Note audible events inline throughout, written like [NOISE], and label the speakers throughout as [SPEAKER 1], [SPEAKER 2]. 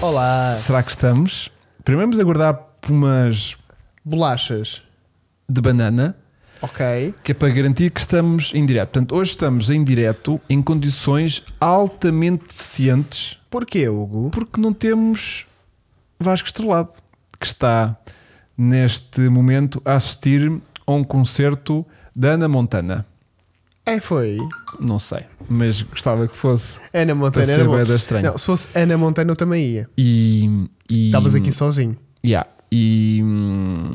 [SPEAKER 1] Olá,
[SPEAKER 2] Será que estamos? Primeiro vamos aguardar por umas
[SPEAKER 1] bolachas.
[SPEAKER 2] de banana,
[SPEAKER 1] Ok.
[SPEAKER 2] que é para garantir que estamos em direto. Portanto, hoje estamos em direto em condições altamente deficientes,
[SPEAKER 1] Porquê, Hugo?
[SPEAKER 2] porque não temos Vasco Estrelado, que está neste momento a assistir a um concerto da Ana Montana.
[SPEAKER 1] É, foi.
[SPEAKER 2] Não sei, mas gostava que fosse.
[SPEAKER 1] Ana
[SPEAKER 2] Para
[SPEAKER 1] Montana
[SPEAKER 2] ser
[SPEAKER 1] era bom.
[SPEAKER 2] bué da estranho.
[SPEAKER 1] Não, se fosse Ana Montana, eu também ia.
[SPEAKER 2] E. e-
[SPEAKER 1] Estavas aqui sozinho.
[SPEAKER 2] Yeah, e. hum,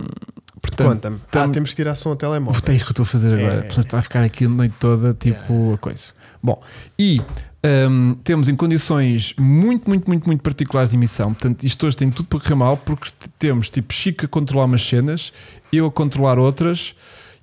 [SPEAKER 2] Portanto,
[SPEAKER 1] Conta-me. Ah,
[SPEAKER 2] tam-
[SPEAKER 1] temos que tirar som ao telemóvel.
[SPEAKER 2] Puta, é isso que eu estou a fazer
[SPEAKER 1] É.
[SPEAKER 2] agora. Portanto, vai ficar aqui a noite toda, tipo, a coisa. Bom, e hum, temos em condições muito, muito, muito, muito particulares de emissão. Portanto, isto hoje tem tudo para correr mal, porque t- temos, tipo, Chico a controlar umas cenas, eu a controlar outras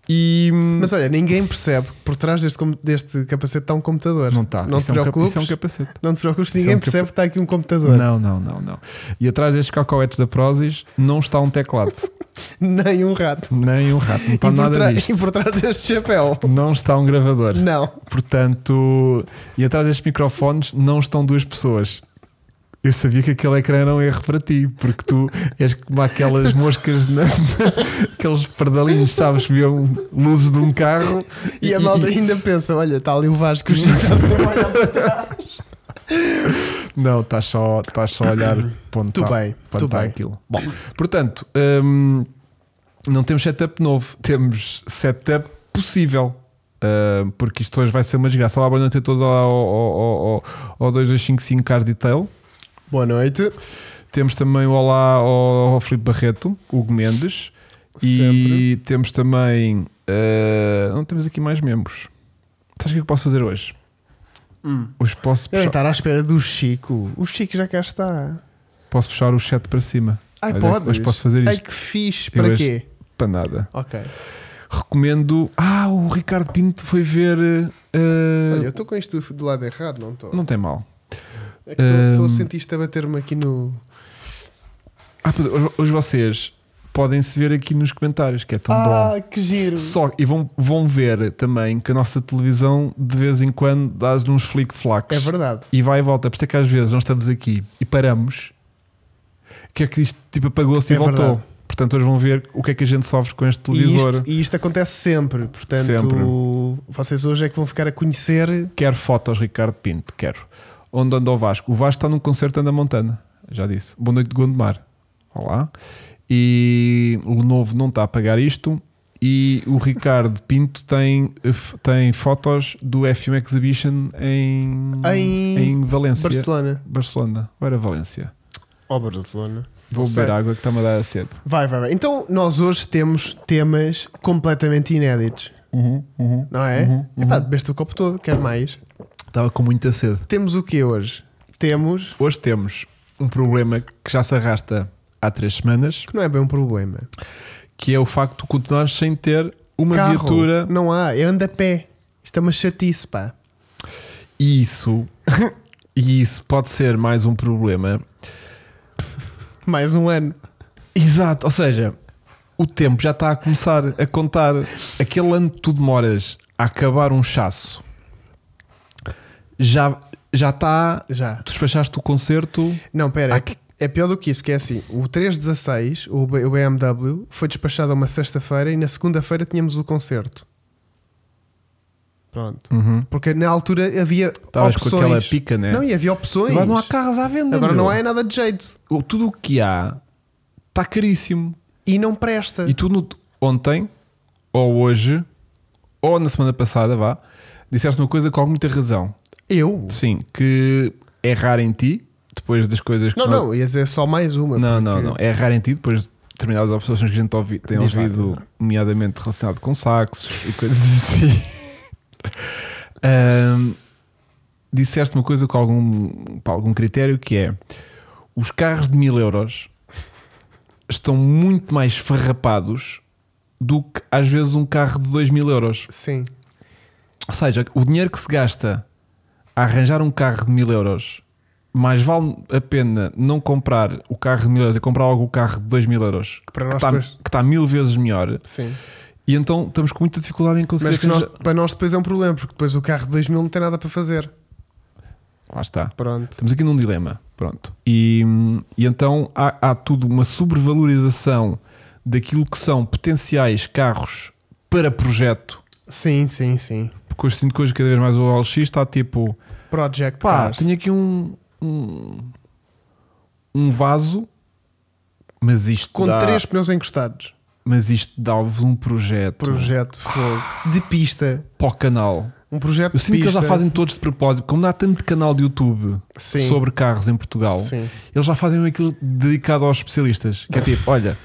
[SPEAKER 2] e. hum,
[SPEAKER 1] Mas olha, ninguém percebe que por trás deste, com- deste capacete está um computador.
[SPEAKER 2] não está.
[SPEAKER 1] Não te
[SPEAKER 2] isso, é um cap-
[SPEAKER 1] preocupes.
[SPEAKER 2] isso é um capacete.
[SPEAKER 1] Não te preocupes,
[SPEAKER 2] Isso é
[SPEAKER 1] ninguém
[SPEAKER 2] um capa-
[SPEAKER 1] percebe que está aqui um computador.
[SPEAKER 2] Não, não, não, não. E atrás destes cacauetes da Prozis não está um teclado, [LAUGHS]
[SPEAKER 1] Nem um rato.
[SPEAKER 2] nem um rato, não
[SPEAKER 1] e,
[SPEAKER 2] está
[SPEAKER 1] por
[SPEAKER 2] nada
[SPEAKER 1] tra- [LAUGHS]
[SPEAKER 2] disto.
[SPEAKER 1] e por trás deste chapéu.
[SPEAKER 2] Não está um gravador.
[SPEAKER 1] Não.
[SPEAKER 2] Portanto, e atrás destes microfones não estão duas pessoas. Eu sabia que aquele ecrã era um erro para ti, porque tu és como aquelas moscas, na- aqueles pardalinhos, sabes, que viam luzes de um carro
[SPEAKER 1] E a malda ainda pensa: olha, está ali o
[SPEAKER 2] [LAUGHS]
[SPEAKER 1] Vasco. o Chico está só a
[SPEAKER 2] Tá
[SPEAKER 1] olhar para trás.
[SPEAKER 2] Não, estás só, estás só a
[SPEAKER 1] [COUGHS]
[SPEAKER 2] olhar para onde
[SPEAKER 1] Tu
[SPEAKER 2] está-
[SPEAKER 1] bem,
[SPEAKER 2] para
[SPEAKER 1] tu
[SPEAKER 2] onde está
[SPEAKER 1] bem.
[SPEAKER 2] aquilo. Bom, portanto, hum, não temos setup novo, temos setup possível. Hum, porque isto hoje vai ser uma desgraça. Olá, boa noite a todos ao, ao, ao, ao, ao 2255 Car Detail.
[SPEAKER 1] Boa noite.
[SPEAKER 2] Temos também o Olá ao, ao Filipe Barreto, Hugo Mendes. E
[SPEAKER 1] Sempre.
[SPEAKER 2] temos também. eh, não temos aqui mais membros. Sabes o que é que eu posso fazer hoje?
[SPEAKER 1] Hum.
[SPEAKER 2] Hoje posso
[SPEAKER 1] Eu então- ia
[SPEAKER 2] puxar,
[SPEAKER 1] estar à espera do Chico. O Chico já cá está.
[SPEAKER 2] posso puxar o chat para cima.
[SPEAKER 1] Ai,
[SPEAKER 2] Olha,
[SPEAKER 1] podes.
[SPEAKER 2] Hoje posso fazer
[SPEAKER 1] Ai,
[SPEAKER 2] isto
[SPEAKER 1] que fixe.
[SPEAKER 2] Eu
[SPEAKER 1] Para
[SPEAKER 2] hoje- Eh,
[SPEAKER 1] quê?
[SPEAKER 2] para nada.
[SPEAKER 1] Ok.
[SPEAKER 2] Recomendo. Ah, o Ricardo Pinto foi ver. eh,
[SPEAKER 1] Olha, eu estou com isto do lado errado, não estou?
[SPEAKER 2] Não tem mal.
[SPEAKER 1] É que estou
[SPEAKER 2] Hum.
[SPEAKER 1] a sentir isto a bater-me aqui no.
[SPEAKER 2] Ah, pois, hoje, hoje vocês podem se ver aqui nos comentários, que é tão bom.
[SPEAKER 1] ah, que giro.
[SPEAKER 2] Só, e vão, vão ver também que a nossa televisão de vez em quando dá uns flick-flacks
[SPEAKER 1] É verdade.
[SPEAKER 2] e vai e volta. Por isso é que às vezes nós estamos aqui e paramos, que é que isto tipo apagou-se e
[SPEAKER 1] É
[SPEAKER 2] voltou.
[SPEAKER 1] verdade.
[SPEAKER 2] Portanto, hoje vão ver o que é que a gente sofre com este
[SPEAKER 1] E
[SPEAKER 2] televisor.
[SPEAKER 1] isto, e isto acontece sempre. Portanto,
[SPEAKER 2] Sempre.
[SPEAKER 1] vocês hoje é que vão ficar a conhecer.
[SPEAKER 2] Quero fotos, Ricardo Pinto, quero. Onde anda o Vasco? O Vasco está num concerto na Montana, já disse. Boa noite de Gondomar. Olá. E o novo não está a pagar isto. E o Ricardo Pinto tem, tem fotos do F1 Exhibition em,
[SPEAKER 1] Em
[SPEAKER 2] Valência.
[SPEAKER 1] Barcelona.
[SPEAKER 2] Barcelona. Ou era Valência?
[SPEAKER 1] Ó, Barcelona.
[SPEAKER 2] Vou
[SPEAKER 1] Não sei.
[SPEAKER 2] beber água que está-me a dar cedo.
[SPEAKER 1] Vai, vai, vai. Então, nós hoje temos temas completamente inéditos, não é?
[SPEAKER 2] Uhum,
[SPEAKER 1] Epá, bebeste o copo todo, quer mais?
[SPEAKER 2] Estava com muita sede.
[SPEAKER 1] Temos o que hoje? Temos,
[SPEAKER 2] Hoje temos um problema que já se arrasta há três semanas,
[SPEAKER 1] que não é bem um problema.
[SPEAKER 2] que é o facto de continuar sem ter uma
[SPEAKER 1] Carro,
[SPEAKER 2] viatura
[SPEAKER 1] Não há, é anda a pé. Isto é uma chatice, pá.
[SPEAKER 2] E isso, e isso pode ser mais um problema.
[SPEAKER 1] Mais um ano.
[SPEAKER 2] Exato, ou seja, o tempo já está a começar a contar. Aquele ano que tu demoras a acabar um chasso já, já está.
[SPEAKER 1] Já.
[SPEAKER 2] Tu despachaste o concerto.
[SPEAKER 1] Não, pera.
[SPEAKER 2] Há
[SPEAKER 1] é que- É pior do que isso, porque é assim: o 316, o B- o BMW, foi despachado a uma sexta-feira e na segunda-feira tínhamos o concerto. Pronto. Porque na altura havia
[SPEAKER 2] Estavas com
[SPEAKER 1] opções.
[SPEAKER 2] aquela pica, né?
[SPEAKER 1] Não, e havia opções.
[SPEAKER 2] Agora não há carros à venda.
[SPEAKER 1] Agora não
[SPEAKER 2] meu.
[SPEAKER 1] há é nada de jeito.
[SPEAKER 2] O- Tudo o que há está caríssimo.
[SPEAKER 1] E não presta.
[SPEAKER 2] E tu no- ontem, ou hoje, ou na semana passada, vá, disseste uma coisa com muita razão.
[SPEAKER 1] Eu?
[SPEAKER 2] Sim, que é raro em ti, depois das coisas que
[SPEAKER 1] Não,
[SPEAKER 2] nós-
[SPEAKER 1] não, ia dizer só mais uma.
[SPEAKER 2] não, não,
[SPEAKER 1] porque-
[SPEAKER 2] não. É raro em ti, depois de determinadas observações que a gente ouvi, tem
[SPEAKER 1] Diz lá,
[SPEAKER 2] ouvido,
[SPEAKER 1] diz
[SPEAKER 2] nomeadamente relacionado com saxos e coisas [LAUGHS] assim. Ahm, disseste uma coisa com algum, com algum critério que é os carros de mil euros estão muito mais farrapados do que às vezes um carro de dois mil euros.
[SPEAKER 1] Sim.
[SPEAKER 2] Ou seja, o dinheiro que se gasta a arranjar um carro de mil euros, mais vale a pena não comprar o carro de mil euros e comprar logo o carro de dois mil euros, que
[SPEAKER 1] para nós
[SPEAKER 2] está,
[SPEAKER 1] depois-
[SPEAKER 2] que está mil vezes melhor.
[SPEAKER 1] Sim.
[SPEAKER 2] E então estamos com muita dificuldade em conseguir.
[SPEAKER 1] Mas que nós,
[SPEAKER 2] arranjar-
[SPEAKER 1] para nós depois é um problema, porque depois o carro de 2000 não tem nada para fazer.
[SPEAKER 2] Lá está.
[SPEAKER 1] Pronto.
[SPEAKER 2] Estamos aqui num dilema. Pronto. E, e então há, há tudo uma sobrevalorização daquilo que são potenciais carros para projeto.
[SPEAKER 1] Sim, sim, sim.
[SPEAKER 2] Porque hoje sinto que hoje cada vez mais o OLX está tipo,
[SPEAKER 1] Project
[SPEAKER 2] pá,
[SPEAKER 1] Cars.
[SPEAKER 2] tenho aqui um, um, um vaso, mas isto
[SPEAKER 1] Com
[SPEAKER 2] dá,
[SPEAKER 1] três pneus encostados.
[SPEAKER 2] mas isto dá um projeto,
[SPEAKER 1] Projeto fogo. De pista.
[SPEAKER 2] para o canal.
[SPEAKER 1] Um projeto
[SPEAKER 2] Ah. Eu
[SPEAKER 1] de
[SPEAKER 2] sinto que
[SPEAKER 1] pista.
[SPEAKER 2] eles já fazem todos de propósito. Como há tanto canal de YouTube
[SPEAKER 1] Sim.
[SPEAKER 2] sobre carros em Portugal,
[SPEAKER 1] Sim.
[SPEAKER 2] eles já fazem aquilo dedicado aos especialistas. Que é tipo, olha,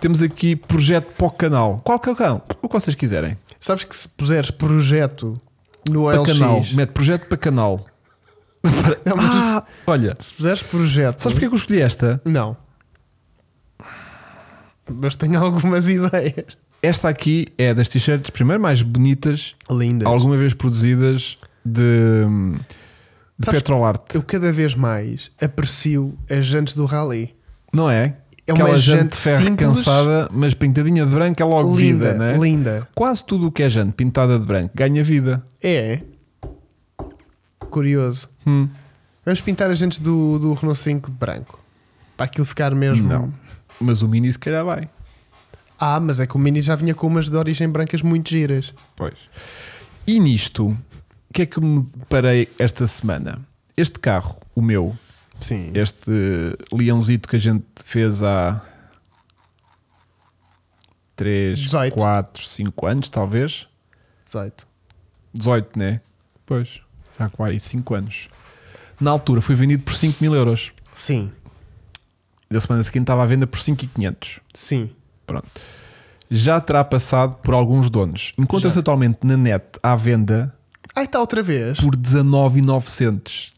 [SPEAKER 2] temos aqui projeto para o canal. Qual que é o canal? O que vocês quiserem.
[SPEAKER 1] Sabes que se puseres projeto no
[SPEAKER 2] Para
[SPEAKER 1] OLX,
[SPEAKER 2] canal. Mete projeto
[SPEAKER 1] [LAUGHS]
[SPEAKER 2] para canal.
[SPEAKER 1] Não, mas-
[SPEAKER 2] Ah, olha,
[SPEAKER 1] se puseres projeto.
[SPEAKER 2] sabes porque é que eu escolhi esta?
[SPEAKER 1] Não. Mas tenho algumas [LAUGHS] ideias.
[SPEAKER 2] Esta aqui é das t-shirts, primeiro, mais bonitas,
[SPEAKER 1] Lindas.
[SPEAKER 2] alguma vez produzidas de, de
[SPEAKER 1] Sabes-
[SPEAKER 2] Petrolarte.
[SPEAKER 1] Eu cada vez mais aprecio as jantes do rally.
[SPEAKER 2] Não é?
[SPEAKER 1] É uma
[SPEAKER 2] Aquela jante
[SPEAKER 1] jante
[SPEAKER 2] de ferro
[SPEAKER 1] simples,
[SPEAKER 2] cansada, mas pintadinha de branco é logo
[SPEAKER 1] linda,
[SPEAKER 2] vida, né?
[SPEAKER 1] linda.
[SPEAKER 2] Quase tudo o que é jante pintada de branco ganha vida.
[SPEAKER 1] É. Curioso.
[SPEAKER 2] Hum.
[SPEAKER 1] Vamos pintar as jantes do, do Renault 5 de branco. Para aquilo ficar mesmo.
[SPEAKER 2] Não. Mas o Mini se calhar vai.
[SPEAKER 1] Ah, mas é que o Mini já vinha com umas de origem brancas muito giras.
[SPEAKER 2] Pois. E nisto, o que é que me deparei esta semana? Este carro, o meu,
[SPEAKER 1] Sim.
[SPEAKER 2] este leãozito que a gente fez há 3,
[SPEAKER 1] 18.
[SPEAKER 2] 4, 5 anos, talvez.
[SPEAKER 1] 18.
[SPEAKER 2] 18, né? Pois. Já há quase 5 anos. Na altura foi vendido por 5 mil euros.
[SPEAKER 1] Sim.
[SPEAKER 2] E Da semana seguinte estava à venda por 5,500.
[SPEAKER 1] Sim.
[SPEAKER 2] Pronto. Já terá passado por alguns donos. Encontra-se
[SPEAKER 1] Já.
[SPEAKER 2] atualmente na net à venda
[SPEAKER 1] Ah, está outra vez.
[SPEAKER 2] por 19,900.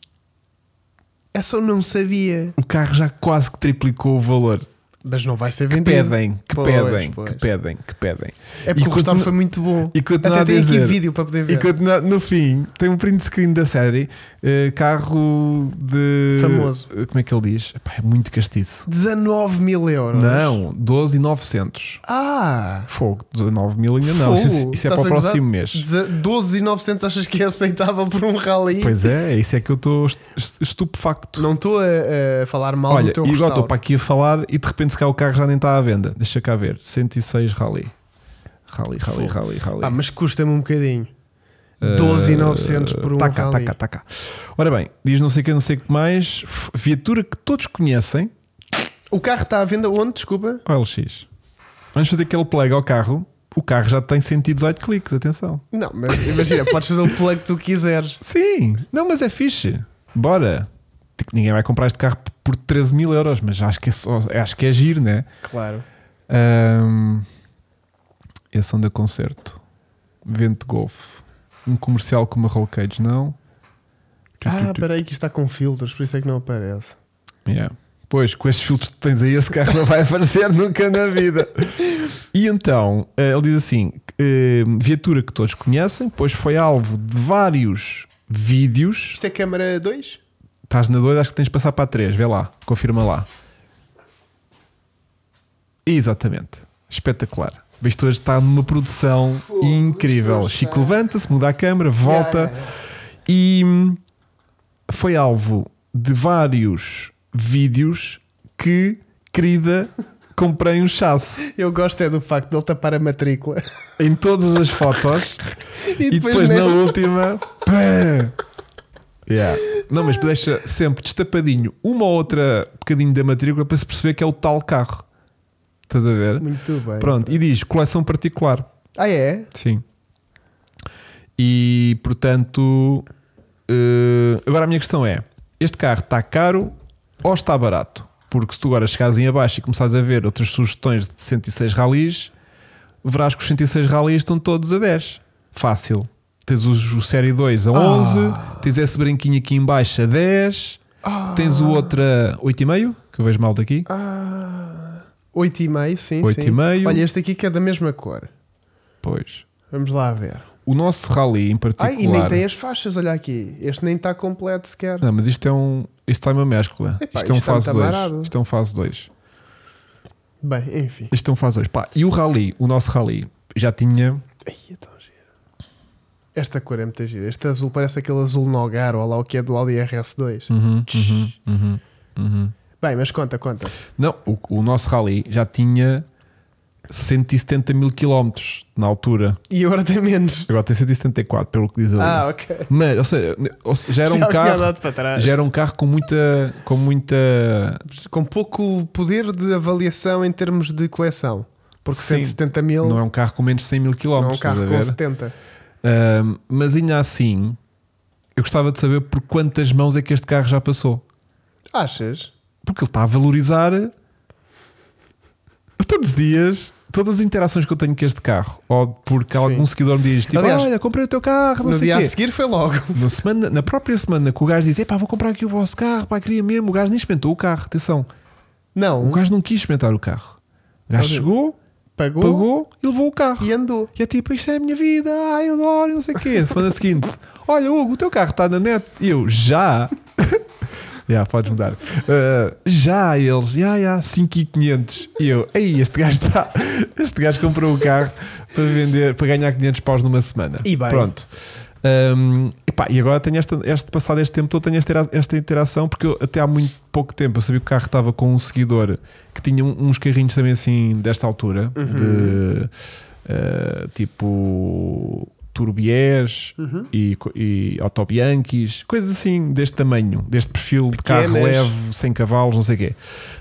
[SPEAKER 1] É só não sabia.
[SPEAKER 2] O carro já quase que triplicou o valor.
[SPEAKER 1] Mas não vai ser
[SPEAKER 2] Que
[SPEAKER 1] vendido.
[SPEAKER 2] pedem, que
[SPEAKER 1] Pois,
[SPEAKER 2] pedem,
[SPEAKER 1] pois.
[SPEAKER 2] que pedem, que pedem.
[SPEAKER 1] É porque
[SPEAKER 2] E
[SPEAKER 1] o restauro
[SPEAKER 2] continu-
[SPEAKER 1] foi muito bom.
[SPEAKER 2] e continua
[SPEAKER 1] Até
[SPEAKER 2] a
[SPEAKER 1] tem aqui
[SPEAKER 2] dizer-
[SPEAKER 1] vídeo para poder
[SPEAKER 2] E
[SPEAKER 1] ver.
[SPEAKER 2] continua- no fim, tem um print screen da série. eh, carro de.
[SPEAKER 1] Famoso.
[SPEAKER 2] eh, Como é que ele diz? Epá, é muito castiço.
[SPEAKER 1] 19 mil euros.
[SPEAKER 2] Não, 12,900.
[SPEAKER 1] Ah!
[SPEAKER 2] Fogo, 19 mil ainda não.
[SPEAKER 1] Fogo.
[SPEAKER 2] Isso, isso é
[SPEAKER 1] Estás
[SPEAKER 2] para o
[SPEAKER 1] a gozar?
[SPEAKER 2] próximo mês.
[SPEAKER 1] 12,900 achas que é aceitável por um rally?
[SPEAKER 2] Pois é, isso é que eu estou est- estupefacto.
[SPEAKER 1] Não estou a, a falar mal
[SPEAKER 2] Olha,
[SPEAKER 1] do teu
[SPEAKER 2] e agora estou
[SPEAKER 1] restauro.
[SPEAKER 2] para aqui a falar e de repente se cá o carro já nem está à venda. Deixa cá ver. 106 Rally. Rally, Rally,
[SPEAKER 1] Fogo.
[SPEAKER 2] Rally, Rally.
[SPEAKER 1] Pá, mas custa-me um bocadinho.
[SPEAKER 2] Eh,
[SPEAKER 1] 12.900 por um
[SPEAKER 2] tá cá,
[SPEAKER 1] Rally.
[SPEAKER 2] Tá cá, tá cá. Ora bem, diz não sei que, não sei que mais. f- Viatura que todos conhecem.
[SPEAKER 1] O carro está à venda onde? Desculpa.
[SPEAKER 2] OLX. Vamos fazer aquele plug ao carro. O carro já tem 118 cliques, atenção.
[SPEAKER 1] Não, mas
[SPEAKER 2] [LAUGHS]
[SPEAKER 1] imagina, podes fazer o plug que tu quiseres.
[SPEAKER 2] Sim, não, mas é fixe. Bora. Tipo, Ninguém vai comprar este carro p- por 13 mil euros, mas acho que é, só, acho que é giro, né?
[SPEAKER 1] Claro.
[SPEAKER 2] Ahm, esse onda concerto. Vento Golf. Um comercial com uma roll cage, não? Tu,
[SPEAKER 1] Ah,
[SPEAKER 2] tu, tu.
[SPEAKER 1] espera aí que isto está com filtros, por isso é que não aparece.
[SPEAKER 2] Yeah. Pois, com estes filtros que tu tens aí, esse carro não vai [LAUGHS] aparecer nunca na vida. E então, eh, ele diz assim: eh, viatura que todos conhecem, pois foi alvo de vários vídeos.
[SPEAKER 1] Isto é câmara 2?
[SPEAKER 2] Estás na 2, acho que tens de passar para a 3. Vê lá, confirma lá. Exatamente. Espetacular. Visto hoje está numa produção
[SPEAKER 1] Fogo, isto
[SPEAKER 2] incrível.
[SPEAKER 1] hoje está-
[SPEAKER 2] Chico levanta-se, muda a câmera, volta
[SPEAKER 1] Yeah, yeah,
[SPEAKER 2] e hum, foi alvo de vários vídeos que, querida, comprei um chasse
[SPEAKER 1] yeah. Eu gosto é do facto de ele tapar a matrícula.
[SPEAKER 2] em todas as fotos
[SPEAKER 1] [LAUGHS] E
[SPEAKER 2] e depois, na
[SPEAKER 1] nesta-
[SPEAKER 2] última. pá! Yeah. Não, mas deixa sempre destapadinho uma ou outra bocadinho da matrícula para se perceber que é o tal carro. Estás a ver?
[SPEAKER 1] Muito bem.
[SPEAKER 2] Pronto, e diz coleção particular.
[SPEAKER 1] Ah, é?
[SPEAKER 2] Sim. E portanto, eh, agora a minha questão é: este carro está caro ou está barato? Porque se tu agora chegares em abaixo e começares a ver outras sugestões de 106 ralis, verás que os 106 ralis estão todos a 10. Fácil. Tens os, o Série 2
[SPEAKER 1] Ah.
[SPEAKER 2] a 11, tens esse branquinho aqui em baixo a 10, tens o outro a 8,5, que eu vejo mal daqui.
[SPEAKER 1] Ah, 8,5, sim,
[SPEAKER 2] Oito e
[SPEAKER 1] sim.
[SPEAKER 2] meio.
[SPEAKER 1] Olha, este aqui que é da mesma cor.
[SPEAKER 2] Pois.
[SPEAKER 1] Vamos lá ver.
[SPEAKER 2] O nosso rally em particular.
[SPEAKER 1] Ai, e nem tem as faixas, olha aqui. Este nem está completo sequer.
[SPEAKER 2] Não, mas isto é um. Isto é uma mescla.
[SPEAKER 1] Epá,
[SPEAKER 2] isto é um
[SPEAKER 1] isto tá
[SPEAKER 2] fase
[SPEAKER 1] muito
[SPEAKER 2] 2.
[SPEAKER 1] amarado.
[SPEAKER 2] Isto é um fase 2.
[SPEAKER 1] Bem, enfim.
[SPEAKER 2] Isto é um fase 2. Pá, e o rally, o nosso rally, já tinha.
[SPEAKER 1] Ai, é tão giro. Esta cor é muito gira. Este azul parece aquele azul Nogar ou lá o que é do Audi RS2.
[SPEAKER 2] Uhum, uhum, uhum, uhum.
[SPEAKER 1] Bem, mas conta, conta.
[SPEAKER 2] Não, o, o nosso rally já tinha 170 mil quilómetros na altura.
[SPEAKER 1] E agora tem menos.
[SPEAKER 2] Agora tem 174, pelo que diz ali.
[SPEAKER 1] Ah, ok.
[SPEAKER 2] Mas, ou seja, ou seja, já era um
[SPEAKER 1] [LAUGHS] Já tinha
[SPEAKER 2] carro.
[SPEAKER 1] dado para trás.
[SPEAKER 2] Já era um carro com muita. com muita.
[SPEAKER 1] Com pouco poder de avaliação em termos de coleção. Porque
[SPEAKER 2] Sim.
[SPEAKER 1] 170 mil
[SPEAKER 2] Não é um carro com menos de 100 mil
[SPEAKER 1] não é
[SPEAKER 2] quilómetros.
[SPEAKER 1] um carro
[SPEAKER 2] estás a
[SPEAKER 1] com
[SPEAKER 2] ver?
[SPEAKER 1] 70.
[SPEAKER 2] Ahm, mas ainda assim, eu gostava de saber por quantas mãos é que este carro já passou.
[SPEAKER 1] Achas?
[SPEAKER 2] Porque ele está a valorizar todos os dias. Todas as interações que eu tenho com este carro, ou porque
[SPEAKER 1] Sim.
[SPEAKER 2] algum seguidor me diz tipo:
[SPEAKER 1] Aliás,
[SPEAKER 2] Olha, comprei o teu carro, não
[SPEAKER 1] no
[SPEAKER 2] sei
[SPEAKER 1] dia
[SPEAKER 2] o
[SPEAKER 1] a
[SPEAKER 2] quê.
[SPEAKER 1] seguir foi logo.
[SPEAKER 2] Na, semana, na própria semana que o gajo diz: Epá, vou comprar aqui o vosso carro, pá, queria mesmo. O gajo nem experimentou o carro, atenção. O
[SPEAKER 1] Não,
[SPEAKER 2] gajo não quis experimentar o carro. O gajo
[SPEAKER 1] Olha.
[SPEAKER 2] chegou,
[SPEAKER 1] pagou,
[SPEAKER 2] pagou e levou o carro.
[SPEAKER 1] e andou.
[SPEAKER 2] E é tipo, isto é a minha vida, ai, eu adoro, e não sei o quê. Semana seguinte, olha, Hugo, o teu carro está na net. E eu, já. [LAUGHS] Já, podes mudar. Ah, já, E eles, já, já, 5,500. E eu, ei, este gajo está. Este gajo comprou o carro para vender, para ganhar 500 paus numa semana.
[SPEAKER 1] E bem.
[SPEAKER 2] Pronto. Ahm, epá, e agora tenho esta, este, passado este tempo todo, tenho esta, era- esta interação, porque eu, até há muito pouco tempo eu sabia que o carro estava com um seguidor que tinha um- uns carrinhos também assim desta altura,
[SPEAKER 1] Uhum.
[SPEAKER 2] de ah, tipo Turbiés e, co- e Autobianquis, coisas assim deste tamanho, deste perfil de carro
[SPEAKER 1] Pequenas.
[SPEAKER 2] leve, 100 cavalos, não sei o quê.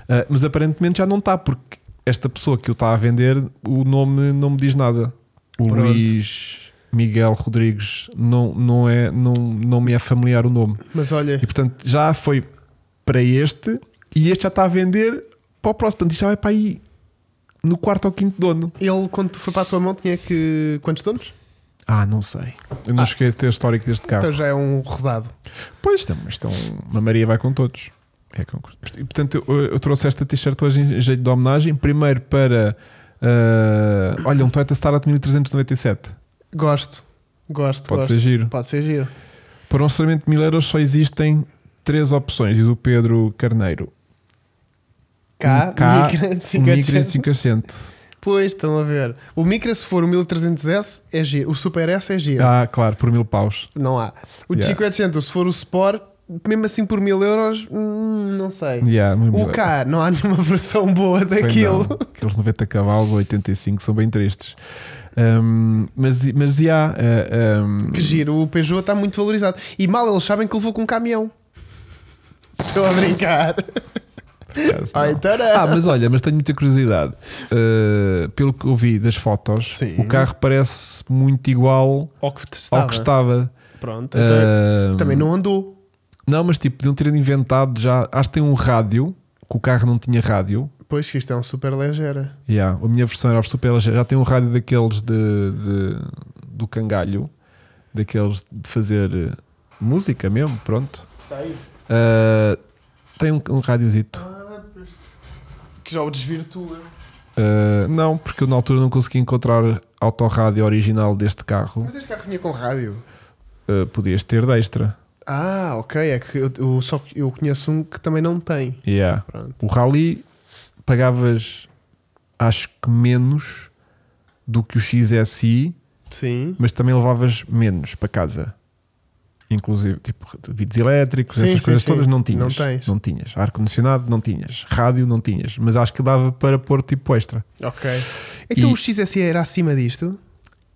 [SPEAKER 2] Ah, mas aparentemente já não está, porque esta pessoa que o está a vender, o nome não me diz nada. O
[SPEAKER 1] Pronto.
[SPEAKER 2] Luís Miguel Rodrigues não, não, é, não, não me é familiar o nome.
[SPEAKER 1] Mas olha,
[SPEAKER 2] E portanto já foi para este e este já está a vender para o próximo. Portanto, isto já vai para aí no quarto ou quinto dono.
[SPEAKER 1] ele quando foi para a tua mão tinha que. Quantos donos?
[SPEAKER 2] Ah, não sei. Eu não
[SPEAKER 1] Ah.
[SPEAKER 2] cheguei a ter histórico deste carro.
[SPEAKER 1] Então já é um rodado.
[SPEAKER 2] Pois, então, mas então, uma Maria vai com todos. É com... E, portanto, eu, eu trouxe esta t-shirt hoje em jeito de homenagem. Primeiro para. ah, olha, um Toyota Starlet 1397.
[SPEAKER 1] Gosto, gosto,
[SPEAKER 2] Pode
[SPEAKER 1] gosto.
[SPEAKER 2] ser giro.
[SPEAKER 1] Pode ser giro.
[SPEAKER 2] Para um orçamento de 1000 euros só existem três opções, diz o Pedro Carneiro.
[SPEAKER 1] Cá,
[SPEAKER 2] um K,
[SPEAKER 1] Micra de
[SPEAKER 2] um
[SPEAKER 1] 500.
[SPEAKER 2] Micra de 500.
[SPEAKER 1] Pois, estão a ver. O Micra, se for o 1300S, é giro. O Super S é giro.
[SPEAKER 2] Ah, claro, por mil paus.
[SPEAKER 1] Não há. O
[SPEAKER 2] Yeah.
[SPEAKER 1] 500, se for o Sport, mesmo assim por mil euros, hum, não sei.
[SPEAKER 2] Yeah,
[SPEAKER 1] O K, não há nenhuma [LAUGHS] versão boa daquilo.
[SPEAKER 2] Aqueles 90 cavalos, 85, são bem tristes. Ahm, mas, mas, yeah, ah, ahm,
[SPEAKER 1] Que giro, o Peugeot está muito valorizado. E mal eles sabem que levou com um caminhão. Estou a brincar.
[SPEAKER 2] caso
[SPEAKER 1] Ah,
[SPEAKER 2] não.
[SPEAKER 1] então não.
[SPEAKER 2] Ah, mas olha, mas tenho muita curiosidade. Uh, pelo que eu vi das fotos,
[SPEAKER 1] Sim.
[SPEAKER 2] o carro parece muito igual
[SPEAKER 1] Ao que estava.
[SPEAKER 2] ao que estava.
[SPEAKER 1] Pronto, então,
[SPEAKER 2] Uh,
[SPEAKER 1] também não andou.
[SPEAKER 2] não, mas tipo, podiam ter inventado já. Acho que tem um rádio, que o carro não tinha rádio.
[SPEAKER 1] Pois que isto é um super ligeira.
[SPEAKER 2] Yeah, a minha versão era super ligeira. Já tem um rádio daqueles de, de- do cangalho, daqueles de fazer eh, música mesmo, pronto.
[SPEAKER 1] Está aí.
[SPEAKER 2] Uh, tem um, um rádiozito.
[SPEAKER 1] Que já o desvirtua.
[SPEAKER 2] Uh, não, porque eu na altura não consegui encontrar autorrádio original deste carro.
[SPEAKER 1] Mas este carro vinha com rádio.
[SPEAKER 2] Uh, podias ter de extra.
[SPEAKER 1] Ah, ok. É que eu, eu só, eu conheço um que também não tem.
[SPEAKER 2] Yeah.
[SPEAKER 1] Pronto.
[SPEAKER 2] O Rally pagavas acho que menos do que o XSI,
[SPEAKER 1] Sim.
[SPEAKER 2] mas também levavas menos para casa. Inclusive, tipo, vídeos elétricos,
[SPEAKER 1] Sim,
[SPEAKER 2] essas
[SPEAKER 1] sim,
[SPEAKER 2] coisas
[SPEAKER 1] sim.
[SPEAKER 2] todas não tinhas.
[SPEAKER 1] Não tens.
[SPEAKER 2] Não tinhas. Ar-condicionado não tinhas. Rádio não tinhas. Mas acho que dava para pôr tipo extra.
[SPEAKER 1] Ok. Então
[SPEAKER 2] E-
[SPEAKER 1] o XSE era acima disto?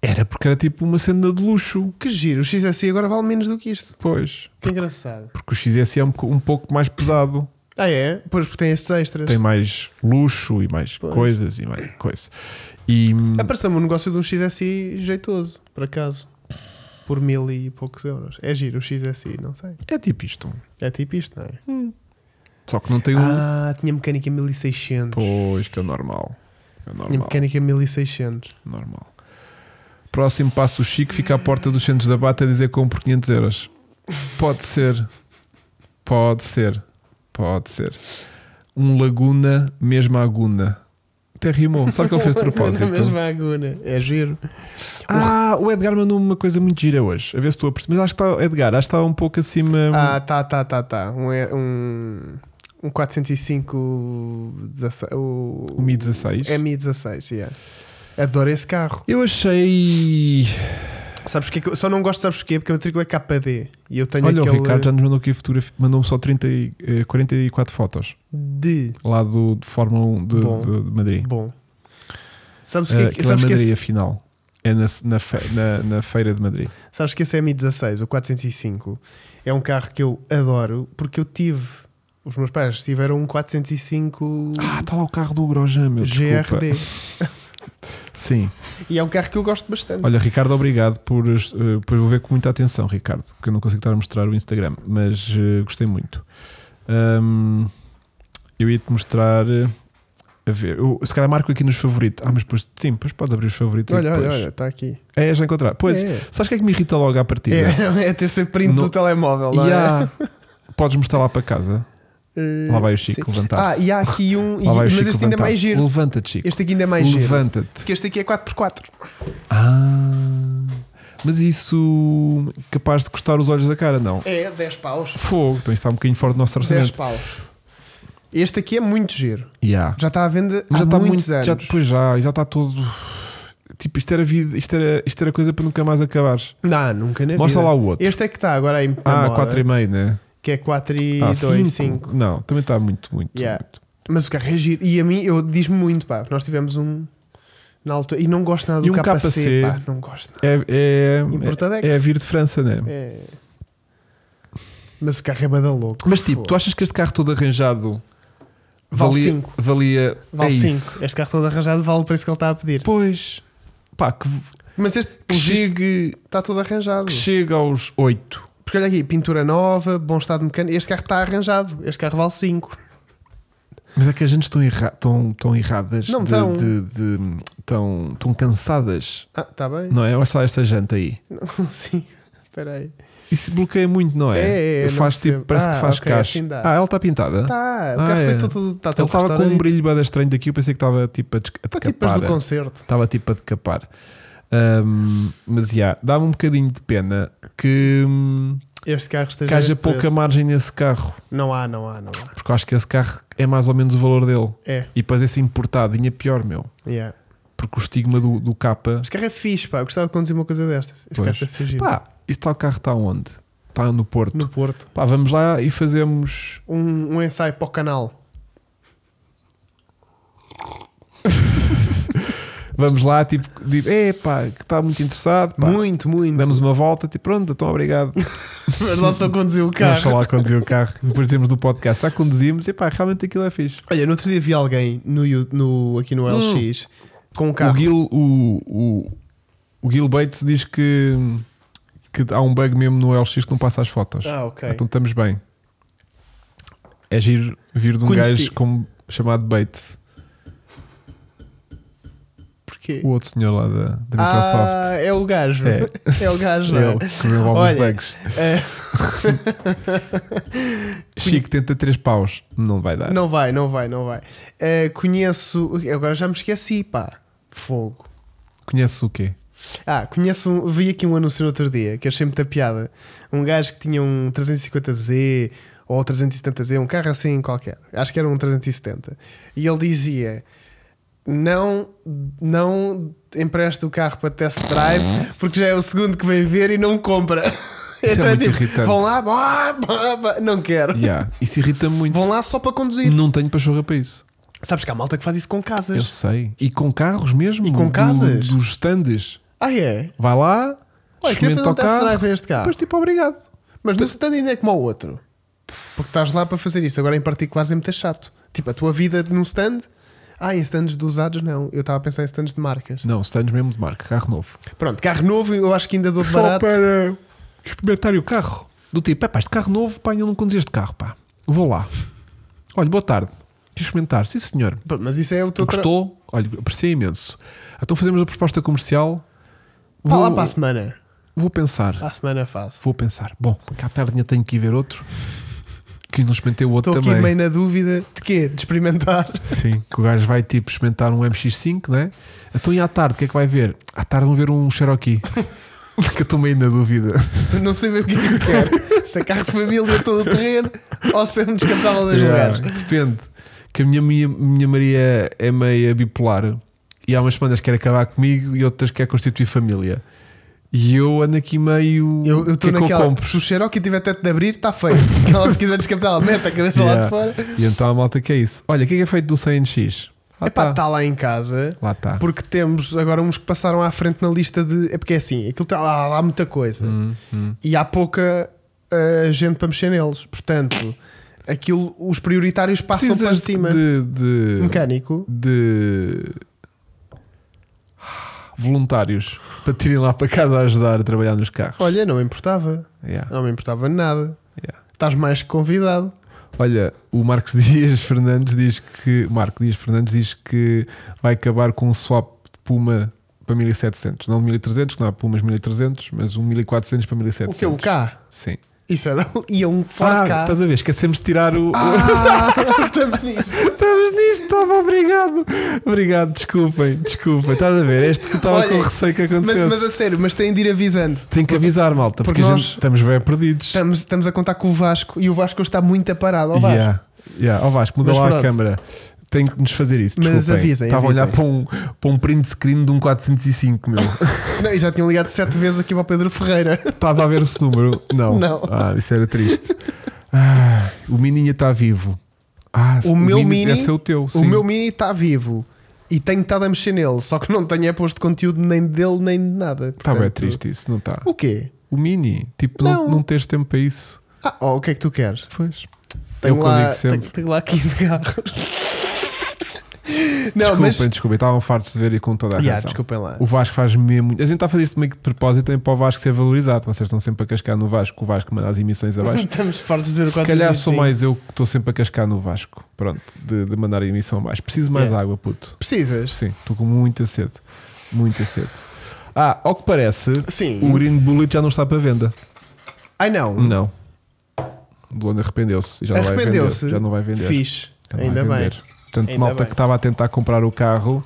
[SPEAKER 2] Era porque era tipo uma cena de luxo.
[SPEAKER 1] Que giro, o XSE agora vale menos do que isto.
[SPEAKER 2] Pois.
[SPEAKER 1] Que engraçado.
[SPEAKER 2] Porque o XSI é um, boc- um pouco mais pesado.
[SPEAKER 1] Ah, é? Pois porque tem estes extras.
[SPEAKER 2] Tem mais luxo e mais
[SPEAKER 1] Pois.
[SPEAKER 2] coisas e mais coisa. E
[SPEAKER 1] Apareceu-me um negócio de um XSI jeitoso, por acaso. Por mil e poucos euros. É giro, o XSI, não sei.
[SPEAKER 2] é tipo isto.
[SPEAKER 1] É tipo isto, não é?
[SPEAKER 2] Só que não tem um.
[SPEAKER 1] Ah, tinha mecânica 1600.
[SPEAKER 2] Pois, que é o normal. É o
[SPEAKER 1] Tinha
[SPEAKER 2] normal.
[SPEAKER 1] mecânica 1600.
[SPEAKER 2] normal. Próximo passo: o Chico fica à porta dos centros da Bata a dizer que compro 500 euros. Pode ser. Pode ser. Pode ser. Um Laguna, mesmo Aguna. Até rimou. Só que
[SPEAKER 1] [LAUGHS]
[SPEAKER 2] ele fez de propósito.
[SPEAKER 1] Na mesma agulha. É giro.
[SPEAKER 2] Ah, o Edgar mandou uma coisa muito gira hoje. A ver se tu apercebes. Mas acho que está, Edgar, acho que está um pouco acima.
[SPEAKER 1] Ah, tá, tá, tá, tá. Um, é- um, um 405 16, o, é
[SPEAKER 2] O Mi 16.
[SPEAKER 1] Mi16, yeah. Adoro esse carro.
[SPEAKER 2] Eu achei.
[SPEAKER 1] Sabes que eu só não gosto, sabes porquê? Porque a matrícula é KD e eu tenho
[SPEAKER 2] Olha,
[SPEAKER 1] aquele
[SPEAKER 2] o Ricardo já nos mandou aqui fotografia, mandou-me só 30, e, eh, 44 fotos
[SPEAKER 1] de
[SPEAKER 2] lá do, de Fórmula 1 de,
[SPEAKER 1] Bom.
[SPEAKER 2] de- de Madrid.
[SPEAKER 1] bom. Sabes
[SPEAKER 2] Eh,
[SPEAKER 1] que,
[SPEAKER 2] aquilo
[SPEAKER 1] sabes,
[SPEAKER 2] é
[SPEAKER 1] que
[SPEAKER 2] Madrid,
[SPEAKER 1] esse,
[SPEAKER 2] afinal. É na, na fe- na- na feira de Madrid.
[SPEAKER 1] sabes que esse M16, o 405, é um carro que eu adoro porque eu tive. Os meus pais tiveram um 405
[SPEAKER 2] Ah, está lá o carro do Grosjean, meu. desculpa.
[SPEAKER 1] GRD
[SPEAKER 2] Sim.
[SPEAKER 1] e é um carro que eu gosto bastante.
[SPEAKER 2] Olha, Ricardo, obrigado por. eh, Pois vou ver com muita atenção, Ricardo, porque eu não consigo estar a mostrar o Instagram, mas eh, gostei muito. Ahm, eu ia te mostrar. eh, A ver, eu, se calhar marco aqui nos favoritos. Ah, mas depois, sim, depois podes abrir os favoritos. e
[SPEAKER 1] Olha, olha,
[SPEAKER 2] depois.
[SPEAKER 1] olha, está aqui.
[SPEAKER 2] É, já encontrar. Pois,
[SPEAKER 1] é,
[SPEAKER 2] sabes o que é que me irrita logo à partida?
[SPEAKER 1] é, [LAUGHS] é ter sempre print
[SPEAKER 2] No-
[SPEAKER 1] do telemóvel.
[SPEAKER 2] E
[SPEAKER 1] não é?
[SPEAKER 2] há- [LAUGHS] Podes mostrar lá para casa.
[SPEAKER 1] Eh,
[SPEAKER 2] Lá vai o Chico
[SPEAKER 1] sim.
[SPEAKER 2] levantar-se.
[SPEAKER 1] Ah, e há aqui um. e-
[SPEAKER 2] Lá vai o
[SPEAKER 1] mas
[SPEAKER 2] Chico
[SPEAKER 1] este ainda é mais
[SPEAKER 2] levantar-se.
[SPEAKER 1] giro.
[SPEAKER 2] Levanta-te, Chico.
[SPEAKER 1] Este aqui ainda é mais giro.
[SPEAKER 2] Levanta-te.
[SPEAKER 1] Porque este aqui é 4x4.
[SPEAKER 2] Ah, mas isso capaz de custar os olhos da cara, não?
[SPEAKER 1] É, 10 paus.
[SPEAKER 2] Fogo, então isto está um bocadinho fora do nosso
[SPEAKER 1] 10
[SPEAKER 2] orçamento.
[SPEAKER 1] paus. Este aqui é muito giro.
[SPEAKER 2] Yeah.
[SPEAKER 1] Já está à venda
[SPEAKER 2] Mas
[SPEAKER 1] há
[SPEAKER 2] já está
[SPEAKER 1] muitos
[SPEAKER 2] muito.
[SPEAKER 1] anos.
[SPEAKER 2] Já, depois já, já está todo. Tipo, isto era vida, isto era, isto era coisa para nunca mais acabares.
[SPEAKER 1] Não, nunca na
[SPEAKER 2] Mostra
[SPEAKER 1] vida.
[SPEAKER 2] lá o outro.
[SPEAKER 1] Este é que está agora aí na
[SPEAKER 2] Ah,
[SPEAKER 1] moda,
[SPEAKER 2] 4,5, né?
[SPEAKER 1] que é 4 e
[SPEAKER 2] Ah,
[SPEAKER 1] 2, 5.
[SPEAKER 2] cinco. Não, também está muito, muito.
[SPEAKER 1] Yeah.
[SPEAKER 2] muito.
[SPEAKER 1] Mas o carro é giro. E a mim, eu diz-me muito, pá. Nós tivemos um na altura. E não gosto nada do
[SPEAKER 2] E um
[SPEAKER 1] KC,
[SPEAKER 2] KC.
[SPEAKER 1] pá. Não gosto.
[SPEAKER 2] É, é,
[SPEAKER 1] Importadex.
[SPEAKER 2] é, é vir de França, né?
[SPEAKER 1] É. Mas o carro é bada louco.
[SPEAKER 2] Mas tipo, tu achas que este carro todo arranjado
[SPEAKER 1] Vale
[SPEAKER 2] valia-
[SPEAKER 1] cinco.
[SPEAKER 2] Valia.
[SPEAKER 1] Vale
[SPEAKER 2] é
[SPEAKER 1] 5.
[SPEAKER 2] isso.
[SPEAKER 1] Este carro todo arranjado vale o preço que ele está a pedir.
[SPEAKER 2] Pois. Pá, que,
[SPEAKER 1] Mas este
[SPEAKER 2] que chegue,
[SPEAKER 1] está todo arranjado.
[SPEAKER 2] que chegue aos 8.
[SPEAKER 1] Porque olha aqui, pintura nova, bom estado mecânico. Este carro está arranjado. Este carro vale 5.
[SPEAKER 2] Mas é que as gente estão erra tão, tão erradas,
[SPEAKER 1] Não
[SPEAKER 2] de-
[SPEAKER 1] tão.
[SPEAKER 2] de- de- tão, tão cansadas,
[SPEAKER 1] Ah, está bem?
[SPEAKER 2] não é? Olha só esta janta aí.
[SPEAKER 1] [LAUGHS] Sim. Espera aí.
[SPEAKER 2] Isso bloqueia muito, não é?
[SPEAKER 1] É, é, é,
[SPEAKER 2] faz
[SPEAKER 1] não percebo.
[SPEAKER 2] tipo, parece
[SPEAKER 1] Ah,
[SPEAKER 2] que faz
[SPEAKER 1] ok,
[SPEAKER 2] cacho.
[SPEAKER 1] assim dá.
[SPEAKER 2] ah, ela está pintada?
[SPEAKER 1] Está. O
[SPEAKER 2] Ah,
[SPEAKER 1] carro
[SPEAKER 2] é.
[SPEAKER 1] foi todo. Está
[SPEAKER 2] Ele
[SPEAKER 1] todo
[SPEAKER 2] estava com um
[SPEAKER 1] restaurado.
[SPEAKER 2] brilho bada estranho daqui, eu pensei que estava tipo a, desc- a
[SPEAKER 1] Para tipas do
[SPEAKER 2] decapar.
[SPEAKER 1] concerto.
[SPEAKER 2] Estava tipo a decapar. Ahm, mas já, dá-me um bocadinho de pena que, hum,
[SPEAKER 1] Este carro esteja.
[SPEAKER 2] que haja
[SPEAKER 1] neste
[SPEAKER 2] pouca
[SPEAKER 1] preço.
[SPEAKER 2] margem nesse carro,
[SPEAKER 1] Não há, não há, não há.
[SPEAKER 2] porque eu acho que esse carro é mais ou menos o valor dele.
[SPEAKER 1] É.
[SPEAKER 2] E depois esse importado, ainda é pior, meu.
[SPEAKER 1] Yeah.
[SPEAKER 2] Porque o estigma do, do capa.
[SPEAKER 1] Este carro é fixe, pá. Eu gostava de conduzir uma coisa destas. Este
[SPEAKER 2] Pois.
[SPEAKER 1] carro é deve ser giro.
[SPEAKER 2] Pá, isto tal carro está onde? Está no Porto.
[SPEAKER 1] No Porto.
[SPEAKER 2] Pá, vamos lá e fazemos.
[SPEAKER 1] Um, um ensaio para o canal.
[SPEAKER 2] Vamos lá, tipo, digo, é pá, que está muito interessado. Pá.
[SPEAKER 1] Muito, muito.
[SPEAKER 2] Damos uma volta, tipo, pronto, então obrigado.
[SPEAKER 1] [LAUGHS] Mas lá só conduzir o
[SPEAKER 2] Vamos só
[SPEAKER 1] carro.
[SPEAKER 2] lá conduzir o carro. Depois dizemos do podcast, já conduzimos, e pá, realmente aquilo é fixe.
[SPEAKER 1] Olha, no outro dia vi alguém no, Yu- no- aqui no LX com um
[SPEAKER 2] O
[SPEAKER 1] carro.
[SPEAKER 2] Gil, o, o, o Gil Bates diz que, que há um bug mesmo no LX que não passa as fotos.
[SPEAKER 1] Ah, ok.
[SPEAKER 2] Então estamos bem. É giro vir de um
[SPEAKER 1] Conheci.
[SPEAKER 2] gajo como, chamado Bates,
[SPEAKER 1] Porquê?
[SPEAKER 2] o outro senhor lá da, da Microsoft.
[SPEAKER 1] Ah, é o gajo.
[SPEAKER 2] É.
[SPEAKER 1] É, o gajo, não é?
[SPEAKER 2] Ele que desenvolve
[SPEAKER 1] Olha,
[SPEAKER 2] os bugs. Chico tenta 3 paus, não vai dar.
[SPEAKER 1] Não vai, não vai, não vai. Eh, conheço. Agora já me esqueci, pá. Fogo.
[SPEAKER 2] Conheces o quê?
[SPEAKER 1] Ah, conheço. um- Vi aqui um anúncio no outro dia, que achei muita piada. Um gajo que tinha um 350Z ou 370Z, um carro assim qualquer. Acho que era um 370. E ele dizia. Não, não empresta o carro para test drive porque já é o segundo que vem ver e não compra. [LAUGHS] Então tipo,
[SPEAKER 2] Isso é muito irritante.
[SPEAKER 1] vão lá, bá, bá, bá, não quero.
[SPEAKER 2] Yeah, Isso irrita muito.
[SPEAKER 1] Vão lá só para conduzir.
[SPEAKER 2] Não tenho pachorra para isso.
[SPEAKER 1] Sabes que há malta que faz isso com casas.
[SPEAKER 2] Eu sei. E com carros mesmo?
[SPEAKER 1] E com
[SPEAKER 2] do-
[SPEAKER 1] casas?
[SPEAKER 2] dos stands.
[SPEAKER 1] Ah, é?
[SPEAKER 2] Vai lá,
[SPEAKER 1] Olha, queria
[SPEAKER 2] experimenta
[SPEAKER 1] fazer
[SPEAKER 2] o
[SPEAKER 1] um test
[SPEAKER 2] carro.
[SPEAKER 1] drive a este carro.
[SPEAKER 2] Depois, tipo, obrigado.
[SPEAKER 1] Mas no stand ainda é como ao outro. Porque estás lá para fazer isso. Agora, em particulares, é muito chato. Tipo, a tua vida num stand. Ah, em stands de usados, não. Eu estava a pensar em stands de marcas.
[SPEAKER 2] Não, stands mesmo de marca, carro novo.
[SPEAKER 1] Pronto, carro novo, eu acho que ainda dou de barato.
[SPEAKER 2] para experimentar o carro. Do tipo, é pá, este carro novo, pá, eu não conduzi este carro, pá. Vou lá. Olha, boa tarde. Quis experimentar. Sim, senhor.
[SPEAKER 1] Pá, Mas isso é o teu tra-
[SPEAKER 2] Gostou? Olha, apreciei imenso. Então fazemos a proposta comercial.
[SPEAKER 1] Vá lá
[SPEAKER 2] Vou-
[SPEAKER 1] para a semana.
[SPEAKER 2] Vou pensar.
[SPEAKER 1] Para a semana faço.
[SPEAKER 2] Vou pensar. Bom, porque à tarde ainda tenho que ir ver outro. Que não experimentei o outro
[SPEAKER 1] Estou aqui
[SPEAKER 2] também.
[SPEAKER 1] meio na dúvida de quê? De experimentar. [LAUGHS]
[SPEAKER 2] [LAUGHS] Sim, que o gajo vai tipo experimentar um MX5, né? Então e à tarde, o que é que vai ver? À tarde vão ver um Cherokee.
[SPEAKER 1] [LAUGHS]
[SPEAKER 2] Porque eu estou meio na dúvida.
[SPEAKER 1] Não sei bem o que é que eu quero. se é carro de família todo o terreno ou se é um descartável dos
[SPEAKER 2] Yeah,
[SPEAKER 1] lugares.
[SPEAKER 2] Depende. Que a minha, minha, minha Maria é meia bipolar e há umas semanas quer acabar comigo e outras quer constituir família. E eu ando aqui meio.
[SPEAKER 1] Eu
[SPEAKER 2] o que
[SPEAKER 1] estou
[SPEAKER 2] é que eu
[SPEAKER 1] naquela.
[SPEAKER 2] compro?
[SPEAKER 1] Se o Cherokee tiver teto de abrir, está feio. [LAUGHS] Ela, se quiser descapotar, ela mete a cabeça [LAUGHS] lá
[SPEAKER 2] Yeah.
[SPEAKER 1] de fora.
[SPEAKER 2] E então a malta que é isso. Olha, o que é que é feito do 100NX? Lá
[SPEAKER 1] É pá,
[SPEAKER 2] está.
[SPEAKER 1] está lá em casa.
[SPEAKER 2] tá. Lá tá. está.
[SPEAKER 1] Porque temos agora uns que passaram à frente na lista de. É porque é assim, aquilo está lá, lá há muita coisa.
[SPEAKER 2] Hum, hum.
[SPEAKER 1] E há pouca ah, gente para mexer neles. Portanto, aquilo, os prioritários passam
[SPEAKER 2] Precisas
[SPEAKER 1] para um cima.
[SPEAKER 2] De, de,
[SPEAKER 1] Mecânico.
[SPEAKER 2] de voluntários para te irem lá para casa a ajudar a trabalhar nos carros.
[SPEAKER 1] Olha, não me importava.
[SPEAKER 2] Yeah,
[SPEAKER 1] Não me importava nada.
[SPEAKER 2] yeah.
[SPEAKER 1] Estás mais que convidado.
[SPEAKER 2] Olha, o Marcos [LAUGHS] Dias Fernandes diz que Marco Dias Fernandes diz que vai acabar com um swap de Puma para 1700, não de 1300, que não há Pumas 1300, mas um 1400 para
[SPEAKER 1] O que é o
[SPEAKER 2] 1700.
[SPEAKER 1] K?
[SPEAKER 2] Sim.
[SPEAKER 1] Isso era ia um
[SPEAKER 2] Ah,
[SPEAKER 1] Ford K.
[SPEAKER 2] estás a ver? Esquecemos de tirar o.
[SPEAKER 1] Ah, estamos nisso.
[SPEAKER 2] Estamos nisto, estava obrigado. Obrigado, desculpem, desculpem. Estás a ver? Este que estava
[SPEAKER 1] Olha,
[SPEAKER 2] com receio que
[SPEAKER 1] Mas,
[SPEAKER 2] acontecesse.
[SPEAKER 1] mas a sério, mas têm de ir avisando.
[SPEAKER 2] Tem que avisar, malta,
[SPEAKER 1] porque
[SPEAKER 2] porque, a
[SPEAKER 1] nós-
[SPEAKER 2] gente estamos bem perdidos.
[SPEAKER 1] Estamos, estamos a contar com o Vasco e o Vasco hoje está muito aparado. Ó, Vasco.
[SPEAKER 2] Yeah, yeah. Ó Vasco, muda
[SPEAKER 1] Mas
[SPEAKER 2] lá
[SPEAKER 1] pronto.
[SPEAKER 2] a câmera. Tem que nos fazer isso.
[SPEAKER 1] Mas
[SPEAKER 2] Desculpem.
[SPEAKER 1] avisem,
[SPEAKER 2] Estava a olhar
[SPEAKER 1] avisem.
[SPEAKER 2] para um, para um print screen de um
[SPEAKER 1] [LAUGHS]
[SPEAKER 2] 405, meu.
[SPEAKER 1] Não, e já tinham ligado sete vezes aqui para o Pedro Ferreira.
[SPEAKER 2] Estava a ver esse número. Não.
[SPEAKER 1] Não.
[SPEAKER 2] Ah, isso era triste. Ah, o Mininha está vivo. Ah,
[SPEAKER 1] O meu Mini-
[SPEAKER 2] Deve ser o teu.
[SPEAKER 1] O
[SPEAKER 2] sim.
[SPEAKER 1] meu mini está vivo e tenho estado a mexer nele, só que não tenho é posto conteúdo nem dele nem de nada.
[SPEAKER 2] Está Tá bem é
[SPEAKER 1] Portanto,
[SPEAKER 2] triste isso, não está?
[SPEAKER 1] O quê?
[SPEAKER 2] O Mini, tipo, não,
[SPEAKER 1] Não.
[SPEAKER 2] não tens tempo para isso.
[SPEAKER 1] Ah, ó, o que é que tu queres?
[SPEAKER 2] Pois.
[SPEAKER 1] Tenho,
[SPEAKER 2] é o que eu
[SPEAKER 1] lá,
[SPEAKER 2] digo sempre.
[SPEAKER 1] tenho, tenho lá 15 carros. [LAUGHS] não,
[SPEAKER 2] desculpem,
[SPEAKER 1] mas.
[SPEAKER 2] desculpem, estavam fartos de ver e com toda a
[SPEAKER 1] Yeah,
[SPEAKER 2] razão.
[SPEAKER 1] desculpem lá.
[SPEAKER 2] O Vasco faz mesmo. A gente está a fazer isto meio que de propósito também para o Vasco ser valorizado. Vocês estão sempre a cascar no Vasco, o Vasco manda as emissões
[SPEAKER 1] [LAUGHS]
[SPEAKER 2] abaixo.
[SPEAKER 1] Estamos fartos de ver o
[SPEAKER 2] Se
[SPEAKER 1] quanto
[SPEAKER 2] calhar
[SPEAKER 1] diz,
[SPEAKER 2] sou
[SPEAKER 1] sim.
[SPEAKER 2] mais eu que estou sempre a cascar no Vasco. Pronto, de, de mandar a emissão abaixo. Preciso mais
[SPEAKER 1] Yeah.
[SPEAKER 2] água, puto.
[SPEAKER 1] Precisas?
[SPEAKER 2] Sim, estou com muita sede. Muita sede. Ah, ao que parece,
[SPEAKER 1] Sim. Hum.
[SPEAKER 2] o Green Bullet já não está para venda.
[SPEAKER 1] Ai não.
[SPEAKER 2] Não. O dono arrependeu-se e já não vai vender.
[SPEAKER 1] Arrependeu-se.
[SPEAKER 2] Já não vai vender.
[SPEAKER 1] Fixe.
[SPEAKER 2] Já não
[SPEAKER 1] Ainda
[SPEAKER 2] vai
[SPEAKER 1] bem.
[SPEAKER 2] vender. Portanto,
[SPEAKER 1] Ainda
[SPEAKER 2] malta
[SPEAKER 1] bem.
[SPEAKER 2] que estava a tentar comprar o carro,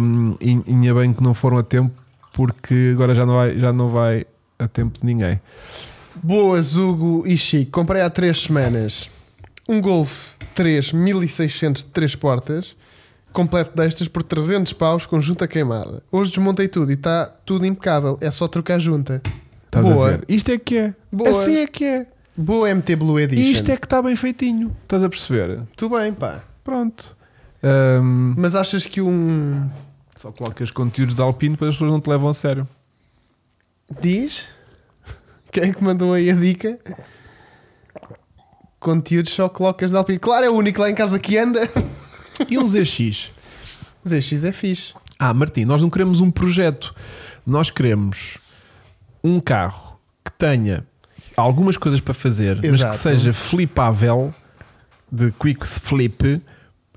[SPEAKER 2] hum, e e ainda bem que não foram a tempo, porque agora já não vai, já não vai a tempo de ninguém.
[SPEAKER 1] Boas, Hugo e Chico. Comprei há 3 semanas um Golf 3 1600 de 3 portas, completo destas por 300 paus com junta queimada. Hoje desmontei tudo e está tudo impecável, é só trocar junta.
[SPEAKER 2] Estás
[SPEAKER 1] Boa.
[SPEAKER 2] a ver? Isto é que é.
[SPEAKER 1] Boa.
[SPEAKER 2] Assim é que é.
[SPEAKER 1] Boa MT Blue Edition.
[SPEAKER 2] E isto é que está bem feitinho. Estás a perceber?
[SPEAKER 1] Tudo bem, pá.
[SPEAKER 2] Pronto. Hum,
[SPEAKER 1] Mas achas que um.
[SPEAKER 2] só colocas conteúdos de Alpine para as pessoas não te levam a sério.
[SPEAKER 1] Diz? Quem é que mandou aí a dica? Conteúdos só colocas de Alpine. Claro, é o único lá em casa que anda.
[SPEAKER 2] E um ZX?
[SPEAKER 1] ZX é fixe.
[SPEAKER 2] Ah, Martim, nós não queremos um projeto. Nós queremos um carro que tenha algumas coisas para fazer, mas
[SPEAKER 1] Exato.
[SPEAKER 2] que seja flipável, de quick flip,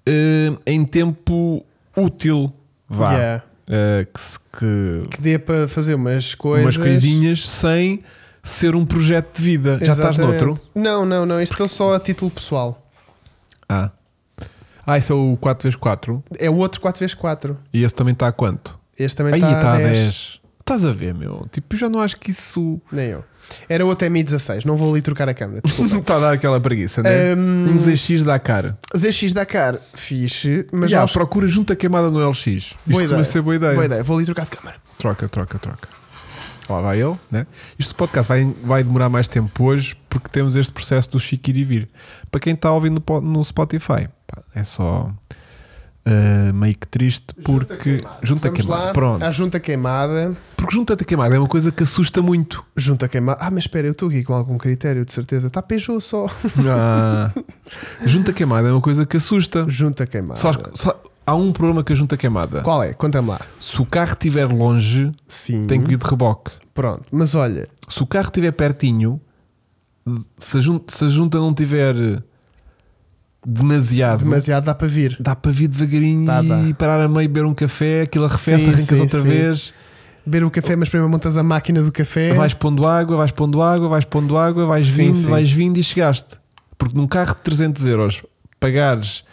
[SPEAKER 2] eh, em tempo útil. Vá.
[SPEAKER 1] Yeah.
[SPEAKER 2] Eh, que se- que
[SPEAKER 1] Que dê para fazer umas coisas.
[SPEAKER 2] umas coisinhas sem ser um projeto de vida. Já estás
[SPEAKER 1] Exatamente.
[SPEAKER 2] noutro?
[SPEAKER 1] Não, não, não. Isto é só a título pessoal.
[SPEAKER 2] Ah. Ah, esse é o 4x4.
[SPEAKER 1] É o outro 4x4.
[SPEAKER 2] E esse também está a quanto?
[SPEAKER 1] Este também tá
[SPEAKER 2] Aí tá
[SPEAKER 1] está
[SPEAKER 2] está
[SPEAKER 1] a 10.
[SPEAKER 2] Estás a ver, meu? Tipo, eu já não acho que isso.
[SPEAKER 1] Nem eu. Era o até Mi 16. Não vou ali trocar a câmera. desculpa.
[SPEAKER 2] [LAUGHS] Está a dar aquela preguiça, né?
[SPEAKER 1] Hum.
[SPEAKER 2] Um ZX dá cara.
[SPEAKER 1] ZX Dakar, fixe. Mas
[SPEAKER 2] Mas já,
[SPEAKER 1] nós-
[SPEAKER 2] procura junta queimada no LX. Isto
[SPEAKER 1] Boa ideia.
[SPEAKER 2] vai ser boa ideia.
[SPEAKER 1] Boa ideia. Vou ali trocar de câmera.
[SPEAKER 2] Troca, troca, troca. Lá vai ele, né? Este podcast vai, vai demorar mais tempo hoje porque temos este processo do chique ir e vir. Para quem está ouvindo no po- no Spotify, pá, é só ah, meio que triste porque junta
[SPEAKER 1] Vamos
[SPEAKER 2] queimada.
[SPEAKER 1] lá.
[SPEAKER 2] Pronto,
[SPEAKER 1] A junta queimada.
[SPEAKER 2] porque junta queimada é uma coisa que
[SPEAKER 1] [LAUGHS]
[SPEAKER 2] assusta muito.
[SPEAKER 1] Junta queimada. Ah, mas espera, eu estou aqui com algum critério, de certeza. Está Peugeot só. [LAUGHS]
[SPEAKER 2] Ah, junta queimada é uma coisa que assusta.
[SPEAKER 1] Junta queimada.
[SPEAKER 2] Só, só- há um problema com a junta queimada.
[SPEAKER 1] Qual é? Conta-me lá.
[SPEAKER 2] Se o carro estiver longe,
[SPEAKER 1] Sim.
[SPEAKER 2] tem que vir de reboque.
[SPEAKER 1] Pronto. Mas olha,
[SPEAKER 2] se o carro estiver pertinho, se a jun- se a junta, não tiver demasiado,
[SPEAKER 1] demasiado dá para vir.
[SPEAKER 2] dá para vir devagarinho
[SPEAKER 1] Dá,
[SPEAKER 2] e
[SPEAKER 1] dá.
[SPEAKER 2] parar a meio, beber um café, aquilo arrefece,
[SPEAKER 1] Sim,
[SPEAKER 2] arrancas
[SPEAKER 1] sim,
[SPEAKER 2] outra
[SPEAKER 1] sim.
[SPEAKER 2] vez,
[SPEAKER 1] Beber o café, mas primeiro montas a máquina do café.
[SPEAKER 2] vais pondo água, vais pondo água, vais pondo água, vais
[SPEAKER 1] É. Sim,
[SPEAKER 2] vindo,
[SPEAKER 1] sim.
[SPEAKER 2] vais vindo e chegaste. Porque num carro de 300 euros pagares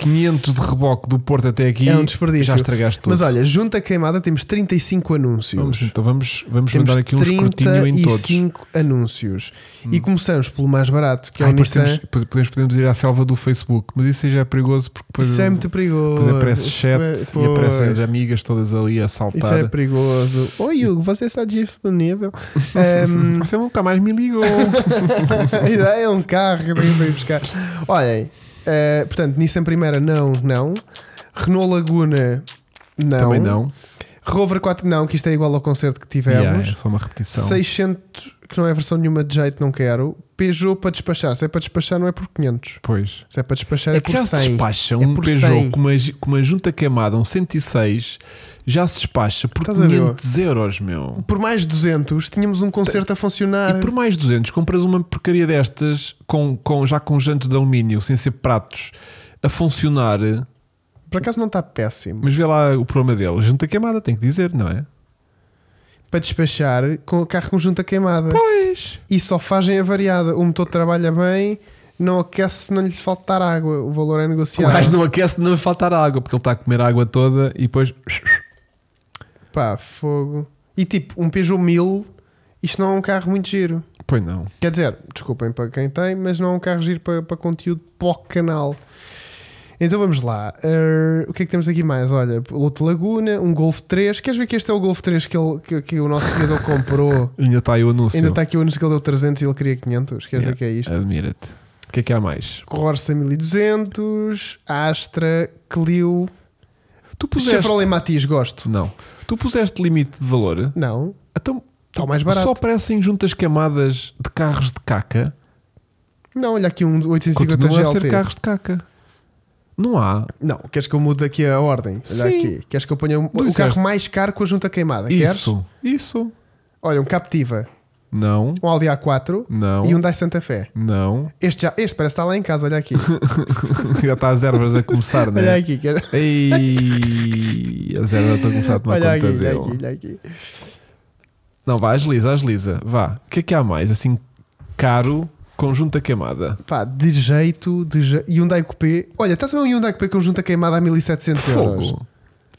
[SPEAKER 2] 500 de reboque do Porto até aqui.
[SPEAKER 1] É um desperdício.
[SPEAKER 2] Já estragaste tudo.
[SPEAKER 1] Mas olha, junta queimada temos 35 anúncios.
[SPEAKER 2] Vamos, então vamos, vamos
[SPEAKER 1] Temos
[SPEAKER 2] mandar aqui um escrutínio em todos. Hum.
[SPEAKER 1] 35 anúncios. E começamos pelo mais barato, que é
[SPEAKER 2] Ai,
[SPEAKER 1] o
[SPEAKER 2] depois
[SPEAKER 1] Nissan.
[SPEAKER 2] Ah, temos- depois podemos, ir à selva do Facebook, mas isso aí já é perigoso porque depois,
[SPEAKER 1] Isso é muito perigoso. é
[SPEAKER 2] depois aparece chat
[SPEAKER 1] Pois,
[SPEAKER 2] e aparecem as amigas todas ali a saltar.
[SPEAKER 1] Isso é perigoso.
[SPEAKER 2] [LAUGHS]
[SPEAKER 1] Oi, Hugo, você está disponível? [LAUGHS] Ahm,
[SPEAKER 2] Você nunca mais me ligou.
[SPEAKER 1] é um carro que eu vim para ir buscar. Olhem, eh, portanto, Nissan Primeira, não, não. Renault Laguna, não.
[SPEAKER 2] Também não.
[SPEAKER 1] Rover 4, não, que isto é igual ao concerto que tivemos.
[SPEAKER 2] Yeah, é só uma repetição.
[SPEAKER 1] 600, que não é versão nenhuma de jeito, não quero. Peugeot para despachar. Se é para despachar, não é por 500.
[SPEAKER 2] Pois.
[SPEAKER 1] Se é para despachar, é,
[SPEAKER 2] É que
[SPEAKER 1] por
[SPEAKER 2] já
[SPEAKER 1] 100.
[SPEAKER 2] se despacha
[SPEAKER 1] É
[SPEAKER 2] um
[SPEAKER 1] por
[SPEAKER 2] Peugeot
[SPEAKER 1] 100.
[SPEAKER 2] com uma, gi- com uma junta queimada, um 106, já se despacha por
[SPEAKER 1] Estás a ver?
[SPEAKER 2] 500 euros, meu.
[SPEAKER 1] Por mais 200, tínhamos um concerto a funcionar.
[SPEAKER 2] E por mais 200, compras uma porcaria destas com, com, já com jantes de alumínio, sem ser pratos, a funcionar.
[SPEAKER 1] Por acaso não está péssimo.
[SPEAKER 2] Mas vê lá o problema dele. Junta queimada, tem que dizer, não é?
[SPEAKER 1] Para despachar com o carro com junta queimada.
[SPEAKER 2] Pois.
[SPEAKER 1] E só fazem a variada. O motor trabalha bem, não aquece se não lhe faltar água. O valor é
[SPEAKER 2] O gajo
[SPEAKER 1] negociado.
[SPEAKER 2] não aquece de não lhe faltar água, porque ele está a comer a água toda e depois.
[SPEAKER 1] Pá, fogo. E tipo, um Peugeot 1000, isto não é um carro muito giro.
[SPEAKER 2] Pois não.
[SPEAKER 1] Quer dizer, desculpem para quem tem, mas não é um carro giro para, para conteúdo para o canal. Então vamos lá. Eh, o que é que temos aqui mais? Olha, outro Laguna, um Golf 3. Queres ver que este é o Golf 3 que, ele, que, que o nosso seguidor
[SPEAKER 2] [LAUGHS]
[SPEAKER 1] comprou?
[SPEAKER 2] Ainda está aí o anúncio.
[SPEAKER 1] Ainda está aqui o anúncio que ele deu 300 e ele queria 500. Queres ver
[SPEAKER 2] Yeah,
[SPEAKER 1] o que é isto?
[SPEAKER 2] Admira-te. O que é que há mais?
[SPEAKER 1] Corsa 1200, Astra, Clio,
[SPEAKER 2] Tu puseste.
[SPEAKER 1] Chevrolet Matiz, gosto.
[SPEAKER 2] Não. Tu puseste limite de valor.
[SPEAKER 1] Não,
[SPEAKER 2] Então.
[SPEAKER 1] Está o mais barato.
[SPEAKER 2] Só aparecem juntas camadas de carros de caca.
[SPEAKER 1] não, olha aqui um
[SPEAKER 2] Continua a
[SPEAKER 1] 850
[SPEAKER 2] ser
[SPEAKER 1] GLT.
[SPEAKER 2] carros de caca. Não há.
[SPEAKER 1] Não, queres que eu mude aqui a ordem? Olha
[SPEAKER 2] Sim.
[SPEAKER 1] aqui. Queres que eu ponha um- o
[SPEAKER 2] disseste.
[SPEAKER 1] carro mais caro com a junta queimada? Ah, Queres?
[SPEAKER 2] Isso. Isso.
[SPEAKER 1] Olha, um Captiva,
[SPEAKER 2] Não.
[SPEAKER 1] um Audi A4
[SPEAKER 2] Não.
[SPEAKER 1] e um Dai Santa Fé.
[SPEAKER 2] Não. [LAUGHS]
[SPEAKER 1] Este, já, este parece estar lá em casa, olha aqui.
[SPEAKER 2] Já está as ervas a começar, não
[SPEAKER 1] Olha
[SPEAKER 2] é?
[SPEAKER 1] aqui, quer-
[SPEAKER 2] Ei, as ervas estão a começar a tomar
[SPEAKER 1] olha, aqui
[SPEAKER 2] conta
[SPEAKER 1] olha
[SPEAKER 2] dele.
[SPEAKER 1] aqui, olha aqui.
[SPEAKER 2] Não, vá, agiliza, agiliza. Vá. O que é que há mais? Assim, caro, conjunto a queimada.
[SPEAKER 1] Pá, de jeito, de jeito. Hyundai Coupé. Olha, estás a ver um Hyundai Coupé com junta queimada a 1700 euros?
[SPEAKER 2] Fogo.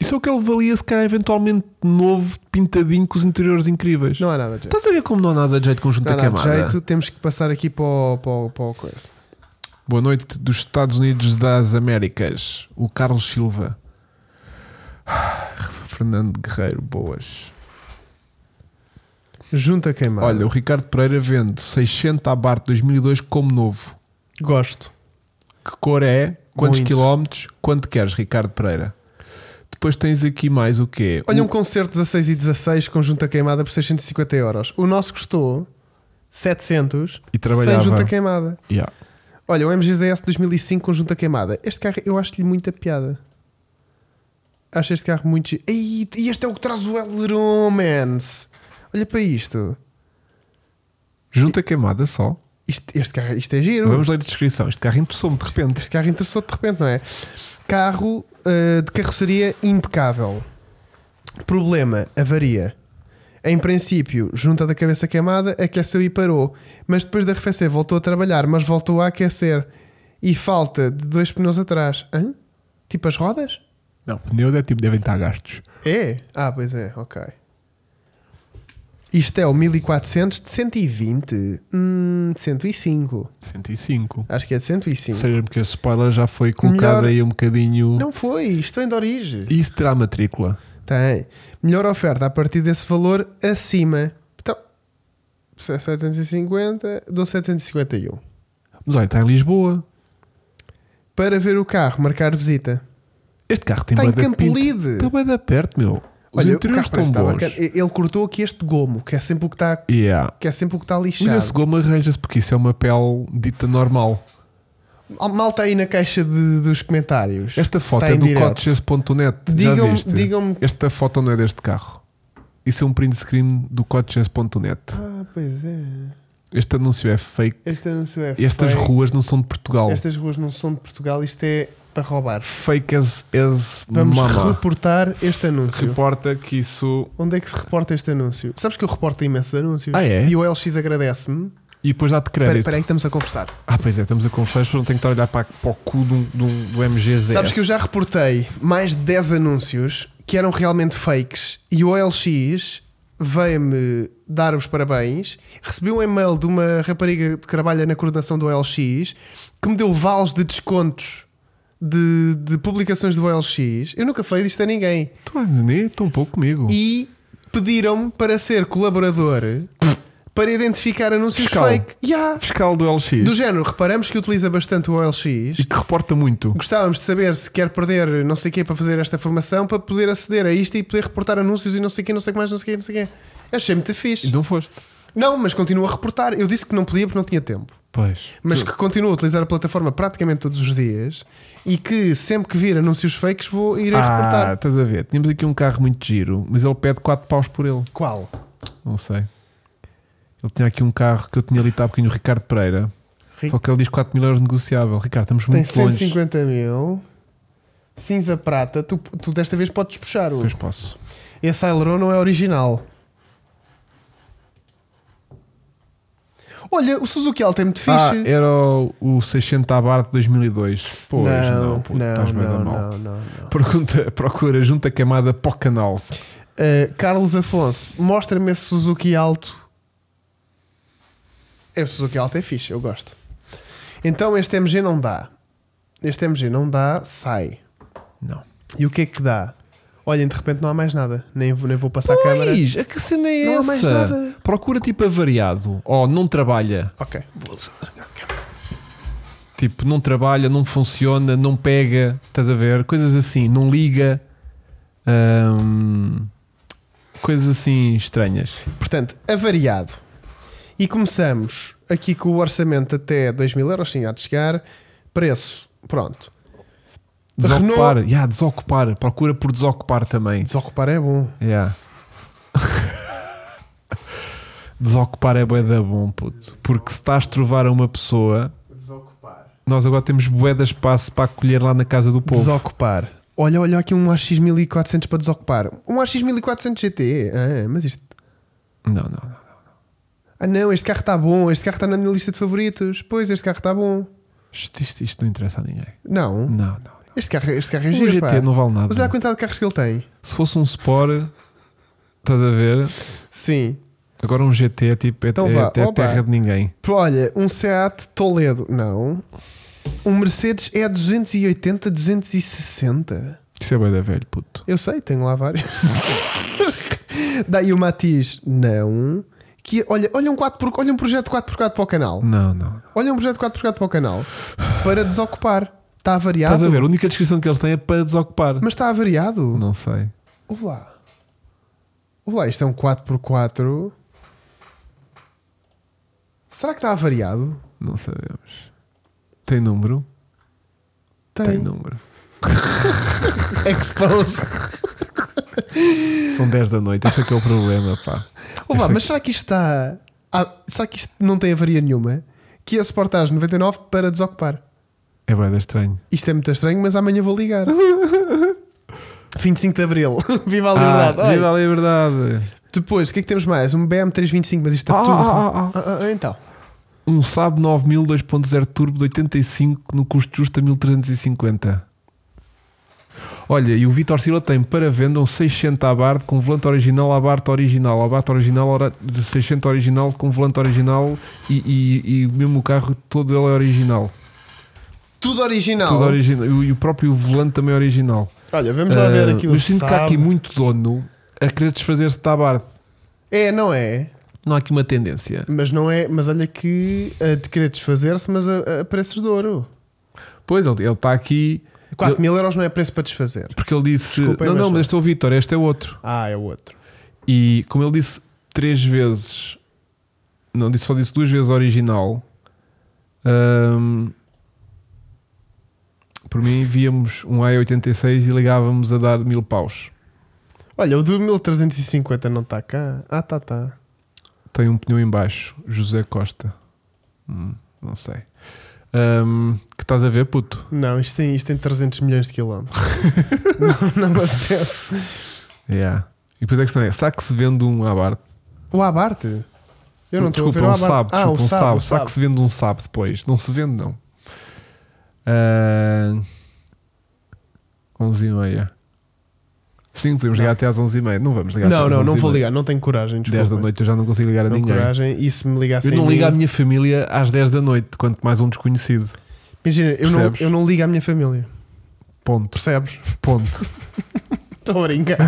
[SPEAKER 2] Isso é o que ele valia se calhar eventualmente novo, pintadinho, com os interiores incríveis.
[SPEAKER 1] Não há nada de jeito.
[SPEAKER 2] Estás a ver como não há nada de jeito conjunto
[SPEAKER 1] Não há
[SPEAKER 2] a
[SPEAKER 1] nada de
[SPEAKER 2] queimada?
[SPEAKER 1] jeito, temos que passar aqui para o, para o- para o coisa.
[SPEAKER 2] Boa noite dos Estados Unidos das Américas. O Carlos Silva. Ah, Fernando Guerreiro, boas.
[SPEAKER 1] Junta queimada.
[SPEAKER 2] Olha, o Ricardo Pereira vende 600 Abarth 2002 como novo.
[SPEAKER 1] gosto.
[SPEAKER 2] Que cor é? Quantos
[SPEAKER 1] Muito.
[SPEAKER 2] quilómetros? Quanto queres, Ricardo Pereira? Depois tens aqui mais o quê?
[SPEAKER 1] Olha,
[SPEAKER 2] O-
[SPEAKER 1] um concerto 16 e 16 com junta queimada por 650 euros. O nosso custou 700
[SPEAKER 2] E trabalhava.
[SPEAKER 1] sem junta queimada.
[SPEAKER 2] Yeah.
[SPEAKER 1] Olha, o MGZS 2005 com junta queimada. Este carro eu acho-lhe muita piada. Acho este carro muito. gi- Ei, e este é o que traz o Aileron, mans. Olha para isto.
[SPEAKER 2] Junta queimada só.
[SPEAKER 1] Isto- este carro, isto é giro.
[SPEAKER 2] Vamos ler a descrição. Este carro interessou-me de repente.
[SPEAKER 1] Este carro interessou de repente, não é? Carro ah, de carroceria impecável. Problema: avaria. Em princípio, junta da cabeça queimada, aqueceu e parou. Mas depois de arrefecer, voltou a trabalhar, mas voltou a aquecer. E falta de dois pneus atrás. Hã? Tipo as rodas?
[SPEAKER 2] Não, pneu é tipo, devem estar gastos.
[SPEAKER 1] É? Ah, pois é, ok. Isto é o 1400 de 120. Hum, de 105.
[SPEAKER 2] 105.
[SPEAKER 1] Acho que é de 105.
[SPEAKER 2] Seja porque esse spoiler já foi colocado
[SPEAKER 1] Melhor-
[SPEAKER 2] aí um bocadinho.
[SPEAKER 1] Não foi, isto vem de origem.
[SPEAKER 2] E isso terá matrícula.
[SPEAKER 1] Tem. Melhor oferta a partir desse valor acima. Então, se é 750, dou 751.
[SPEAKER 2] Mas olha, está em Lisboa.
[SPEAKER 1] Para ver o carro, marcar visita.
[SPEAKER 2] Este carro tem
[SPEAKER 1] Está
[SPEAKER 2] bué
[SPEAKER 1] em
[SPEAKER 2] da pinta.
[SPEAKER 1] Campolide.
[SPEAKER 2] Está bem da perto, meu. Os
[SPEAKER 1] Olha, o carro
[SPEAKER 2] interiores
[SPEAKER 1] parece que
[SPEAKER 2] estão
[SPEAKER 1] está
[SPEAKER 2] bons.
[SPEAKER 1] bacana. Ele cortou aqui este gomo, que é sempre o que está,
[SPEAKER 2] Yeah.
[SPEAKER 1] que é sempre o que está
[SPEAKER 2] Mas
[SPEAKER 1] lixado.
[SPEAKER 2] esse gomo arranja-se porque isso é uma pele dita normal.
[SPEAKER 1] Mal- Malta aí na caixa de- dos comentários.
[SPEAKER 2] Esta foto
[SPEAKER 1] Está
[SPEAKER 2] é
[SPEAKER 1] em
[SPEAKER 2] do
[SPEAKER 1] direto.
[SPEAKER 2] coches.net. Já
[SPEAKER 1] Digam-me-
[SPEAKER 2] viste?
[SPEAKER 1] digam-me-
[SPEAKER 2] Esta foto não é deste carro. Isso é um print screen do coches.net.
[SPEAKER 1] Ah, pois é.
[SPEAKER 2] Este anúncio é fake.
[SPEAKER 1] Este anúncio é
[SPEAKER 2] Estas
[SPEAKER 1] feio.
[SPEAKER 2] ruas não são de Portugal.
[SPEAKER 1] Estas ruas não são de Portugal, isto é para roubar.
[SPEAKER 2] Fake as, as
[SPEAKER 1] Vamos
[SPEAKER 2] mama.
[SPEAKER 1] reportar este anúncio.
[SPEAKER 2] Reporta que isso.
[SPEAKER 1] Onde é que se reporta este anúncio? Sabes que eu reporto imensos anúncios
[SPEAKER 2] Ah, é?
[SPEAKER 1] e o LX agradece-me
[SPEAKER 2] e depois dá-te
[SPEAKER 1] Espera
[SPEAKER 2] crédito.
[SPEAKER 1] espera aí, que estamos a conversar.
[SPEAKER 2] Ah, pois é, estamos a conversar, as pessoas não têm que estar a olhar para, para o cu de um- de um- do MGZ.
[SPEAKER 1] Sabes que eu já reportei mais de 10 anúncios que eram realmente fakes e o OLX veio-me dar os parabéns. Recebi um e-mail de uma rapariga que trabalha na coordenação do OLX que me deu vales de descontos de, de publicações do OLX. Eu nunca falei disto a ninguém.
[SPEAKER 2] Estão, nem estão um pouco comigo.
[SPEAKER 1] E pediram-me para ser
[SPEAKER 2] [LAUGHS]
[SPEAKER 1] colaborador para identificar anúncios
[SPEAKER 2] Fiscal.
[SPEAKER 1] é fake. Yeah.
[SPEAKER 2] Fiscal do LX.
[SPEAKER 1] Do género, reparamos que utiliza bastante o OLX.
[SPEAKER 2] E que reporta muito.
[SPEAKER 1] Gostávamos de saber se quer perder não sei o quê para fazer esta formação para poder aceder a isto e poder reportar anúncios e não sei o quê, não sei o que mais, não sei o quê, não sei o quê. Achei muito
[SPEAKER 2] E
[SPEAKER 1] fixe.
[SPEAKER 2] não foste.
[SPEAKER 1] Não, mas continuo a reportar. Eu disse que não podia porque não tinha tempo.
[SPEAKER 2] Pois.
[SPEAKER 1] Mas que continuo a utilizar a plataforma praticamente todos os dias e que sempre que vir anúncios fakes vou ir a
[SPEAKER 2] Ah,
[SPEAKER 1] reportar.
[SPEAKER 2] estás a ver. Tínhamos aqui um carro muito giro, mas ele pede 4 paus por ele.
[SPEAKER 1] Qual?
[SPEAKER 2] Não sei. Ele tinha aqui um carro que eu tinha ali, está pequeno, o Ricardo Pereira.
[SPEAKER 1] Ri-
[SPEAKER 2] Só que ele diz 4 mil euros negociável. Ricardo, estamos
[SPEAKER 1] Tem
[SPEAKER 2] muito longe.
[SPEAKER 1] 150 mil. Cinza prata, tu, tu desta vez podes puxar o.
[SPEAKER 2] Depois posso.
[SPEAKER 1] Esse aileron não é original. Olha, o Suzuki Alto é muito fixe.
[SPEAKER 2] Ah, era o, o 600 Abarth 2002. Pois, não, puto, estás bem da
[SPEAKER 1] não,
[SPEAKER 2] mal.
[SPEAKER 1] não, não, não.
[SPEAKER 2] Pergunta, procura junta camada para o canal.
[SPEAKER 1] Uh, Carlos Afonso, mostra-me esse Suzuki Alto. É, o Suzuki Alto é fixe, eu gosto. Então este MG não dá. Este MG não dá, sai.
[SPEAKER 2] Não.
[SPEAKER 1] E o que é que dá? Olhem, de repente não há mais nada. Nem, vou- nem vou passar a câmera.
[SPEAKER 2] Pois, a que cena é
[SPEAKER 1] Não há
[SPEAKER 2] essa?
[SPEAKER 1] mais nada.
[SPEAKER 2] Procura tipo avariado. Ou não trabalha.
[SPEAKER 1] Ok.
[SPEAKER 2] Tipo, não trabalha, não funciona, não pega. Estás a ver? Coisas assim. Não liga. Ahm, coisas assim estranhas.
[SPEAKER 1] Portanto, avariado. E começamos aqui com o orçamento até 2 mil euros, sim, há de chegar. Preço, pronto.
[SPEAKER 2] Desocupar.
[SPEAKER 1] Renault-
[SPEAKER 2] Yeah, desocupar. Procura por desocupar também.
[SPEAKER 1] Desocupar é bom.
[SPEAKER 2] Yeah. [LAUGHS] desocupar é bué da bom, puto. Porque se estás a trovar a uma pessoa...
[SPEAKER 1] Desocupar.
[SPEAKER 2] Nós agora temos bué de espaço para acolher lá na casa do povo.
[SPEAKER 1] Desocupar. Olha, olha aqui um AX1400 para desocupar. Um AX1400 GT. Ah, mas isto.
[SPEAKER 2] Não, não, não.
[SPEAKER 1] Ah, não, este carro está bom. Este carro está na minha lista de favoritos. Pois, este carro está bom.
[SPEAKER 2] Isto, isto, isto não interessa a ninguém.
[SPEAKER 1] Não.
[SPEAKER 2] Não, não. não.
[SPEAKER 1] Este carro, este carro é
[SPEAKER 2] O
[SPEAKER 1] giro.
[SPEAKER 2] GT
[SPEAKER 1] pá.
[SPEAKER 2] Um não vale nada.
[SPEAKER 1] Mas olha a quantidade de carros que ele tem.
[SPEAKER 2] Se fosse um Sport, estás a ver?
[SPEAKER 1] Sim.
[SPEAKER 2] Agora um GT é tipo, é,
[SPEAKER 1] Então
[SPEAKER 2] é,
[SPEAKER 1] vá,
[SPEAKER 2] é
[SPEAKER 1] opa.
[SPEAKER 2] terra de ninguém.
[SPEAKER 1] Pô, Olha, um Seat Toledo. Não. Um Mercedes é 280, 260.
[SPEAKER 2] Isso é bué da velho, puto.
[SPEAKER 1] Eu sei, tenho lá vários. [LAUGHS] Daí o Matiz. Não. Que, olha, olha um, 4x, olha um projeto 4x4 para o canal.
[SPEAKER 2] Não, não.
[SPEAKER 1] Olha um projeto 4x4 para o canal. Para desocupar. Está
[SPEAKER 2] Estás
[SPEAKER 1] avariado.
[SPEAKER 2] a ver? A única descrição que eles têm é para desocupar.
[SPEAKER 1] Mas está avariado.
[SPEAKER 2] Não sei.
[SPEAKER 1] Ouve lá. Ouve lá, isto é um 4x4. Será que está avariado?
[SPEAKER 2] Não sabemos. Tem número?
[SPEAKER 1] [LAUGHS]
[SPEAKER 2] número.
[SPEAKER 1] Expose.
[SPEAKER 2] São 10 da noite, esse é que é o problema, pá.
[SPEAKER 1] Ouve lá,
[SPEAKER 2] Esse é
[SPEAKER 1] mas será que isto está. Ah, será que isto não tem avaria nenhuma? Que é suportar 99 para desocupar.
[SPEAKER 2] que- É bué da estranho.
[SPEAKER 1] Isto é muito estranho, mas amanhã vou [LAUGHS] ligar. 25 de Abril. [LAUGHS] Viva a liberdade.
[SPEAKER 2] Ah,
[SPEAKER 1] Olha,
[SPEAKER 2] viva a liberdade.
[SPEAKER 1] Depois, o que é que temos mais? Um BM325, mas isto está
[SPEAKER 2] Ah,
[SPEAKER 1] tudo.
[SPEAKER 2] ah,
[SPEAKER 1] Ah, ah, então.
[SPEAKER 2] Um Saab 9000 2.0 turbo de 85 no custo justo a 1350. Olha, e o Vitor Silva tem para venda um 600 Abarth com volante original, Abarth original, Abarth original, ora- 600 original com volante original e, e, e mesmo o carro todo ele é original.
[SPEAKER 1] Tudo original.
[SPEAKER 2] Todo original. E o- E o próprio volante também é original.
[SPEAKER 1] Olha, vamos lá ver
[SPEAKER 2] Ah,
[SPEAKER 1] aqui o
[SPEAKER 2] mas sinto que há
[SPEAKER 1] Saab.
[SPEAKER 2] aqui muito dono a querer desfazer-se da Abarth.
[SPEAKER 1] É, não é?
[SPEAKER 2] Não há aqui uma tendência.
[SPEAKER 1] Mas não é, mas olha que a de querer desfazer-se, mas a, a preços de ouro.
[SPEAKER 2] Pois, ele ele está aqui
[SPEAKER 1] 4 mil euros não é preço para desfazer.
[SPEAKER 2] porque ele disse:
[SPEAKER 1] Desculpem,
[SPEAKER 2] Não,
[SPEAKER 1] mas
[SPEAKER 2] não,
[SPEAKER 1] não."
[SPEAKER 2] mas este é o Vitor, este é outro.
[SPEAKER 1] Ah, é o outro.
[SPEAKER 2] E como ele disse três vezes, não disse, só disse duas vezes original. hum, por mim, víamos um A86 e ligávamos a dar mil paus.
[SPEAKER 1] Olha, o do 1350 não está cá. Ah, tá, tá.
[SPEAKER 2] Tem um pneu em baixo, José Costa. Hum, não sei. Hum, que estás a ver, puto?
[SPEAKER 1] Não, isto tem, isto tem 300 milhões de [LAUGHS] quilómetros. não, não me apetece.
[SPEAKER 2] Yeah. E depois a questão é: será que se vende um Abarth?
[SPEAKER 1] O Abarth? Eu não estou a
[SPEAKER 2] desculpa,
[SPEAKER 1] ver
[SPEAKER 2] um
[SPEAKER 1] a barba.
[SPEAKER 2] sabe,
[SPEAKER 1] Ah,
[SPEAKER 2] desculpa,
[SPEAKER 1] o
[SPEAKER 2] um
[SPEAKER 1] sabe,
[SPEAKER 2] sabe.
[SPEAKER 1] o
[SPEAKER 2] Será
[SPEAKER 1] sabe.
[SPEAKER 2] que se vende um sabe depois? Não se vende, não. Ah, 11 e meia. Sim, podemos ligar até às 11 e meia. Não vamos ligar até
[SPEAKER 1] Não,
[SPEAKER 2] às
[SPEAKER 1] não, não
[SPEAKER 2] 11h30.
[SPEAKER 1] vou ligar, não tenho coragem.
[SPEAKER 2] 10 da
[SPEAKER 1] desculpa.
[SPEAKER 2] noite eu já não consigo ligar a
[SPEAKER 1] Não tenho
[SPEAKER 2] ninguém.
[SPEAKER 1] coragem. E se me ligassem.
[SPEAKER 2] Eu não
[SPEAKER 1] a mim-
[SPEAKER 2] ligo à minha família às 10 da noite, quanto mais um desconhecido.
[SPEAKER 1] Imagina, eu não,
[SPEAKER 2] Percebes?
[SPEAKER 1] eu não ligo à minha família.
[SPEAKER 2] Ponto.
[SPEAKER 1] [LAUGHS] Percebes?
[SPEAKER 2] Ponto.
[SPEAKER 1] Estou a
[SPEAKER 2] [LAUGHS]
[SPEAKER 1] brincar.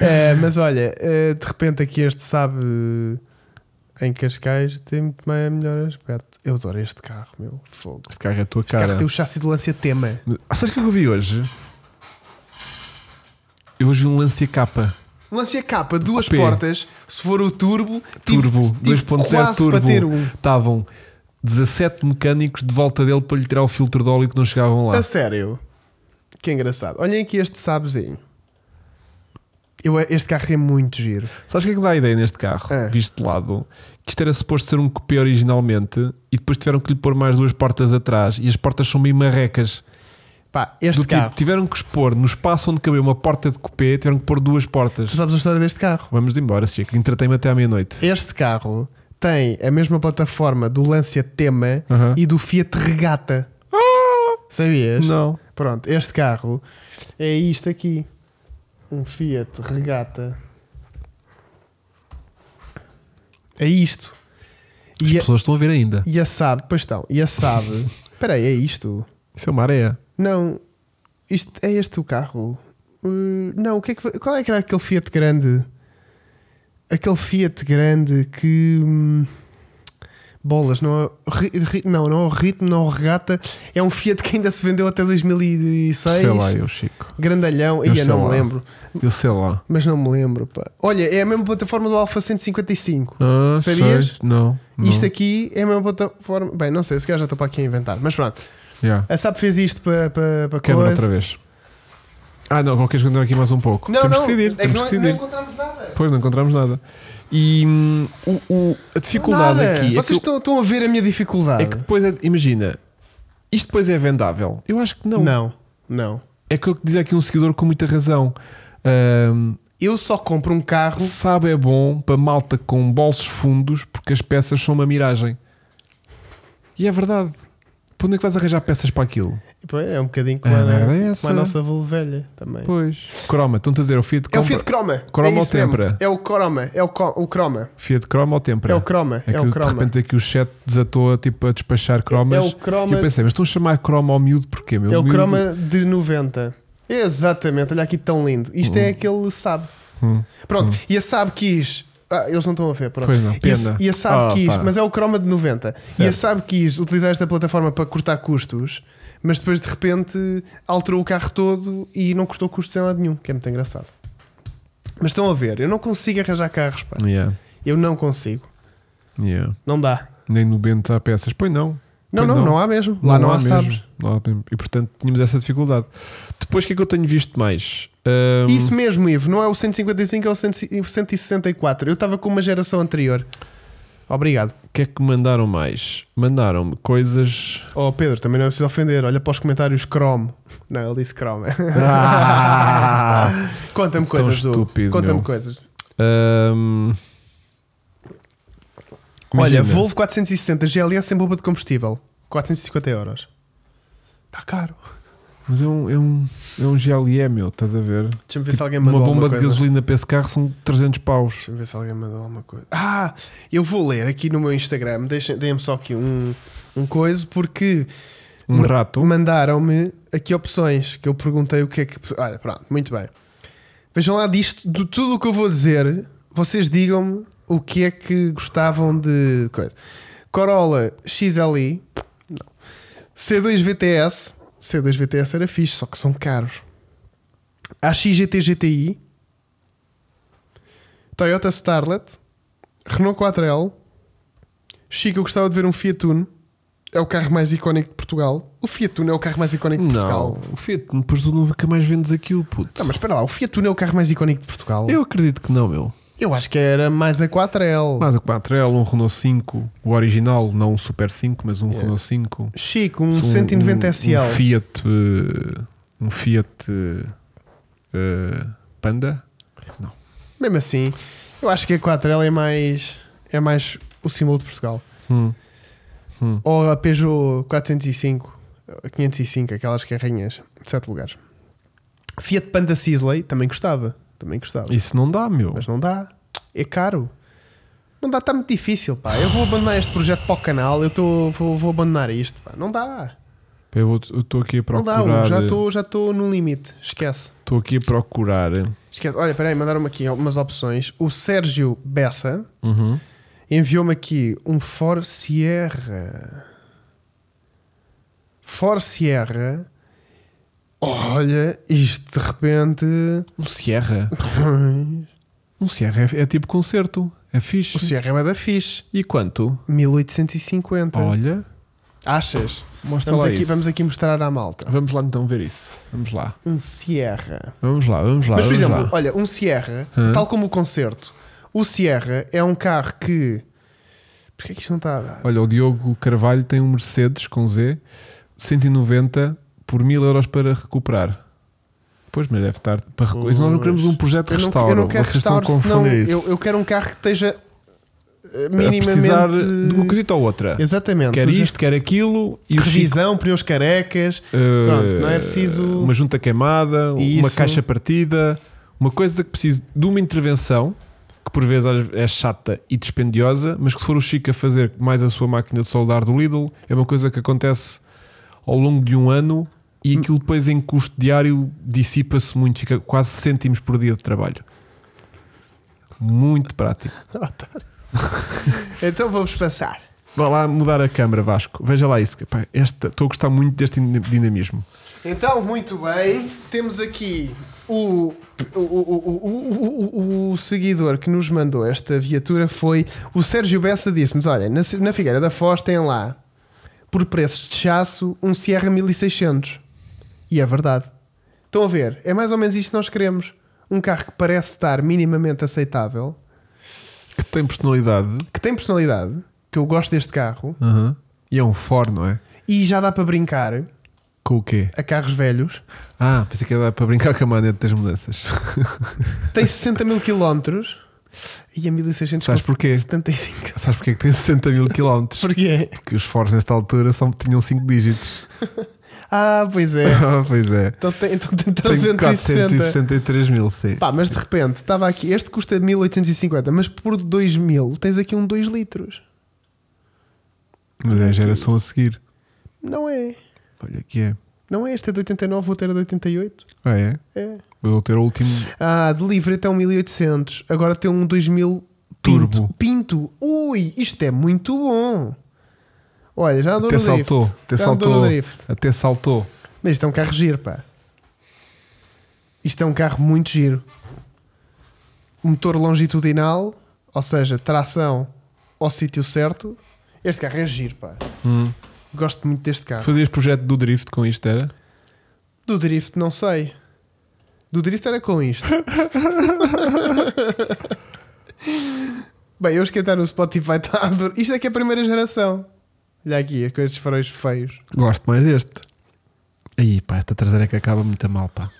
[SPEAKER 1] É, mas olha, é, de repente aqui este sabe eh, em Cascais tem muito mais, melhor aspecto. Eu adoro este carro, meu fogo.
[SPEAKER 2] Este carro é a tua
[SPEAKER 1] Este carro
[SPEAKER 2] cara.
[SPEAKER 1] tem o chassi de Lancia Tema.
[SPEAKER 2] Ah, sabes o que é que eu vi hoje? Eu hoje vi um Lancia capa
[SPEAKER 1] Lancia capa, duas
[SPEAKER 2] P.
[SPEAKER 1] portas. Se for o turbo, tive-
[SPEAKER 2] Turbo.
[SPEAKER 1] tive
[SPEAKER 2] 2.0
[SPEAKER 1] quase
[SPEAKER 2] Turbo.
[SPEAKER 1] para ter um.
[SPEAKER 2] Estavam 17 mecânicos de volta dele para lhe tirar o filtro de óleo que não chegavam lá.
[SPEAKER 1] A sério. Que engraçado. Olhem aqui este sabezinho. Eu, este carro é muito giro.
[SPEAKER 2] Sabes o que é que dá a ideia neste carro,
[SPEAKER 1] É.
[SPEAKER 2] visto de lado? Que isto era suposto ser um coupé originalmente e depois tiveram que lhe pôr mais duas portas atrás e as portas são meio marrecas.
[SPEAKER 1] Pá, este
[SPEAKER 2] Do tipo,
[SPEAKER 1] carro.
[SPEAKER 2] tiveram que expor no espaço onde cabia uma porta de coupé, tiveram que pôr duas portas.
[SPEAKER 1] Tu sabes a história deste carro?
[SPEAKER 2] Vamos embora, Chico. Entretei-me até à meia-noite.
[SPEAKER 1] Este carro tem a mesma plataforma do Lancia Tema
[SPEAKER 2] Aham. Ah!
[SPEAKER 1] e do Fiat Regata. Sabias?
[SPEAKER 2] Não.
[SPEAKER 1] Pronto, este carro é isto aqui. Um Fiat Regata. É isto.
[SPEAKER 2] As
[SPEAKER 1] E a,
[SPEAKER 2] pessoas estão a ver ainda.
[SPEAKER 1] e a Saab, pois estão, e a Saab.
[SPEAKER 2] [LAUGHS]
[SPEAKER 1] Espera aí, é isto?
[SPEAKER 2] Isso é uma areia.
[SPEAKER 1] Não, isto, é este o carro? Uh, não, o que é que, foi- qual é que era aquele Fiat grande? Aquele Fiat grande que. hum, bolas, não é, ri- ri- não, não é o ritmo, não é o regata. É um Fiat que ainda se vendeu até 2006.
[SPEAKER 2] Sei lá, eu, Chico.
[SPEAKER 1] Grandalhão,
[SPEAKER 2] Eu um
[SPEAKER 1] ia,
[SPEAKER 2] sei
[SPEAKER 1] não
[SPEAKER 2] lá.
[SPEAKER 1] me lembro.
[SPEAKER 2] Eu sei lá.
[SPEAKER 1] Mas não me lembro. pá. Olha, é a mesma plataforma do Alfa 155.
[SPEAKER 2] Ah,
[SPEAKER 1] Sabias?
[SPEAKER 2] sei. Não. não.
[SPEAKER 1] Isto aqui é a mesma plataforma. Bem, não sei, se calhar já estou para aqui a inventar. Mas pronto,
[SPEAKER 2] Yeah.
[SPEAKER 1] a SAP fez isto para, para, para
[SPEAKER 2] Quebra
[SPEAKER 1] coisa.
[SPEAKER 2] outra vez. Ah, não, não queres continuar aqui mais um pouco?
[SPEAKER 1] Não,
[SPEAKER 2] temos
[SPEAKER 1] não,
[SPEAKER 2] de decidir.
[SPEAKER 1] é que
[SPEAKER 2] temos
[SPEAKER 1] não,
[SPEAKER 2] de decidir.
[SPEAKER 1] não é encontramos nada.
[SPEAKER 2] Pois, não encontramos nada. E hum, o- o- a dificuldade
[SPEAKER 1] Nada.
[SPEAKER 2] aqui é
[SPEAKER 1] Vocês
[SPEAKER 2] que, eu-
[SPEAKER 1] estão, estão a ver a minha dificuldade?
[SPEAKER 2] é que depois, é- imagina, isto depois é vendável. Eu acho que não.
[SPEAKER 1] Não, não.
[SPEAKER 2] É que eu dizer aqui um seguidor com muita razão. Ahm,
[SPEAKER 1] Eu só compro um carro.
[SPEAKER 2] Sabe é bom para malta com bolsos fundos porque as peças são uma miragem. E é verdade. Para onde é que vais arranjar peças para aquilo?
[SPEAKER 1] Pô, É um bocadinho como
[SPEAKER 2] Ah,
[SPEAKER 1] a,
[SPEAKER 2] merda é
[SPEAKER 1] como
[SPEAKER 2] essa.
[SPEAKER 1] a nossa velha também.
[SPEAKER 2] Pois. Croma, estão-te a dizer, é o Fiat
[SPEAKER 1] É o
[SPEAKER 2] Croma.
[SPEAKER 1] Fiat Croma.
[SPEAKER 2] Croma
[SPEAKER 1] é
[SPEAKER 2] ou
[SPEAKER 1] isso mesmo.
[SPEAKER 2] Tempra?
[SPEAKER 1] É o Croma. É o, co- o Croma.
[SPEAKER 2] Fiat Croma ou Tempra?
[SPEAKER 1] É o Croma.
[SPEAKER 2] É
[SPEAKER 1] É,
[SPEAKER 2] que
[SPEAKER 1] o
[SPEAKER 2] de
[SPEAKER 1] Croma.
[SPEAKER 2] repente aqui o chat desatou tipo, a despachar
[SPEAKER 1] é
[SPEAKER 2] cromas.
[SPEAKER 1] o
[SPEAKER 2] E eu
[SPEAKER 1] Croma,
[SPEAKER 2] pensei, mas estão a chamar croma ao miúdo porquê? Meu
[SPEAKER 1] é o
[SPEAKER 2] miúdo-
[SPEAKER 1] croma de 90. Exatamente. Olha aqui tão lindo. Isto é aquele Saab.
[SPEAKER 2] Hum.
[SPEAKER 1] Pronto. E a Saab quis. Ah, eles não estão a ver. Pronto.
[SPEAKER 2] Pois não,
[SPEAKER 1] E a-
[SPEAKER 2] pena.
[SPEAKER 1] E a SAB
[SPEAKER 2] Ah,
[SPEAKER 1] quis,
[SPEAKER 2] pá.
[SPEAKER 1] mas é o Chroma de 90. E a
[SPEAKER 2] Certo.
[SPEAKER 1] SAB quis utilizar esta plataforma para cortar custos, mas depois de repente alterou o carro todo e não cortou custos em lado nenhum, que é muito engraçado. Mas estão a ver, eu não consigo arranjar carros, pá.
[SPEAKER 2] Yeah,
[SPEAKER 1] Eu não consigo.
[SPEAKER 2] yeah.
[SPEAKER 1] Não dá.
[SPEAKER 2] Nem no Bento há peças. Pois não.
[SPEAKER 1] Não,
[SPEAKER 2] Pois
[SPEAKER 1] não,
[SPEAKER 2] não.
[SPEAKER 1] não, há mesmo. Lá não, há,
[SPEAKER 2] mesmo.
[SPEAKER 1] sabes.
[SPEAKER 2] Não há mesmo. E portanto tínhamos essa dificuldade. Depois o que é que eu tenho visto mais? Ahm,
[SPEAKER 1] Isso mesmo, Ivo, não é o 155, é o 100 o 164. Eu estava com uma geração anterior. Obrigado.
[SPEAKER 2] O que é que mandaram mais? Mandaram-me coisas.
[SPEAKER 1] Oh Pedro, também não é preciso ofender. Olha para os comentários Chrome. Não, ele disse Chrome.
[SPEAKER 2] Ah!
[SPEAKER 1] [LAUGHS] Conta-me coisas,
[SPEAKER 2] Tão
[SPEAKER 1] Du.
[SPEAKER 2] estúpido,
[SPEAKER 1] Conta-me
[SPEAKER 2] meu.
[SPEAKER 1] coisas.
[SPEAKER 2] [LAUGHS] Ahm,
[SPEAKER 1] Olha,
[SPEAKER 2] imagina,
[SPEAKER 1] Volvo 460 GLS sem bomba de combustível. 450 euros. Está caro.
[SPEAKER 2] Mas é um, é, um, é um GLE, meu, estás a ver?
[SPEAKER 1] Deixa-me ver se alguém
[SPEAKER 2] Tipo Uma
[SPEAKER 1] mandou
[SPEAKER 2] bomba
[SPEAKER 1] alguma
[SPEAKER 2] de
[SPEAKER 1] coisa.
[SPEAKER 2] gasolina para esse carro são 300 paus.
[SPEAKER 1] Deixa-me ver se alguém mandou alguma coisa. Ah, eu vou ler aqui no meu Instagram. Deixem- Deem-me só aqui um, um coisa, porque
[SPEAKER 2] Um
[SPEAKER 1] Ma-
[SPEAKER 2] rato.
[SPEAKER 1] mandaram-me aqui opções que eu perguntei o que é que. Olha, pronto, muito bem. Vejam lá disto, de tudo o que eu vou dizer, vocês digam-me o que é que gostavam de coisa. Corolla XLI, não. C2 VTS, C2 VTS era fixe, só que são caros. AXGT GTI, Toyota Starlet, Renault 4L, Chico, eu gostava de ver um Fiat Uno. É o carro mais icónico de Portugal. O Fiat Uno é o carro mais icónico de
[SPEAKER 2] Não,
[SPEAKER 1] Portugal.
[SPEAKER 2] o Fiat, depois tu nunca mais vendes aquilo, puto.
[SPEAKER 1] Não, mas espera lá, o Fiat Uno é o carro mais icónico de Portugal.
[SPEAKER 2] Eu acredito que não, meu.
[SPEAKER 1] Eu acho que era mais a 4L.
[SPEAKER 2] Mas o 4L, um Renault 5, o original, não um Super 5, mas um
[SPEAKER 1] Yeah.
[SPEAKER 2] Renault 5.
[SPEAKER 1] Chico, É. um
[SPEAKER 2] São
[SPEAKER 1] 190
[SPEAKER 2] um-
[SPEAKER 1] SL.
[SPEAKER 2] Um Fiat. eh, Um Fiat. eh, Panda?
[SPEAKER 1] Mesmo assim, eu acho que a 4L é mais. é mais o símbolo de Portugal.
[SPEAKER 2] Hum. Hum.
[SPEAKER 1] Ou a Peugeot 405, 505, aquelas carrinhas de 7 lugares. Fiat Panda Sisley também gostava. Também gostava.
[SPEAKER 2] Isso não dá, meu.
[SPEAKER 1] Mas não dá. É caro. Não dá, está muito difícil, pá. Eu vou abandonar este projeto para o canal, eu tô, vou, vou abandonar isto, pá. Não dá.
[SPEAKER 2] Eu vou- eu estou aqui a
[SPEAKER 1] Não dá,
[SPEAKER 2] procurar. eh,
[SPEAKER 1] Hugo. já estou já tô no limite. Esquece.
[SPEAKER 2] Estou aqui a procurar. eh.
[SPEAKER 1] Esquece. Olha, peraí, mandaram-me aqui algumas opções. O Sérgio Bessa
[SPEAKER 2] Uhum.
[SPEAKER 1] enviou-me aqui um Ford Sierra. Ford Sierra. Olha, isto de repente.
[SPEAKER 2] Um [LAUGHS] Sierra. Um Sierra é, é tipo concerto. É fixe.
[SPEAKER 1] O Sierra é da fixe.
[SPEAKER 2] E quanto?
[SPEAKER 1] 1850.
[SPEAKER 2] Olha,
[SPEAKER 1] Achas?
[SPEAKER 2] mostra
[SPEAKER 1] Vamos
[SPEAKER 2] lá
[SPEAKER 1] aqui,
[SPEAKER 2] isso.
[SPEAKER 1] vamos aqui mostrar à malta.
[SPEAKER 2] Vamos lá então ver isso. Vamos lá.
[SPEAKER 1] Um Sierra.
[SPEAKER 2] Vamos lá, vamos lá.
[SPEAKER 1] Mas, por
[SPEAKER 2] vamos
[SPEAKER 1] exemplo,
[SPEAKER 2] lá.
[SPEAKER 1] olha, um Sierra,
[SPEAKER 2] Hã?
[SPEAKER 1] tal como o concerto, o Sierra é um carro que. Porquê é que isto não está a dar?
[SPEAKER 2] Olha, o Diogo Carvalho tem um Mercedes com Z 190 por 1000 euros para recuperar. Pois, mas deve estar para recu- Nós não queremos um projeto de
[SPEAKER 1] Eu não,
[SPEAKER 2] restauro.
[SPEAKER 1] eu não quero
[SPEAKER 2] Vocês estão a
[SPEAKER 1] restauro, senão
[SPEAKER 2] confundir
[SPEAKER 1] eu,
[SPEAKER 2] isso.
[SPEAKER 1] eu quero um carro que esteja eh,
[SPEAKER 2] A
[SPEAKER 1] minimamente.
[SPEAKER 2] precisar de uma coisita ou outra.
[SPEAKER 1] Exatamente.
[SPEAKER 2] Quer
[SPEAKER 1] Tu já-
[SPEAKER 2] isto, quer aquilo. E o Chico,
[SPEAKER 1] Revisão, pneus carecas.
[SPEAKER 2] eh,
[SPEAKER 1] Pronto, não é preciso-
[SPEAKER 2] Uma junta queimada, uma
[SPEAKER 1] Isso.
[SPEAKER 2] caixa partida. Uma coisa que precisa de uma intervenção que por vezes às- é chata e dispendiosa, mas que se for o Chico a fazer mais a sua máquina de soldar do Lidl, é uma coisa que acontece ao longo de um ano
[SPEAKER 1] Hum.
[SPEAKER 2] e aquilo depois em custo diário dissipa-se muito, fica quase cêntimos por dia de trabalho. Muito prático.
[SPEAKER 1] Então vamos passar.
[SPEAKER 2] Vá lá mudar a câmara, Vasco. Veja lá isso. Epá, esta- Estou a gostar muito deste din- dinamismo.
[SPEAKER 1] Então, muito bem, temos aqui o, o, o, o, o- o- o seguidor que nos mandou esta viatura foi o Sérgio Bessa disse-nos: olha, na, na Figueira da Foz tem lá, por preços de chasso, um Sierra 1600. E é verdade. Estão a ver? É mais ou menos isto que nós queremos. Um carro que parece estar minimamente aceitável,
[SPEAKER 2] Que tem personalidade.
[SPEAKER 1] que tem personalidade, que eu gosto deste carro,
[SPEAKER 2] E é um Ford, não é?
[SPEAKER 1] e já dá para brincar
[SPEAKER 2] Com o quê?
[SPEAKER 1] a carros velhos.
[SPEAKER 2] Ah, pensei que ia dar para brincar com a manete das mudanças. [LAUGHS]
[SPEAKER 1] Tem 60 mil quilómetros e a 1600
[SPEAKER 2] Sabes
[SPEAKER 1] custa
[SPEAKER 2] porquê?
[SPEAKER 1] 75.
[SPEAKER 2] Sabes porque é que tem 60 mil
[SPEAKER 1] [LAUGHS]
[SPEAKER 2] quilómetros?
[SPEAKER 1] Porquê?
[SPEAKER 2] Porque os Fords nesta altura só tinham 5 dígitos. [LAUGHS]
[SPEAKER 1] Ah, pois é.
[SPEAKER 2] Ah, pois é.
[SPEAKER 1] Então tem, então tem 360.
[SPEAKER 2] Tenho 463 mil, sim.
[SPEAKER 1] Pá, mas de repente, estava aqui, este custa 1850, mas por 2000 tens aqui um 2 litros.
[SPEAKER 2] Mas é a geração a seguir.
[SPEAKER 1] Não é.
[SPEAKER 2] Olha que é.
[SPEAKER 1] Não é este é de 89, vou ter a de 88.
[SPEAKER 2] Ah, é?
[SPEAKER 1] É.
[SPEAKER 2] Eu vou ter o último.
[SPEAKER 1] Ah, de livre até um 1800. Agora tem um 2000 Pinto.
[SPEAKER 2] Turbo.
[SPEAKER 1] Pinto. Ui, isto é muito bom. Olha, já andou
[SPEAKER 2] Até
[SPEAKER 1] no drift.
[SPEAKER 2] saltou. Até
[SPEAKER 1] já andou
[SPEAKER 2] saltou.
[SPEAKER 1] no drift.
[SPEAKER 2] Até saltou.
[SPEAKER 1] Mas isto é um carro giro, pá. Isto é um carro muito giro. Motor longitudinal, ou seja, tração ao sítio certo. Este carro é giro, pá.
[SPEAKER 2] Hum.
[SPEAKER 1] Gosto muito deste carro.
[SPEAKER 2] Fazias projeto do Drift com isto, era?
[SPEAKER 1] Do drift, não sei. Do drift era com isto. [LAUGHS] Bem, eu esquentar no Spotify está a adorar. Isto é que é a primeira geração. Olha aqui, com estes faróis feios.
[SPEAKER 2] Gosto mais deste. Aí, pá, esta traseira é que acaba muito a mal, pá.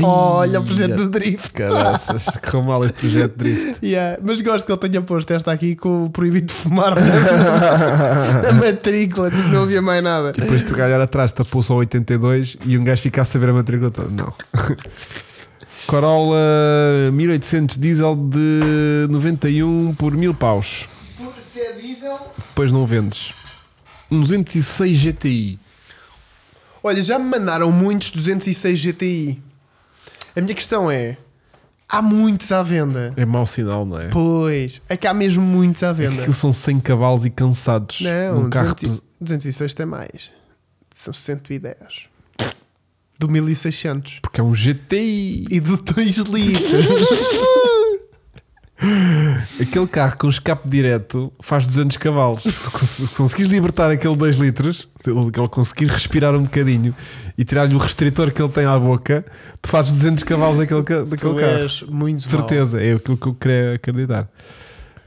[SPEAKER 1] Olha o projeto do drift.
[SPEAKER 2] Caraças, correu mal este projeto de drift.
[SPEAKER 1] Yeah, é, mas gosto que ele tenha posto esta aqui com o proibido de fumar
[SPEAKER 2] [LAUGHS]
[SPEAKER 1] na, na matrícula, tipo, não havia mais nada.
[SPEAKER 2] E depois tu calhar atrás tapou-se ao 82 e um gajo fica a saber a matrícula toda. Não. [LAUGHS] Corolla 1800 diesel de 91 por 1000 paus.
[SPEAKER 1] Puta, se é diesel.
[SPEAKER 2] Depois não vendes. Um 206 GTI.
[SPEAKER 1] Olha, já me mandaram muitos 206 GTI. A minha questão é: há muitos à venda?
[SPEAKER 2] É mau sinal, não é?
[SPEAKER 1] Pois, é que há mesmo muitos à
[SPEAKER 2] É que
[SPEAKER 1] venda.
[SPEAKER 2] Aquilo são 100 cavalos e cansados.
[SPEAKER 1] Não,
[SPEAKER 2] um carro
[SPEAKER 1] 200 206 tem mais. São 110. Do 1600.
[SPEAKER 2] pes- Porque é um GTI.
[SPEAKER 1] E do 2
[SPEAKER 2] [LAUGHS]
[SPEAKER 1] litros.
[SPEAKER 2] Aquele carro com escape direto faz 200 cavalos. Se cons- se conseguires libertar aquele 2 litros, se ele conseguir respirar um bocadinho e tirar-lhe o restritor que ele tem à boca, tu fazes 200 cavalos daquele, ca- daquele
[SPEAKER 1] tu
[SPEAKER 2] carro.
[SPEAKER 1] és muito
[SPEAKER 2] De
[SPEAKER 1] mau.
[SPEAKER 2] certeza, é aquilo que eu queria acreditar.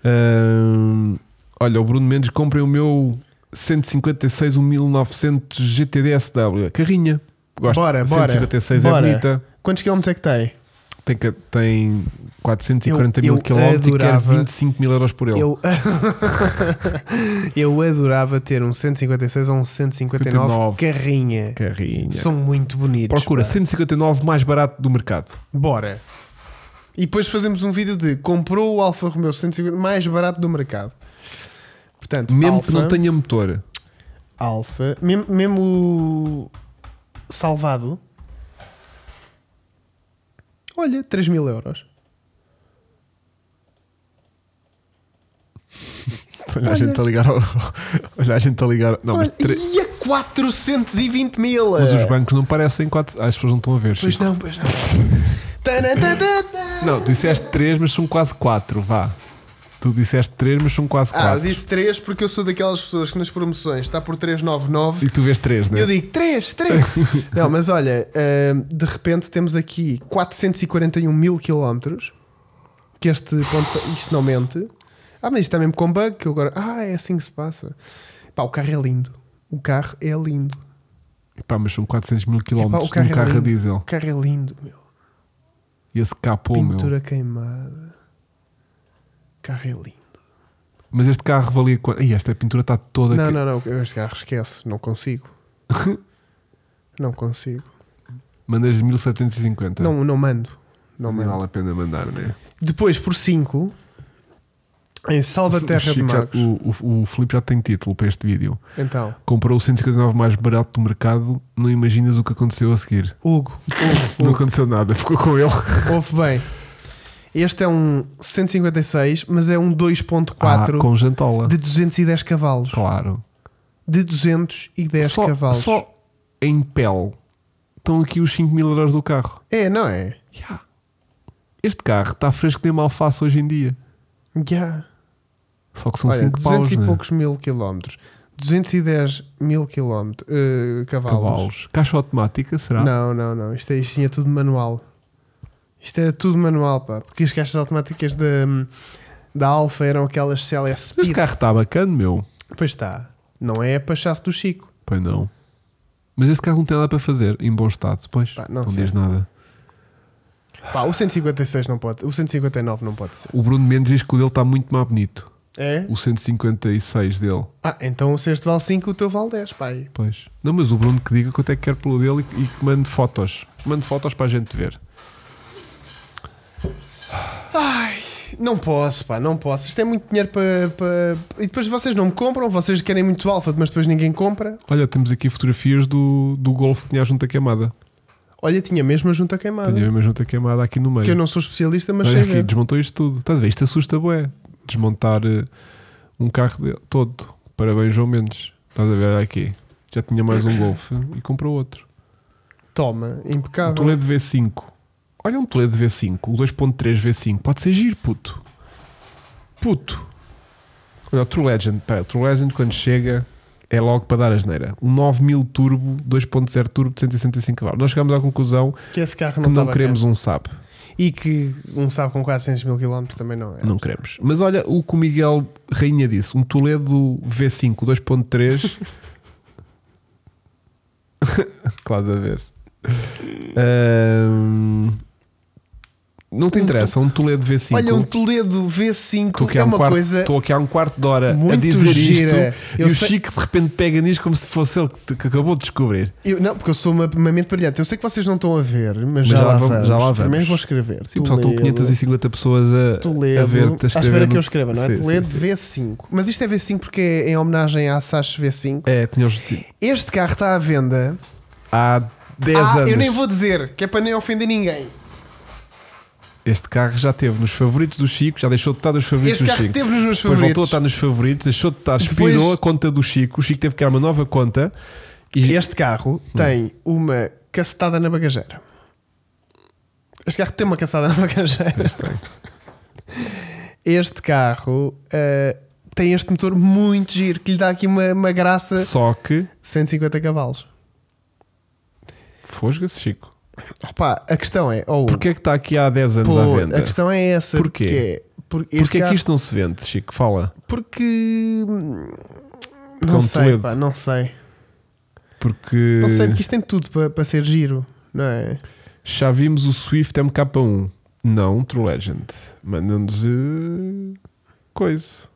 [SPEAKER 2] Ahm, olha, o Bruno Mendes comprem o meu 156 o 1900 GTD SW. Carrinha. Gosto.
[SPEAKER 1] Bora, bora,
[SPEAKER 2] 156 é
[SPEAKER 1] bora.
[SPEAKER 2] bonita.
[SPEAKER 1] Quantos quilómetros é que tem?
[SPEAKER 2] tem, que- tem 440
[SPEAKER 1] Eu-
[SPEAKER 2] mil
[SPEAKER 1] eu
[SPEAKER 2] quilómetros e quer
[SPEAKER 1] adorava-
[SPEAKER 2] 25 mil euros por ele.
[SPEAKER 1] Eu, [LAUGHS] eu adorava ter um 156 ou um 159
[SPEAKER 2] 59.
[SPEAKER 1] carrinha.
[SPEAKER 2] Carrinha.
[SPEAKER 1] São muito bonitos.
[SPEAKER 2] Procura
[SPEAKER 1] pá.
[SPEAKER 2] 159 mais barato do mercado.
[SPEAKER 1] Bora. E depois fazemos um vídeo de comprou o Alfa Romeo 150 mais barato do mercado. Portanto,
[SPEAKER 2] Mesmo
[SPEAKER 1] Alfa,
[SPEAKER 2] que não tenha motor.
[SPEAKER 1] Alfa, mesmo, mesmo o salvado. Olha, 3 mil euros.
[SPEAKER 2] Olha, a gente está a ligar. ao- [LAUGHS] Olha, a gente está a ligar. Não, mas,
[SPEAKER 1] Olha, é.
[SPEAKER 2] tre-
[SPEAKER 1] E a 420 mil!
[SPEAKER 2] mas os bancos não parecem 4. As pessoas não estão a ver.
[SPEAKER 1] Pois
[SPEAKER 2] Chico.
[SPEAKER 1] não,
[SPEAKER 2] [LAUGHS]
[SPEAKER 1] pois não. Tanantatantã.
[SPEAKER 2] Não, tu disseste 3, mas são quase 4. Vá. Tu disseste 3, mas são quase
[SPEAKER 1] Ah,
[SPEAKER 2] 4.
[SPEAKER 1] disse 3 porque eu sou daquelas pessoas que nas promoções está por 399
[SPEAKER 2] E tu vês 3, né?
[SPEAKER 1] Eu digo 3,
[SPEAKER 2] [LAUGHS]
[SPEAKER 1] 3. não, mas olha, hum, de repente temos aqui 441 mil quilómetros. Que este ponto, isto não mente. Ah, mas isto está mesmo com bug. Que eu agora, ah, é assim que se passa. Pá, o carro é lindo. O carro é lindo.
[SPEAKER 2] Pá, mas são 400 mil
[SPEAKER 1] Epá, o
[SPEAKER 2] quilómetros de um
[SPEAKER 1] carro, é
[SPEAKER 2] carro a
[SPEAKER 1] lindo. O
[SPEAKER 2] diesel.
[SPEAKER 1] carro é lindo, meu.
[SPEAKER 2] E esse capô, meu.
[SPEAKER 1] Pintura queimada. O carro é lindo.
[SPEAKER 2] Mas este carro valia quanto? Ih, esta pintura está toda.
[SPEAKER 1] Não,
[SPEAKER 2] que-
[SPEAKER 1] não, não. Este carro esquece. Não
[SPEAKER 2] [LAUGHS]
[SPEAKER 1] consigo. não consigo.
[SPEAKER 2] Mandas 1750.
[SPEAKER 1] Não, não mando. Não
[SPEAKER 2] Nem
[SPEAKER 1] mando.
[SPEAKER 2] vale a pena mandar, né?
[SPEAKER 1] Depois, por 5, em Salvaterra
[SPEAKER 2] O
[SPEAKER 1] de
[SPEAKER 2] Chico já-
[SPEAKER 1] Magos.
[SPEAKER 2] o, o, o Filipe já tem título para este vídeo.
[SPEAKER 1] Então,
[SPEAKER 2] Comprou o 159 mais barato do mercado. Não imaginas o que aconteceu a seguir.
[SPEAKER 1] Hugo, Hugo,
[SPEAKER 2] Não
[SPEAKER 1] Hugo,
[SPEAKER 2] aconteceu nada, [LAUGHS] ficou com ele.
[SPEAKER 1] ouve bem. Este é um 156, mas é um 2.4
[SPEAKER 2] Ah, com jantola.
[SPEAKER 1] de 210 cavalos.
[SPEAKER 2] Claro.
[SPEAKER 1] De 210
[SPEAKER 2] só,
[SPEAKER 1] cavalos.
[SPEAKER 2] só em pele estão aqui os 5 mil euros do carro.
[SPEAKER 1] É, não é?
[SPEAKER 2] Ya. Este carro está fresco nem mal alface hoje em dia.
[SPEAKER 1] Já.
[SPEAKER 2] Só que são
[SPEAKER 1] Olha,
[SPEAKER 2] 5
[SPEAKER 1] 200
[SPEAKER 2] paus,
[SPEAKER 1] e
[SPEAKER 2] né?
[SPEAKER 1] poucos mil quilómetros. 210 mil quilómetros. eh, cavalos.
[SPEAKER 2] cavalos. Caixa automática, será?
[SPEAKER 1] Não, não, não. Isto, é- isto tinha tudo manual. Isto era tudo manual, pá. Porque as caixas automáticas da, da Alfa eram aquelas CLS
[SPEAKER 2] Este
[SPEAKER 1] Speed.
[SPEAKER 2] carro está bacana, meu.
[SPEAKER 1] Pois está. Não é para chasse do Chico.
[SPEAKER 2] Pois não. Mas este carro não tem nada para fazer, em bom estado. Pois,
[SPEAKER 1] Pá, não
[SPEAKER 2] não,
[SPEAKER 1] sei.
[SPEAKER 2] diz nada.
[SPEAKER 1] Pá, o 156 não pode. O 159 não pode ser.
[SPEAKER 2] O Bruno Mendes diz que o dele está tá muito mais bonito.
[SPEAKER 1] É?
[SPEAKER 2] O 156 dele.
[SPEAKER 1] Ah, então se este vale 5, o teu vale 10, pai.
[SPEAKER 2] Pois. Não, mas o Bruno que diga quanto é que quer pelo dele e, e que mande fotos. Mande fotos para a gente ver.
[SPEAKER 1] Ai, não posso, pá, não posso. Isto é muito dinheiro para. para- E depois vocês não me compram, vocês querem muito Alfa, mas depois ninguém compra.
[SPEAKER 2] Olha, temos aqui fotografias do, do Golf que tinha a junta queimada.
[SPEAKER 1] Olha, tinha mesmo a junta queimada.
[SPEAKER 2] Tinha a junta queimada aqui no meio.
[SPEAKER 1] Ah. Que eu não sou especialista, mas
[SPEAKER 2] Olha
[SPEAKER 1] sei.
[SPEAKER 2] aqui,
[SPEAKER 1] ver.
[SPEAKER 2] desmontou isto tudo. Estás a ver? Isto assusta, bué. Desmontar eh, um carro dele todo. Parabéns, João Mendes. Estás a ver Olha aqui? Já tinha mais um Golf e comprou outro.
[SPEAKER 1] Toma,
[SPEAKER 2] Um
[SPEAKER 1] impecável.
[SPEAKER 2] Toledo V5. Olha um Toledo V5, o 2.3 V5. Pode ser giro, puto. Puto. Olha, o True Legend. Pera, o True Legend quando chega é logo para dar a geneira. Um 9000 turbo, 2.0 turbo de 165 cavalos. Nós chegamos à conclusão
[SPEAKER 1] Que esse carro
[SPEAKER 2] que
[SPEAKER 1] não,
[SPEAKER 2] não
[SPEAKER 1] tá
[SPEAKER 2] queremos um SAP.
[SPEAKER 1] bacana. E que um sabe com 400 mil quilómetros também não é.
[SPEAKER 2] Não queremos. Mas olha o que o Miguel Rainha disse: um Toledo V5 [LAUGHS] 2.3. Estás a ver. Ahm, não te interessa, um Toledo V5.
[SPEAKER 1] Olha, um Toledo V5
[SPEAKER 2] Estou aqui,
[SPEAKER 1] é
[SPEAKER 2] há um
[SPEAKER 1] uma
[SPEAKER 2] quarto,
[SPEAKER 1] coisa.
[SPEAKER 2] estou aqui há um quarto de hora a
[SPEAKER 1] muito
[SPEAKER 2] dizer
[SPEAKER 1] gira.
[SPEAKER 2] isto e
[SPEAKER 1] Eu
[SPEAKER 2] o
[SPEAKER 1] sei-
[SPEAKER 2] Chico de repente pega nisto como se fosse ele que, que acabou de descobrir.
[SPEAKER 1] Eu- não, porque eu sou uma, uma mente brilhante. Eu sei que vocês não estão a ver, mas, já,
[SPEAKER 2] já
[SPEAKER 1] lá
[SPEAKER 2] vamos-
[SPEAKER 1] vamos.
[SPEAKER 2] já lá vamos.
[SPEAKER 1] Também vou escrever.
[SPEAKER 2] Sim, pessoal, estão
[SPEAKER 1] Toledo,
[SPEAKER 2] 550 pessoas a,
[SPEAKER 1] Toledo.
[SPEAKER 2] a ver-te a
[SPEAKER 1] à espera
[SPEAKER 2] escrever
[SPEAKER 1] que
[SPEAKER 2] no-
[SPEAKER 1] eu escreva, não é?
[SPEAKER 2] Sim, sim,
[SPEAKER 1] Toledo
[SPEAKER 2] sim.
[SPEAKER 1] V5. Mas isto é V5 porque é em homenagem à Sash V5.
[SPEAKER 2] É, tinha os-
[SPEAKER 1] Este carro está à venda.
[SPEAKER 2] há 10
[SPEAKER 1] ah,
[SPEAKER 2] anos.
[SPEAKER 1] eu nem vou dizer, que é para nem ofender ninguém.
[SPEAKER 2] Este carro já teve nos favoritos do Chico, já deixou de estar nos favoritos
[SPEAKER 1] Este
[SPEAKER 2] do
[SPEAKER 1] carro
[SPEAKER 2] Chico.
[SPEAKER 1] teve nos meus
[SPEAKER 2] Depois voltou a
[SPEAKER 1] favoritos.
[SPEAKER 2] estar nos favoritos, deixou de estar, expirou
[SPEAKER 1] Depois-
[SPEAKER 2] a conta do Chico. O Chico teve que criar uma nova conta e Hum.
[SPEAKER 1] Este carro tem uma cacetada na bagageira. Este carro tem uma cacetada na [LAUGHS] bagageira. Este carro eh, tem este motor muito giro que lhe dá aqui uma, uma graça.
[SPEAKER 2] só que
[SPEAKER 1] 150 cavalos.
[SPEAKER 2] fosga-se, Chico.
[SPEAKER 1] Repá, a questão é. Oh,
[SPEAKER 2] Porquê é que está aqui há 10 anos
[SPEAKER 1] pô,
[SPEAKER 2] à venda?
[SPEAKER 1] A questão é essa.
[SPEAKER 2] Porquê?
[SPEAKER 1] Porque, é, por- este
[SPEAKER 2] Porquê é
[SPEAKER 1] carro-
[SPEAKER 2] que isto não se vende, Chico? Fala.
[SPEAKER 1] Porque. hum,
[SPEAKER 2] é
[SPEAKER 1] Não
[SPEAKER 2] um
[SPEAKER 1] sei,
[SPEAKER 2] Toledo.
[SPEAKER 1] pá, não sei.
[SPEAKER 2] Porque
[SPEAKER 1] Não sei, porque isto tem tudo para, para ser giro, não é?
[SPEAKER 2] Já vimos o Swift MK1. Não, True Legend. Mandam-nos eh, coisa.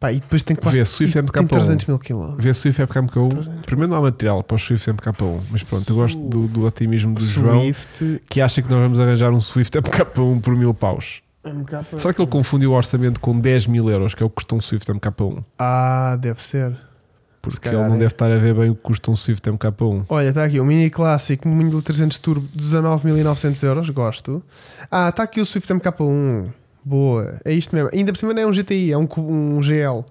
[SPEAKER 1] Pá, e depois tem quase
[SPEAKER 2] Vê, é Swift
[SPEAKER 1] e-
[SPEAKER 2] MK1.
[SPEAKER 1] tem 300 mil quilómetros.
[SPEAKER 2] Vê Swift MK1. Primeiro não há material para os Swift MK1, mas pronto, eu gosto do, do otimismo do João
[SPEAKER 1] Swift,
[SPEAKER 2] que acha que nós vamos arranjar um Swift MK1 por mil paus.
[SPEAKER 1] MK...
[SPEAKER 2] Será que ele confundiu o orçamento com 10 mil euros, que é o que custa um Swift MK1?
[SPEAKER 1] Ah, deve ser. Se
[SPEAKER 2] Porque
[SPEAKER 1] calhar
[SPEAKER 2] ele não
[SPEAKER 1] é.
[SPEAKER 2] deve estar a ver bem o que custa um Swift MK1.
[SPEAKER 1] Olha, está aqui o Mini Clássico, um Mini 300 Turbo, 19.900 euros, gosto. Ah, está aqui o Swift MK1, boa, é isto mesmo. Ainda por cima não é um GTI, é um, cu- um GL.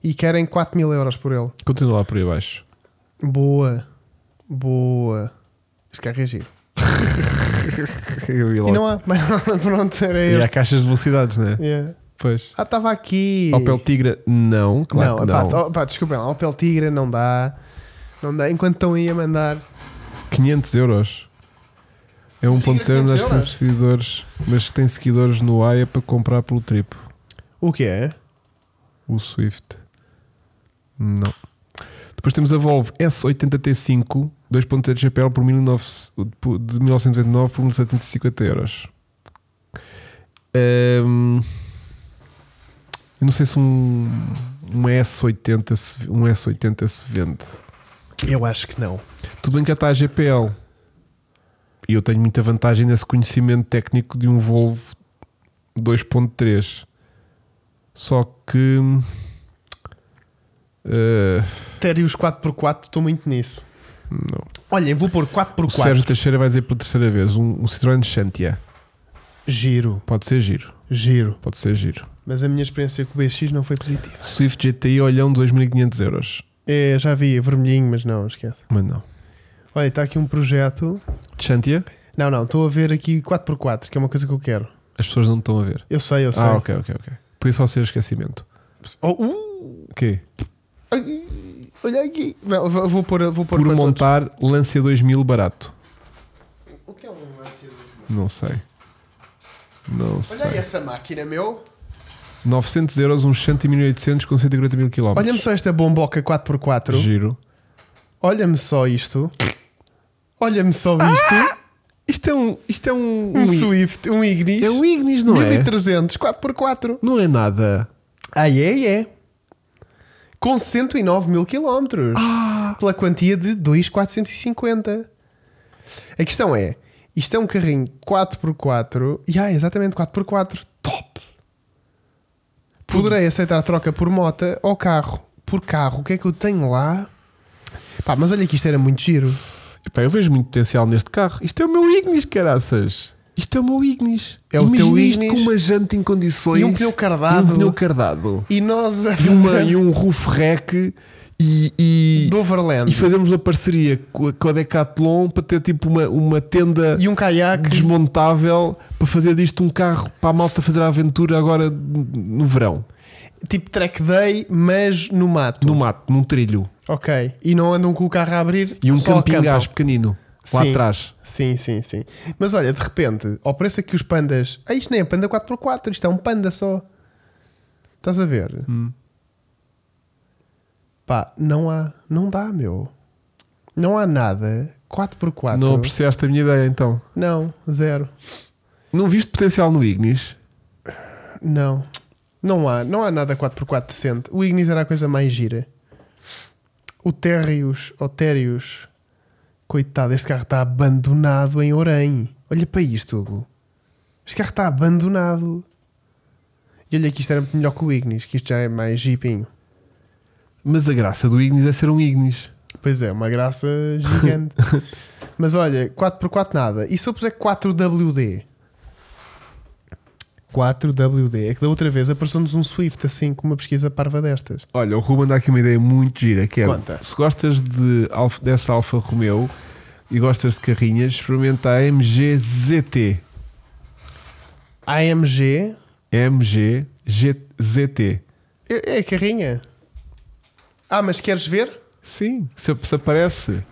[SPEAKER 1] E querem 4.000 euros por ele.
[SPEAKER 2] Continua lá por aí [LAUGHS] abaixo.
[SPEAKER 1] Boa, boa. Este carro é giro.
[SPEAKER 2] Eu vi
[SPEAKER 1] E
[SPEAKER 2] logo.
[SPEAKER 1] não há, [LAUGHS] mas não, pronto, era
[SPEAKER 2] E há
[SPEAKER 1] este.
[SPEAKER 2] caixas de velocidades, né?
[SPEAKER 1] Yeah.
[SPEAKER 2] é Pois.
[SPEAKER 1] Ah, estava aqui.
[SPEAKER 2] Opel Tigra, não, claro
[SPEAKER 1] não,
[SPEAKER 2] que
[SPEAKER 1] pá,
[SPEAKER 2] não.
[SPEAKER 1] oh, pá, desculpem lá, Opel Tigra não dá. Não dá. Enquanto estão aí a mandar.
[SPEAKER 2] 500 euros. É 1.0
[SPEAKER 1] 500
[SPEAKER 2] nas tem
[SPEAKER 1] euros?
[SPEAKER 2] seguidores, mas tem seguidores no AIA para comprar pelo triplo.
[SPEAKER 1] O que é?
[SPEAKER 2] O Swift. Não. Depois temos a Volvo S80T5 2.0 GPL por 1900 por- de 1929 por 1750 euros. Hum, eu não sei se um, um S80 se, um S80 se vende.
[SPEAKER 1] Eu acho que não.
[SPEAKER 2] Tudo bem que já está a GPL. E eu tenho muita vantagem nesse conhecimento técnico de um Volvo 2.3. Só que. eh,
[SPEAKER 1] Ter os 4x4, estou muito nisso.
[SPEAKER 2] não.
[SPEAKER 1] Olhem, vou pôr 4x4.
[SPEAKER 2] O Sérgio Teixeira vai dizer pela terceira vez: um, um Citroën Xantia.
[SPEAKER 1] Giro,
[SPEAKER 2] Pode ser giro.
[SPEAKER 1] giro.
[SPEAKER 2] Pode ser giro.
[SPEAKER 1] Mas a minha experiência com o BX não foi positiva.
[SPEAKER 2] Swift GTI olhão 2500 euros.
[SPEAKER 1] É, já vi, é vermelhinho, mas não, esquece.
[SPEAKER 2] Mas não.
[SPEAKER 1] Olha, está aqui um projeto.
[SPEAKER 2] Xantia?
[SPEAKER 1] Não, não, estou a ver aqui 4x4, que é uma coisa que eu quero.
[SPEAKER 2] As pessoas não estão a ver.
[SPEAKER 1] Eu sei, eu sei.
[SPEAKER 2] Ah, ok, ok, ok. Por isso ao ser esquecimento.
[SPEAKER 1] Oh, uh,
[SPEAKER 2] Ok.
[SPEAKER 1] ai, olha aqui. Não, vou, vou pôr, vou pôr
[SPEAKER 2] Por
[SPEAKER 1] para
[SPEAKER 2] montar, Lancia 2000 barato.
[SPEAKER 1] todos. O que é um lance do-
[SPEAKER 2] Não sei. Não
[SPEAKER 1] Olha aí
[SPEAKER 2] sei.
[SPEAKER 1] essa máquina, meu.
[SPEAKER 2] 900 euros, uns 100.800 com 140 mil km.
[SPEAKER 1] Olha-me só esta bomboca 4x4.
[SPEAKER 2] Giro.
[SPEAKER 1] Olha-me só isto. Olha-me só isto.
[SPEAKER 2] Isto é um. Isto é um.
[SPEAKER 1] um Swift, um Ignis.
[SPEAKER 2] É um Ignis, não é?
[SPEAKER 1] 1300, 4x4.
[SPEAKER 2] Não é nada. Ah,
[SPEAKER 1] Aí é, é. Com 109 mil quilómetros.
[SPEAKER 2] Ah.
[SPEAKER 1] Pela quantia de 2,450. A questão é: isto é um carrinho 4x4. E ah, exatamente 4x4. Top! Poderei aceitar a troca por mota ou carro. Por carro, o que é que eu tenho lá? Pá, mas olha que isto era muito giro.
[SPEAKER 2] Epá, eu vejo muito potencial neste carro. Isto é o meu Ignis, caraças. Isto é o meu Ignis.
[SPEAKER 1] É o
[SPEAKER 2] Imagina
[SPEAKER 1] teu
[SPEAKER 2] isto
[SPEAKER 1] Ignis.
[SPEAKER 2] com uma janta em condições.
[SPEAKER 1] E um pneu cardado.
[SPEAKER 2] E um pneu cardado.
[SPEAKER 1] E nós a [LAUGHS]
[SPEAKER 2] E, uma- e
[SPEAKER 1] fazer
[SPEAKER 2] um roof rack. E, e, um
[SPEAKER 1] do Overland.
[SPEAKER 2] e fazemos uma parceria com a, com a Decathlon para ter tipo uma, uma tenda.
[SPEAKER 1] E um caiaque.
[SPEAKER 2] desmontável para fazer disto um carro para a malta fazer a aventura agora no verão,
[SPEAKER 1] Tipo track day, mas no mato.
[SPEAKER 2] no mato, num trilho
[SPEAKER 1] Ok. E não andam com o carro a abrir.
[SPEAKER 2] e um
[SPEAKER 1] só
[SPEAKER 2] camping
[SPEAKER 1] acampam.
[SPEAKER 2] gás pequenino lá
[SPEAKER 1] Sim.
[SPEAKER 2] atrás.
[SPEAKER 1] Sim, sim, sim. Mas olha, de repente, ao preço que os pandas. Ah, isto nem é panda 4x4, isto é um panda só. Estás a ver?
[SPEAKER 2] Hum.
[SPEAKER 1] Pá, não há. Não dá, meu. Não há nada. 4x4.
[SPEAKER 2] Não apreciaste a minha ideia então.
[SPEAKER 1] Não, zero.
[SPEAKER 2] Não viste potencial no Ignis?
[SPEAKER 1] Não. Não há, não há nada 4x4 decente. O Ignis era a coisa mais gira. O Terrius, o Terrius, coitado, este carro está abandonado em Orem. Olha para isto, Hugo. Este carro está abandonado. E olha que isto era muito melhor que o Ignis, que isto já é mais jipinho.
[SPEAKER 2] Mas a graça do Ignis é ser um Ignis.
[SPEAKER 1] Pois é, uma graça [LAUGHS] gigante. Mas olha, 4x4 nada. E se eu puser 4WD? 4WD. É que da outra vez apareceu-nos um Swift assim com uma pesquisa parva destas.
[SPEAKER 2] Olha, o Ruben dá aqui uma ideia muito gira que é
[SPEAKER 1] Conta.
[SPEAKER 2] se gostas de, Alfa- dessa Alfa Romeo e gostas de carrinhas, experimenta a MG ZT.
[SPEAKER 1] AMG
[SPEAKER 2] MG ZT.
[SPEAKER 1] é é a carrinha. Ah, mas queres ver?
[SPEAKER 2] Sim, se, se aparece.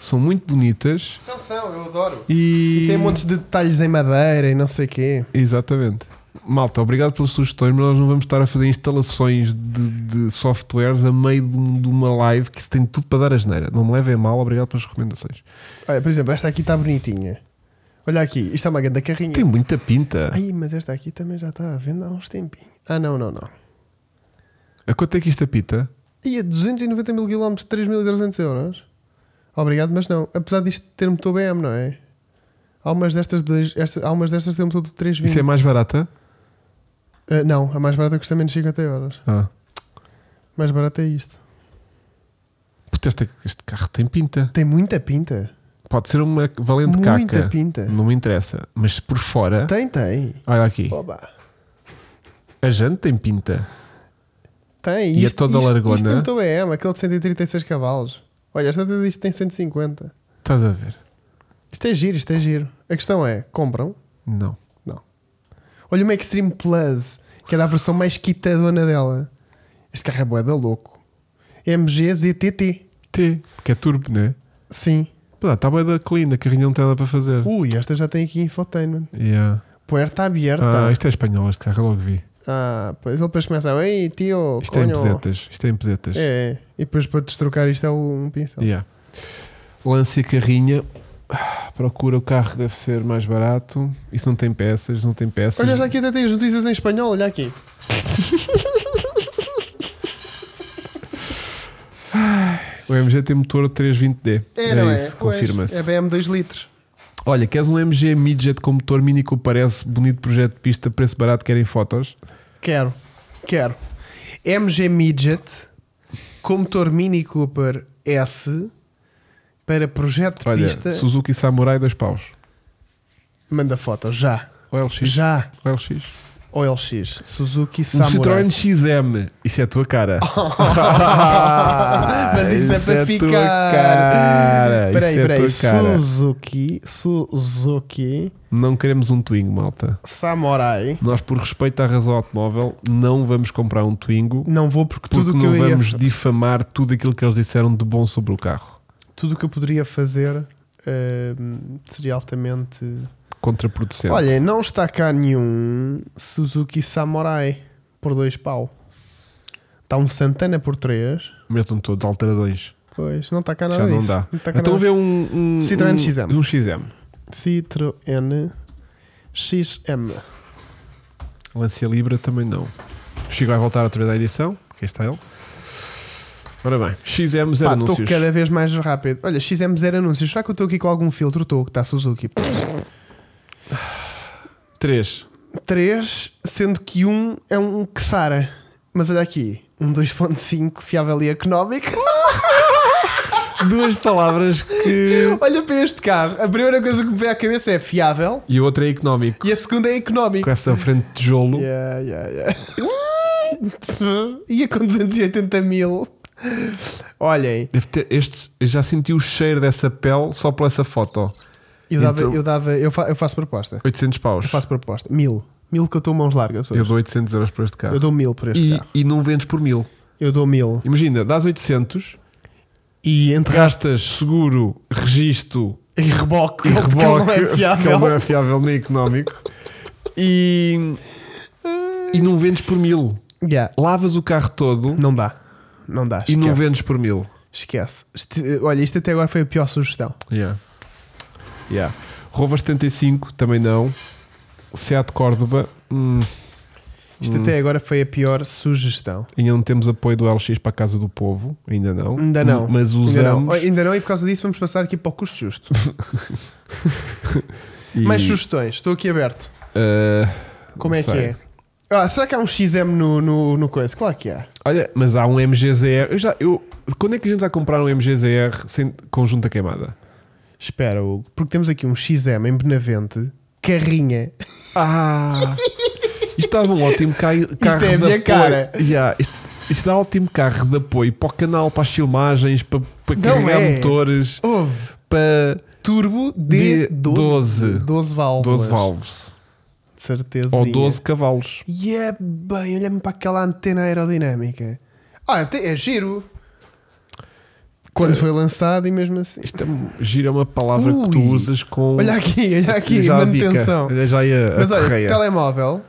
[SPEAKER 2] São muito bonitas
[SPEAKER 1] São, são, eu adoro. um
[SPEAKER 2] e.
[SPEAKER 1] Tem montes de detalhes em madeira e não sei o quê.
[SPEAKER 2] Exatamente. Malta, obrigado pelas sugestões, mas nós não vamos estar a fazer instalações de, de softwares a meio de, um- de uma live que se tem tudo para dar a geneira. Não me levem a mal, obrigado pelas recomendações.
[SPEAKER 1] Olha, por exemplo, esta aqui está bonitinha. Olha aqui, isto é uma grande carrinha.
[SPEAKER 2] Tem muita pinta.
[SPEAKER 1] Ai, mas esta aqui também já está à venda há uns tempinhos. Ah, não, não, não.
[SPEAKER 2] A quanto é que isto apita?
[SPEAKER 1] E a 290 mil km, 3.300 euros. Obrigado, mas não. Apesar disto ter motor BM, não é? Há umas destas, dois, esta, há umas destas que têm um motor de 320.
[SPEAKER 2] Isso é mais barata?
[SPEAKER 1] Ah, não, a mais barata custa menos 50 euros.
[SPEAKER 2] Ah.
[SPEAKER 1] Mais barata é isto.
[SPEAKER 2] Puta, este, este carro tem pinta.
[SPEAKER 1] Tem muita pinta.
[SPEAKER 2] Pode ser uma valente
[SPEAKER 1] Muita
[SPEAKER 2] um caca.
[SPEAKER 1] pinta.
[SPEAKER 2] Não é? me interessa. Mas por fora.
[SPEAKER 1] Tem, tem.
[SPEAKER 2] Olha aqui.
[SPEAKER 1] Oba.
[SPEAKER 2] A jante tem pinta.
[SPEAKER 1] Tem.
[SPEAKER 2] E é
[SPEAKER 1] isto-
[SPEAKER 2] toda
[SPEAKER 1] isto-
[SPEAKER 2] largona.
[SPEAKER 1] Isto é um motor BM, aquele de 136 cavalos. Olha, esta até diz que tem 150.
[SPEAKER 2] Estás a ver?
[SPEAKER 1] Isto é giro, isto é giro. A questão é, compram?
[SPEAKER 2] Não.
[SPEAKER 1] Olha uma Extreme Plus, que era a versão mais quitadona dela. Este carro é bué da louco. MG ZTT.
[SPEAKER 2] T, porque é turbo, né?
[SPEAKER 1] Sim.
[SPEAKER 2] Está bem da clean, a carrinha não tem nada para fazer.
[SPEAKER 1] Ui, esta já tem aqui infotainment.
[SPEAKER 2] Yeah.
[SPEAKER 1] Puerta
[SPEAKER 2] Ah,
[SPEAKER 1] aberta.
[SPEAKER 2] isto é espanhol, este carro, eu logo vi.
[SPEAKER 1] Ah, pois ele depois começa a... Ei, tio,
[SPEAKER 2] Isto é em
[SPEAKER 1] coño."
[SPEAKER 2] pesetas. Isto é em pesetas.
[SPEAKER 1] É, é. E depois para destrocar isto é um pincel.
[SPEAKER 2] Yeah. Lance a carrinha. Ah, Procura o carro que deve ser mais barato. Isso não tem peças, não tem peças.
[SPEAKER 1] Olha, esta aqui até tem as notícias em espanhol, olha aqui.
[SPEAKER 2] O MG tem motor 320D.
[SPEAKER 1] É, não é?
[SPEAKER 2] isso,
[SPEAKER 1] Pois,
[SPEAKER 2] confirma-se.
[SPEAKER 1] É BM 2 litros.
[SPEAKER 2] Olha, queres um MG midget com motor mini que parece bonito projeto de pista, preço barato, querem fotos?
[SPEAKER 1] Quero, quero. MG Midget com motor Mini Cooper S para projeto de
[SPEAKER 2] Olha,
[SPEAKER 1] pista.
[SPEAKER 2] Suzuki Samurai, dois paus.
[SPEAKER 1] Manda foto, já.
[SPEAKER 2] OLX.
[SPEAKER 1] Já.
[SPEAKER 2] OLX.
[SPEAKER 1] OLX, Suzuki
[SPEAKER 2] Um
[SPEAKER 1] Samurai.
[SPEAKER 2] Citroën [LAUGHS] XM. Isso é a tua cara.
[SPEAKER 1] [LAUGHS] Mas isso, é para
[SPEAKER 2] tua
[SPEAKER 1] ficar.
[SPEAKER 2] cara.
[SPEAKER 1] Peraí,
[SPEAKER 2] Isso é a
[SPEAKER 1] peraí.
[SPEAKER 2] tua cara.
[SPEAKER 1] Suzuki, Suzuki
[SPEAKER 2] Não queremos um Twingo, malta.
[SPEAKER 1] Samurai.
[SPEAKER 2] Nós, por respeito à razão automóvel, não vamos comprar um Twingo
[SPEAKER 1] Não vou porque,
[SPEAKER 2] porque
[SPEAKER 1] tudo o que eu
[SPEAKER 2] não
[SPEAKER 1] iria,
[SPEAKER 2] vamos difamar tudo aquilo que eles disseram de bom sobre o carro.
[SPEAKER 1] tudo o que eu poderia fazer hum, seria altamente
[SPEAKER 2] Contraproducente.
[SPEAKER 1] Olha, é- não está cá nenhum Suzuki Samurai por dois pau. Está um Santana por três.
[SPEAKER 2] Metam todos alteradões.
[SPEAKER 1] Pois, não está cá nada
[SPEAKER 2] Já não
[SPEAKER 1] disso.
[SPEAKER 2] dá.
[SPEAKER 1] está cá
[SPEAKER 2] Então
[SPEAKER 1] nada.
[SPEAKER 2] vê um, um
[SPEAKER 1] Citroën
[SPEAKER 2] um-
[SPEAKER 1] XM.
[SPEAKER 2] Um XM.
[SPEAKER 1] Citroën XM.
[SPEAKER 2] Lancia Libra também não. O Chico vai voltar outra vez à edição, porque está ele. Ora bem, XM zero
[SPEAKER 1] Pá, estou
[SPEAKER 2] anúncios.
[SPEAKER 1] cada vez mais rápido. Olha, XM zero anúncios. Será que eu estou aqui com algum filtro? Estou, que está Suzuki.
[SPEAKER 2] 3.
[SPEAKER 1] Três, sendo que um é um Xara. Mas olha aqui, um 2.5 fiável e económico.
[SPEAKER 2] Duas
[SPEAKER 1] [LAUGHS]
[SPEAKER 2] palavras que.
[SPEAKER 1] Olha para este carro. A primeira coisa que me vem à cabeça é fiável
[SPEAKER 2] E a outra é económico.
[SPEAKER 1] e a segunda é económico.
[SPEAKER 2] Com essa frente de tijolo.
[SPEAKER 1] Yeah, yeah, yeah. [LAUGHS] Ia com 280 mil. Olhem,
[SPEAKER 2] Deve ter este, eu já senti o cheiro dessa pele só por essa foto.
[SPEAKER 1] eu dava,
[SPEAKER 2] Então-
[SPEAKER 1] eu, dava eu, fa- eu faço proposta.
[SPEAKER 2] 800 paus.
[SPEAKER 1] Eu faço proposta. Mil. Mil que eu estou mãos largas. hoje.
[SPEAKER 2] Eu dou 800 euros por este carro.
[SPEAKER 1] Eu dou mil por este
[SPEAKER 2] e,
[SPEAKER 1] carro.
[SPEAKER 2] e não vendes por mil.
[SPEAKER 1] Eu dou mil.
[SPEAKER 2] Imagina, dás 800,
[SPEAKER 1] E entre
[SPEAKER 2] gastas seguro, registro
[SPEAKER 1] e reboque,
[SPEAKER 2] e
[SPEAKER 1] que
[SPEAKER 2] reboque,
[SPEAKER 1] não é
[SPEAKER 2] que ele
[SPEAKER 1] fiável.
[SPEAKER 2] não é fiável nem económico, e, e não vendes por mil.
[SPEAKER 1] Yeah.
[SPEAKER 2] Lavas o carro todo
[SPEAKER 1] Não dá. Não dá.
[SPEAKER 2] e
[SPEAKER 1] Esquece.
[SPEAKER 2] não vendes por mil.
[SPEAKER 1] Esquece. Este- olha, isto até agora foi a pior sugestão.
[SPEAKER 2] Yeah. Yeah. Rover 75, também não. Seat Córdoba, hum,
[SPEAKER 1] Isto até agora foi a pior sugestão.
[SPEAKER 2] ainda não temos apoio do LX para a Casa do Povo, ainda não.
[SPEAKER 1] Ainda não.
[SPEAKER 2] Mas
[SPEAKER 1] Ainda não.
[SPEAKER 2] usamos.
[SPEAKER 1] Ainda não, e por causa disso vamos passar aqui para o custo justo. Mais
[SPEAKER 2] e,
[SPEAKER 1] sugestões, estou aqui aberto.
[SPEAKER 2] eh,
[SPEAKER 1] Como é
[SPEAKER 2] Sei.
[SPEAKER 1] que é? Ah, será que há um XM no, no, no coisa? Claro que há.
[SPEAKER 2] Olha, mas há um MGZR. Eu já, eu, quando é que a gente vai comprar um MGZR sem conjunta queimada?
[SPEAKER 1] Espera, Hugo, porque temos aqui um XM em Benavente, carrinha.
[SPEAKER 2] Ah! [LAUGHS] Isto estava um ótimo cai- carro
[SPEAKER 1] é a
[SPEAKER 2] de
[SPEAKER 1] minha
[SPEAKER 2] apoio.
[SPEAKER 1] cara.
[SPEAKER 2] Yeah, isto, isto dá ótimo carro de apoio para o canal, para as filmagens, para, para
[SPEAKER 1] Não
[SPEAKER 2] carregar
[SPEAKER 1] é.
[SPEAKER 2] motores,
[SPEAKER 1] Houve
[SPEAKER 2] para
[SPEAKER 1] turbo
[SPEAKER 2] D12.
[SPEAKER 1] D12. 12 válvulas.
[SPEAKER 2] 12 valves
[SPEAKER 1] De certeza.
[SPEAKER 2] ou 12 cavalos.
[SPEAKER 1] E é bem, olha-me para aquela antena aerodinâmica. Ah, até é giro. Quando foi lançado e mesmo assim.
[SPEAKER 2] Isto é, um- gira uma palavra que tu
[SPEAKER 1] Ui.
[SPEAKER 2] usas
[SPEAKER 1] [LAUGHS]
[SPEAKER 2] com.
[SPEAKER 1] Olha Tá aqui, olha aqui,
[SPEAKER 2] Já a bica.
[SPEAKER 1] manutenção.
[SPEAKER 2] Olha já aí a, a
[SPEAKER 1] Mas olha, é-
[SPEAKER 2] correia.
[SPEAKER 1] telemóvel,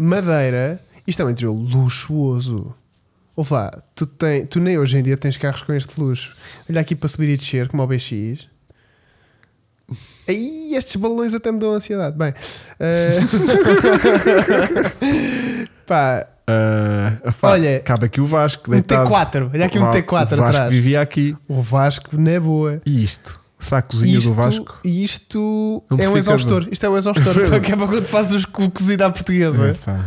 [SPEAKER 1] Madeira, isto é um interior luxuoso. Ouve lá, tu, tem, tu nem hoje em dia tens carros com este luxo. Olha aqui para subir e descer, como ao BX. Aí estes balões até me dão ansiedade. Bem, eh, [LAUGHS] pá,
[SPEAKER 2] Ah, afá,
[SPEAKER 1] Olha,
[SPEAKER 2] cabe aqui o Vasco.
[SPEAKER 1] um
[SPEAKER 2] Deitado.
[SPEAKER 1] T4. Olha aqui um
[SPEAKER 2] O Va-
[SPEAKER 1] T4
[SPEAKER 2] o Vasco
[SPEAKER 1] atrás.
[SPEAKER 2] vivia aqui.
[SPEAKER 1] o Vasco na boa.
[SPEAKER 2] E isto? Será a cozinha do Vasco?
[SPEAKER 1] isto é um
[SPEAKER 2] Amplificador.
[SPEAKER 1] exaustor. Isto é um exaustor.
[SPEAKER 2] [LAUGHS]
[SPEAKER 1] Porque é para quando fazes co- cozida à portuguesa.
[SPEAKER 2] Epá,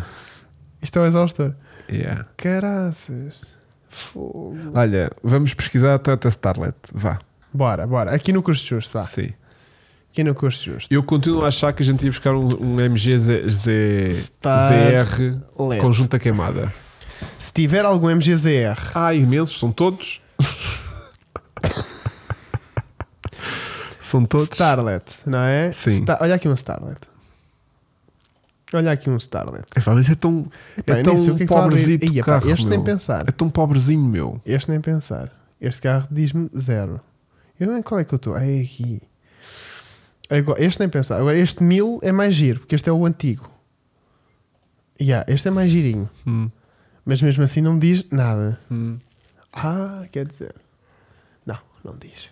[SPEAKER 1] Isto é um exaustor.
[SPEAKER 2] yeah.
[SPEAKER 1] Caraças. Fogo.
[SPEAKER 2] Olha, vamos pesquisar a Toyota Starlet. Vá.
[SPEAKER 1] Bora, bora. Aqui no custo justo, vá.
[SPEAKER 2] Sim.
[SPEAKER 1] Aqui no custo justo.
[SPEAKER 2] Eu continuo a achar que a gente ia buscar um, um MG Z, Z-
[SPEAKER 1] Star-
[SPEAKER 2] ZR
[SPEAKER 1] Lento.
[SPEAKER 2] conjunta queimada.
[SPEAKER 1] Se tiver algum MGZR,
[SPEAKER 2] Há imensos, são todos. [LAUGHS] são todos.
[SPEAKER 1] Starlet, não é?
[SPEAKER 2] Sim.
[SPEAKER 1] Sta- Olha aqui um Starlet. Olha aqui um Starlet.
[SPEAKER 2] Epá, mas é tão,
[SPEAKER 1] Epá,
[SPEAKER 2] é
[SPEAKER 1] eu
[SPEAKER 2] tão
[SPEAKER 1] nem sei o que é que está a abrir.
[SPEAKER 2] pobrezito
[SPEAKER 1] Ia,
[SPEAKER 2] o
[SPEAKER 1] pá,
[SPEAKER 2] carro.
[SPEAKER 1] este nem
[SPEAKER 2] meu.
[SPEAKER 1] pensar.
[SPEAKER 2] É tão pobrezinho, meu.
[SPEAKER 1] Este nem pensar. Este carro diz-me zero. Eu nem qual é que eu estou? É aqui. Agora, este nem pensar. Agora, este 1000 é mais giro, porque este é o antigo. Yeah, este é mais girinho.
[SPEAKER 2] Hum,
[SPEAKER 1] Mas mesmo assim não me diz nada.
[SPEAKER 2] hum.
[SPEAKER 1] Ah, quer dizer. Não, não diz.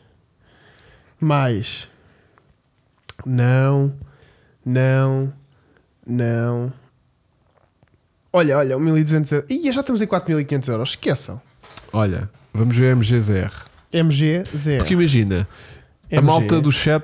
[SPEAKER 1] Mas. Não. Não. Não. Olha, olha, 1200 euros. Ih, já estamos em 4500 euros. Esqueçam.
[SPEAKER 2] Olha, vamos ver MG ZR.
[SPEAKER 1] MG, zero.
[SPEAKER 2] Porque imagina, a
[SPEAKER 1] MG.
[SPEAKER 2] malta do chat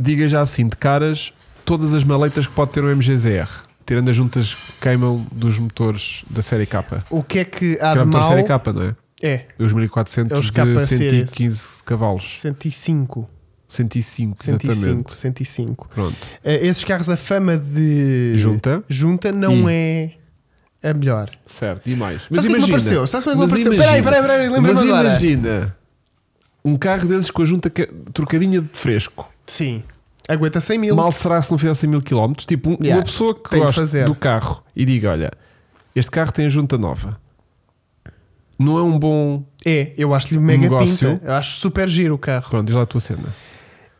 [SPEAKER 2] diga já assim de caras todas as maletas que pode ter o MGZR, tirando as juntas que queimam dos motores da série K. Que
[SPEAKER 1] O que é que há
[SPEAKER 2] era
[SPEAKER 1] de
[SPEAKER 2] o motor
[SPEAKER 1] mal?
[SPEAKER 2] série K, não é?
[SPEAKER 1] É,
[SPEAKER 2] Os 1400
[SPEAKER 1] É os
[SPEAKER 2] de
[SPEAKER 1] K series.
[SPEAKER 2] 115 cavalos.
[SPEAKER 1] 105.
[SPEAKER 2] 105,
[SPEAKER 1] 105,
[SPEAKER 2] exatamente.
[SPEAKER 1] 105.
[SPEAKER 2] Pronto.
[SPEAKER 1] Eh, esses carros, a fama de.
[SPEAKER 2] Junta.
[SPEAKER 1] Junta não é a melhor.
[SPEAKER 2] Certo, e mais.
[SPEAKER 1] Sabe o que é que me apareceu? Sabe como é que me
[SPEAKER 2] mas
[SPEAKER 1] apareceu? Peraí,
[SPEAKER 2] imagina-
[SPEAKER 1] peraí, peraí, lembra-me
[SPEAKER 2] Mas
[SPEAKER 1] agora.
[SPEAKER 2] imagina, um carro desses com a junta que- trocadinha de fresco.
[SPEAKER 1] Sim. Aguenta 100 mil.
[SPEAKER 2] Mal será se não fizesse mil quilómetros? Tipo, um-
[SPEAKER 1] Yeah,
[SPEAKER 2] uma pessoa que
[SPEAKER 1] tem de
[SPEAKER 2] gosta
[SPEAKER 1] fazer.
[SPEAKER 2] do carro e diga: Olha, este carro tem a junta nova, não é um bom.
[SPEAKER 1] É, eu acho-lhe mega
[SPEAKER 2] Negócio.
[SPEAKER 1] pinta. Eu acho super giro o carro.
[SPEAKER 2] Pronto, diz lá a tua cena.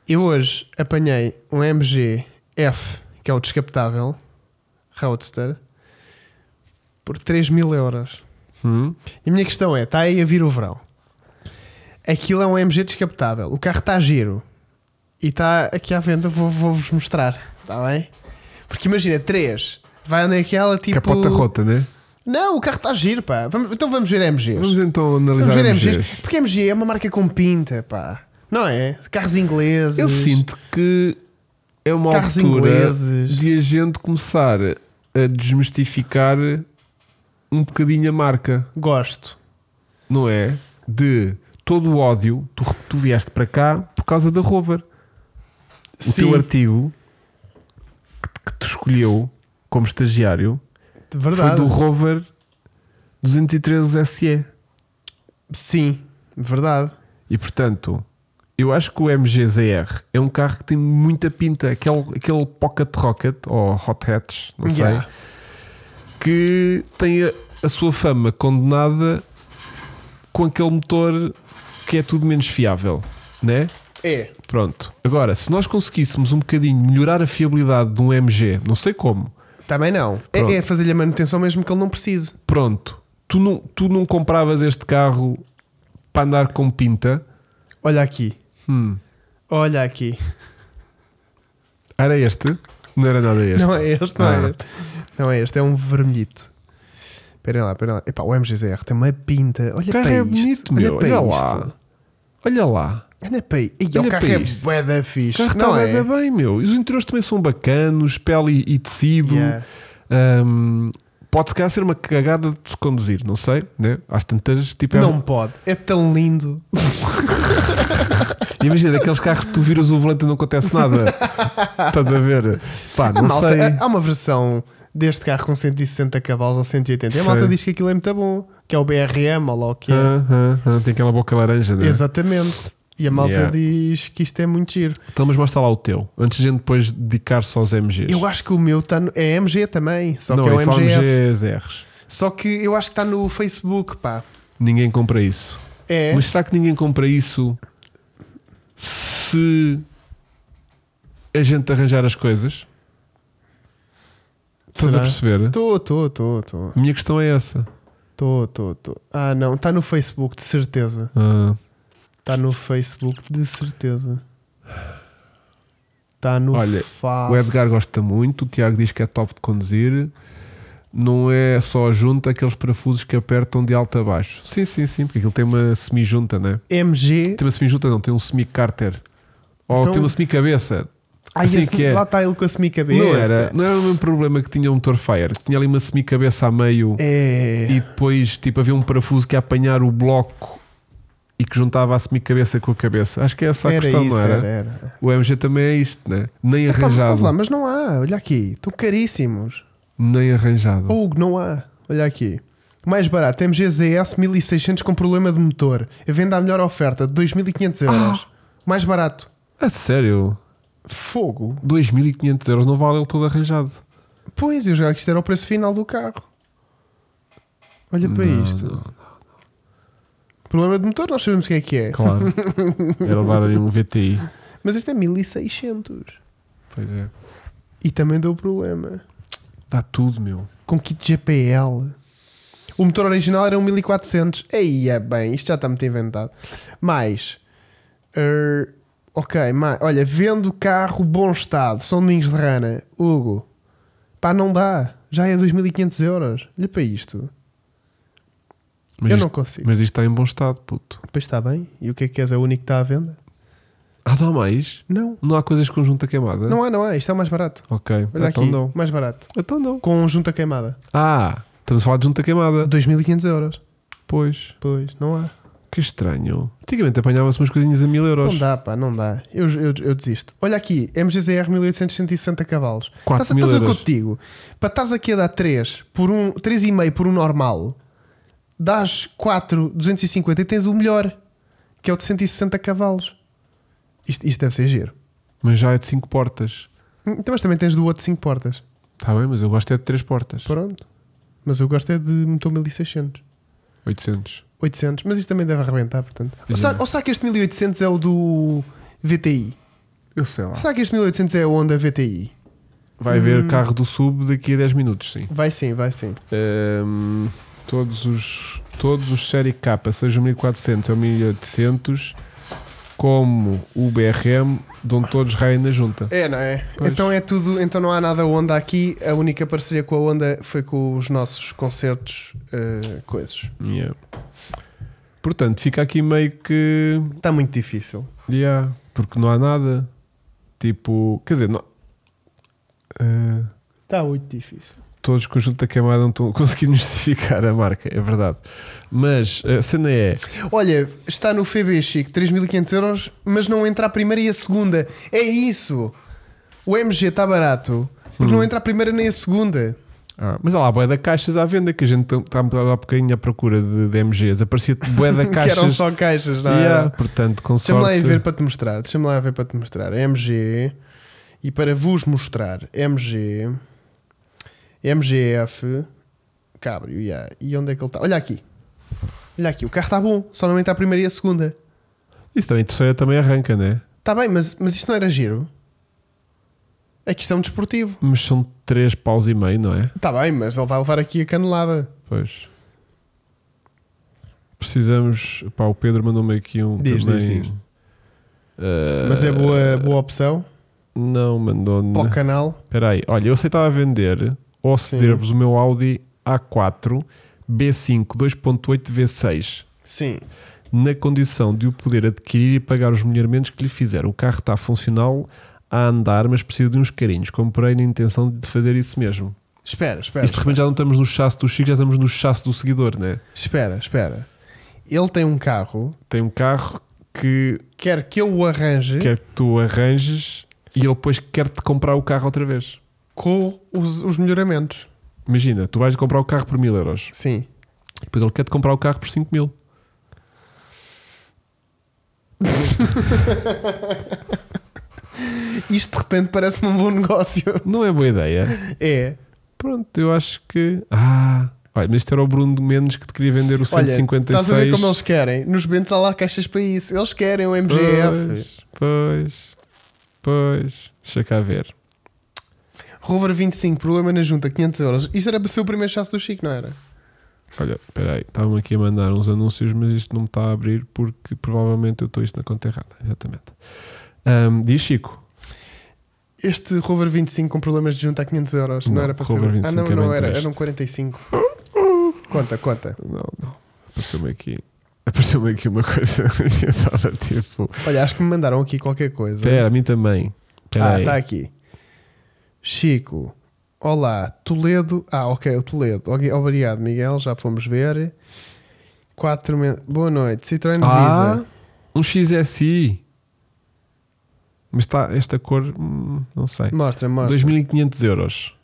[SPEAKER 1] Eu hoje apanhei um MG F, que é o descapotável, Roadster, por 3 mil euros.
[SPEAKER 2] Hum?
[SPEAKER 1] E a minha questão é: está aí a vir o verão. Aquilo é um MG descapotável. O carro está giro. E está aqui à venda, vou- vou-vos mostrar. Está bem? Porque imagina, 3. Vai naquela tipo.
[SPEAKER 2] Capota rota, né?
[SPEAKER 1] Não, o carro está giro, pá. Vamos- então vamos ver MGs.
[SPEAKER 2] Vamos então
[SPEAKER 1] Vamos
[SPEAKER 2] analisar
[SPEAKER 1] ver
[SPEAKER 2] MGs.
[SPEAKER 1] MGs. Porque MG é uma marca com pinta, pá. Não é? Carros ingleses.
[SPEAKER 2] Eu sinto que é uma
[SPEAKER 1] Carros
[SPEAKER 2] altura
[SPEAKER 1] ingleses.
[SPEAKER 2] de a gente começar a desmistificar um bocadinho a marca.
[SPEAKER 1] Gosto.
[SPEAKER 2] não é? De todo o ódio, tu, tu vieste para cá por causa da Rover. O
[SPEAKER 1] Sim.
[SPEAKER 2] teu artigo que, que te escolheu como estagiário
[SPEAKER 1] De verdade.
[SPEAKER 2] foi do Rover 213 SE.
[SPEAKER 1] Sim, verdade.
[SPEAKER 2] E portanto, eu acho que o MGZR é um carro que tem muita pinta, aquele, aquele Pocket Rocket ou Hot Hatch, não sei,
[SPEAKER 1] Yeah.
[SPEAKER 2] que tem a, a sua fama condenada com aquele motor que é tudo menos fiável, né?
[SPEAKER 1] É.
[SPEAKER 2] Pronto. Agora, se nós conseguíssemos um bocadinho melhorar a fiabilidade de um MG, não sei como,
[SPEAKER 1] Também não. É,
[SPEAKER 2] Pronto.
[SPEAKER 1] é fazer-lhe a manutenção mesmo que ele não precise.
[SPEAKER 2] pronto, tu não, tu não compravas este carro para andar com pinta.
[SPEAKER 1] Olha aqui.
[SPEAKER 2] Hum.
[SPEAKER 1] Olha aqui.
[SPEAKER 2] Era este? Não era nada este.
[SPEAKER 1] Não é este, não
[SPEAKER 2] Ah.
[SPEAKER 1] é este. Não é este, é um vermelhito. Esperem lá, esperem lá. Epá, o MGZR tem uma pinta. Olha
[SPEAKER 2] O carro
[SPEAKER 1] para
[SPEAKER 2] é
[SPEAKER 1] isto.
[SPEAKER 2] bonito,
[SPEAKER 1] olha
[SPEAKER 2] meu.
[SPEAKER 1] para
[SPEAKER 2] Olha
[SPEAKER 1] isto.
[SPEAKER 2] lá. Olha lá.
[SPEAKER 1] Olha para isto. Ih,
[SPEAKER 2] Olha
[SPEAKER 1] O carro
[SPEAKER 2] para
[SPEAKER 1] é
[SPEAKER 2] isto.
[SPEAKER 1] bué da
[SPEAKER 2] O
[SPEAKER 1] fixe.
[SPEAKER 2] carro
[SPEAKER 1] Não
[SPEAKER 2] está
[SPEAKER 1] é?
[SPEAKER 2] é? bem, meu. E os interiores também são bacanos, pele e tecido.
[SPEAKER 1] Yeah.
[SPEAKER 2] Ahm, pode se calhar ser uma cagada de se conduzir, não sei, né? Às tantas, tipo, é-
[SPEAKER 1] Não pode. É tão lindo.
[SPEAKER 2] imagina aqueles carros que tu viras o volante e não acontece nada. Estás a ver? Pá,
[SPEAKER 1] Há,
[SPEAKER 2] não
[SPEAKER 1] malta, é
[SPEAKER 2] sei.
[SPEAKER 1] há- há uma versão deste carro com 160 cavalos ou 180. E a malta
[SPEAKER 2] Sei.
[SPEAKER 1] diz que aquilo é muito bom, que é o BRM ou lá o que é.
[SPEAKER 2] Ah, ah, ah, tem aquela boca laranja, né?
[SPEAKER 1] Exatamente. E a malta
[SPEAKER 2] Yeah.
[SPEAKER 1] diz que isto é muito giro.
[SPEAKER 2] Então, mas mostra lá o teu. Antes de a gente depois dedicar-se aos MGs.
[SPEAKER 1] Eu acho que o meu tá no, é MG também, só
[SPEAKER 2] não,
[SPEAKER 1] que é o
[SPEAKER 2] isso há
[SPEAKER 1] MGF.
[SPEAKER 2] MGs.
[SPEAKER 1] Só que eu acho que está no Facebook, pá.
[SPEAKER 2] Ninguém compra isso.
[SPEAKER 1] É.
[SPEAKER 2] Mas será que ninguém compra isso se a gente arranjar as coisas? Estás a
[SPEAKER 1] Será?
[SPEAKER 2] perceber?
[SPEAKER 1] Estou, estou, estou, estou.
[SPEAKER 2] A minha questão é essa.
[SPEAKER 1] Estou, estou, estou. Ah, não, está no Facebook, de certeza.
[SPEAKER 2] Ah,
[SPEAKER 1] Está no Facebook, de certeza. Está no
[SPEAKER 2] Olha,
[SPEAKER 1] Face.
[SPEAKER 2] o Edgar gosta muito, o Tiago diz que é top de conduzir. Não é só a junta, aqueles parafusos que apertam de alto a baixo. Sim, sim, sim, porque aquilo tem uma semi-junta, né?
[SPEAKER 1] MG.
[SPEAKER 2] Tem uma semi-junta, não, tem um semi-cárter. Ou
[SPEAKER 1] Então-
[SPEAKER 2] tem uma semi-cabeça.
[SPEAKER 1] Ai,
[SPEAKER 2] assim
[SPEAKER 1] esse-
[SPEAKER 2] que é.
[SPEAKER 1] Lá está ele com a semi-cabeça.
[SPEAKER 2] Não era, não era o mesmo problema que tinha o motor Fire, que tinha ali uma semi-cabeça a meio
[SPEAKER 1] É.
[SPEAKER 2] e depois tipo havia um parafuso que ia apanhar o bloco e que juntava a semi-cabeça com a cabeça. Acho que é essa a
[SPEAKER 1] era
[SPEAKER 2] questão,
[SPEAKER 1] isso,
[SPEAKER 2] não era?
[SPEAKER 1] era, era.
[SPEAKER 2] O MG também é isto, né? Nem
[SPEAKER 1] Epá,
[SPEAKER 2] arranjado.
[SPEAKER 1] vamos lá, mas não há, olha aqui. Estão caríssimos.
[SPEAKER 2] Nem arranjado.
[SPEAKER 1] Hugo, não há. Olha aqui. Mais barato, MG ZS 1600 com problema de motor. A venda à melhor oferta, 2500 euros.
[SPEAKER 2] Ah!
[SPEAKER 1] Mais barato.
[SPEAKER 2] A sério?
[SPEAKER 1] Fogo.
[SPEAKER 2] 2500 euros não vale ele todo arranjado.
[SPEAKER 1] Pois, eu já que isto era o preço final do carro. Olha para
[SPEAKER 2] Não,
[SPEAKER 1] isto.
[SPEAKER 2] não.
[SPEAKER 1] Problema de motor, nós sabemos o que é que é. [LAUGHS]
[SPEAKER 2] Claro. Era levar ali um VTI.
[SPEAKER 1] Mas este é 1600.
[SPEAKER 2] Pois é.
[SPEAKER 1] E também deu problema.
[SPEAKER 2] Dá tudo, meu.
[SPEAKER 1] Com kit GPL. O motor original era 1400. Aí é bem, isto já está muito inventado. Mais. er, ok, mais. Olha, vendo o carro bom estado, são ninhos de rana. Hugo. Pá, não dá. Já é 2500 euros. Olha para isto.
[SPEAKER 2] Mas,
[SPEAKER 1] Eu
[SPEAKER 2] isto,
[SPEAKER 1] não consigo.
[SPEAKER 2] mas isto está em bom estado, puto.
[SPEAKER 1] Pois está bem. E o que é que queres? É o único que está à venda?
[SPEAKER 2] Ah, dá mais?
[SPEAKER 1] Não.
[SPEAKER 2] Não há coisas com junta queimada?
[SPEAKER 1] Não há, não há. Isto é o mais barato.
[SPEAKER 2] Ok.
[SPEAKER 1] Olha
[SPEAKER 2] então
[SPEAKER 1] aqui.
[SPEAKER 2] não.
[SPEAKER 1] Mais barato.
[SPEAKER 2] Então não.
[SPEAKER 1] Com junta queimada.
[SPEAKER 2] Ah, estamos a falar de junta queimada.
[SPEAKER 1] 2500 euros.
[SPEAKER 2] Pois.
[SPEAKER 1] Pois, não há.
[SPEAKER 2] Que estranho. Antigamente apanhava-se umas coisinhas a mil euros.
[SPEAKER 1] Não dá, pá, não dá. Eu, eu, eu desisto. Olha aqui, MGZR 1860 cavalos.
[SPEAKER 2] Quatro
[SPEAKER 1] Estás,
[SPEAKER 2] mil
[SPEAKER 1] estás a ver o que eu
[SPEAKER 2] euros.
[SPEAKER 1] te digo? Para estás aqui a dar 3 por um, 3,5 por um normal, dás 4, 250 e tens o melhor, que é o de 160 cavalos. Isto, isto deve ser giro.
[SPEAKER 2] Mas já é de cinco portas.
[SPEAKER 1] Então, mas também tens do outro 5 portas.
[SPEAKER 2] Está bem, mas eu gosto é de três portas.
[SPEAKER 1] Pronto. Mas eu gosto é de motor 1600.
[SPEAKER 2] 800.
[SPEAKER 1] 800, mas isto também deve arrebentar, portanto. Ou
[SPEAKER 2] Exato.
[SPEAKER 1] será, ou será que este 1800 é o do VTI?
[SPEAKER 2] Eu sei lá.
[SPEAKER 1] Será que este 1800 é a Honda VTI?
[SPEAKER 2] Vai
[SPEAKER 1] Hum.
[SPEAKER 2] haver carro do sub daqui a 10 minutos, sim.
[SPEAKER 1] Vai sim, vai sim.
[SPEAKER 2] Ehm, todos os todos os série K, seja o 1400 ou 1800, como o BRM, dão todos raio na junta.
[SPEAKER 1] É, não é?
[SPEAKER 2] Pois.
[SPEAKER 1] Então é tudo, então não há nada Honda aqui. A única parceria com a Honda foi com os nossos concertos eh, coisas.
[SPEAKER 2] Yeah. Portanto, fica aqui meio que.
[SPEAKER 1] Está Tá muito difícil.
[SPEAKER 2] Yeah, porque não há nada. Tipo, quer dizer, não- Eh,
[SPEAKER 1] Está Tá muito difícil.
[SPEAKER 2] todos com a junta queimada não estão conseguindo [LAUGHS] justificar a marca, é verdade. Mas a cena é.
[SPEAKER 1] Olha, está no FB Chic 3.500 euros, mas não entra a primeira e a segunda. É isso! O MG está barato, porque não entra a primeira nem a segunda.
[SPEAKER 2] Ah, mas há lá, bué da caixas à venda, que a gente está há bocadinho à procura de, de MGs. Aparecia bué
[SPEAKER 1] [LAUGHS]
[SPEAKER 2] da
[SPEAKER 1] Que eram
[SPEAKER 2] caixas.
[SPEAKER 1] só caixas, não
[SPEAKER 2] Yeah,
[SPEAKER 1] era?
[SPEAKER 2] Portanto, com
[SPEAKER 1] Deixa-me lá
[SPEAKER 2] sorte,
[SPEAKER 1] ir ver para te mostrar. Deixa-me lá ver para te mostrar. MG. E para vos mostrar, MG. MGF. Cabrio, yeah. E onde é que ele está? Olha aqui. Olha aqui, o carro está bom. Só não entra a primeira e a segunda.
[SPEAKER 2] Isso também, a terceira também arranca, né?
[SPEAKER 1] Está bem, mas, mas isto não era giro. É que isto é um desportivo.
[SPEAKER 2] Mas são 3 paus e meio, não é?
[SPEAKER 1] Está bem, mas ele vai levar aqui a canelada.
[SPEAKER 2] Pois. Precisamos. Pá, o Pedro mandou-me aqui um.
[SPEAKER 1] Diz,
[SPEAKER 2] também,
[SPEAKER 1] diz, diz.
[SPEAKER 2] Ah,
[SPEAKER 1] Mas é boa, boa opção
[SPEAKER 2] Não, mandou-me.
[SPEAKER 1] para o canal.
[SPEAKER 2] Espera aí, olha, eu aceitava vender ou ceder-vos o meu Audi A4 B5 2.8 V6
[SPEAKER 1] Sim.
[SPEAKER 2] na condição de o poder adquirir e pagar os melhoramentos que lhe fizeram. O carro está funcional a andar, mas precisa de uns carinhos. Comprei na intenção de fazer isso mesmo.
[SPEAKER 1] Espera, espera.
[SPEAKER 2] Isto de repente já não estamos no chasse do Chico, já estamos no chasse do seguidor, né?
[SPEAKER 1] Espera, espera. Ele tem um carro.
[SPEAKER 2] Tem um carro que
[SPEAKER 1] Quer que eu o arranje.
[SPEAKER 2] quer que tu arranjes e ele depois quer-te comprar o carro outra vez.
[SPEAKER 1] com os, os melhoramentos.
[SPEAKER 2] Imagina, tu vais comprar o carro por mil euros,
[SPEAKER 1] Sim.
[SPEAKER 2] depois ele quer-te comprar o carro por 5 mil.
[SPEAKER 1] Isto de repente parece-me um bom negócio.
[SPEAKER 2] Não é boa ideia.
[SPEAKER 1] [LAUGHS] É.
[SPEAKER 2] Pronto, eu acho que. Ah! Olha, mas este era o Bruno de Mendes que te queria vender o
[SPEAKER 1] Olha,
[SPEAKER 2] 156.
[SPEAKER 1] estás a ver como eles querem? Nos Bentes há lá caixas para isso. Eles querem o MGF.
[SPEAKER 2] Pois, pois, pois. Deixa cá ver.
[SPEAKER 1] Rover 25, problema na junta, 500 euros. Isto era para ser o primeiro chasse do Chico, não era?
[SPEAKER 2] Olha, espera aí, estavam aqui a mandar uns anúncios, mas isto não me está a abrir porque provavelmente eu estou isto na conta errada. Exatamente. Ahm, diz Chico.
[SPEAKER 1] Este Rover 25 com problemas de junta a 500 euros, não,
[SPEAKER 2] Não,
[SPEAKER 1] era para
[SPEAKER 2] Rover
[SPEAKER 1] ser.
[SPEAKER 2] 25
[SPEAKER 1] ah, não,
[SPEAKER 2] era
[SPEAKER 1] não era,
[SPEAKER 2] este.
[SPEAKER 1] era um 45. Conta, conta.
[SPEAKER 2] Não, não. Apareceu-me aqui. Apareceu-me aqui uma [LAUGHS] coisa. eu estava tipo.
[SPEAKER 1] Olha, acho que me mandaram aqui qualquer coisa.
[SPEAKER 2] Espera, a mim também. Espera
[SPEAKER 1] ah,
[SPEAKER 2] aí.
[SPEAKER 1] está aqui. Chico, olá, Toledo. Ah, ok, o Toledo. Ok, Obrigado, Miguel, já fomos ver. Quatro men- Boa noite, Citroën
[SPEAKER 2] Ah,
[SPEAKER 1] Visa.
[SPEAKER 2] um XSI. Mas está esta cor, hum, não sei.
[SPEAKER 1] Mostra, mostra.
[SPEAKER 2] 2.500 euros.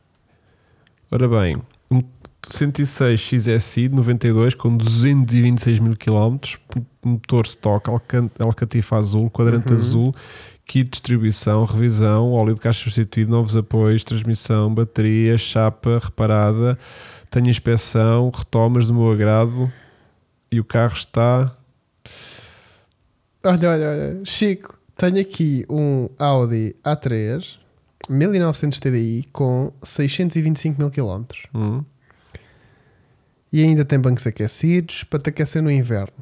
[SPEAKER 2] Ora bem, um 106 XSI de 92 com 226 mil km, motor stock, alcan- alcatifa azul, quadrante
[SPEAKER 1] Uhum.
[SPEAKER 2] azul, kit de distribuição, revisão, óleo de caixa substituído, novos apoios, transmissão, bateria, chapa reparada, tenho inspeção, retomas do meu agrado e o carro está
[SPEAKER 1] Olha, olha, olha. Chico, tenho aqui um Audi A3 1900 TDI com 625 mil km.
[SPEAKER 2] hum,
[SPEAKER 1] E ainda tem bancos aquecidos para te aquecer no inverno.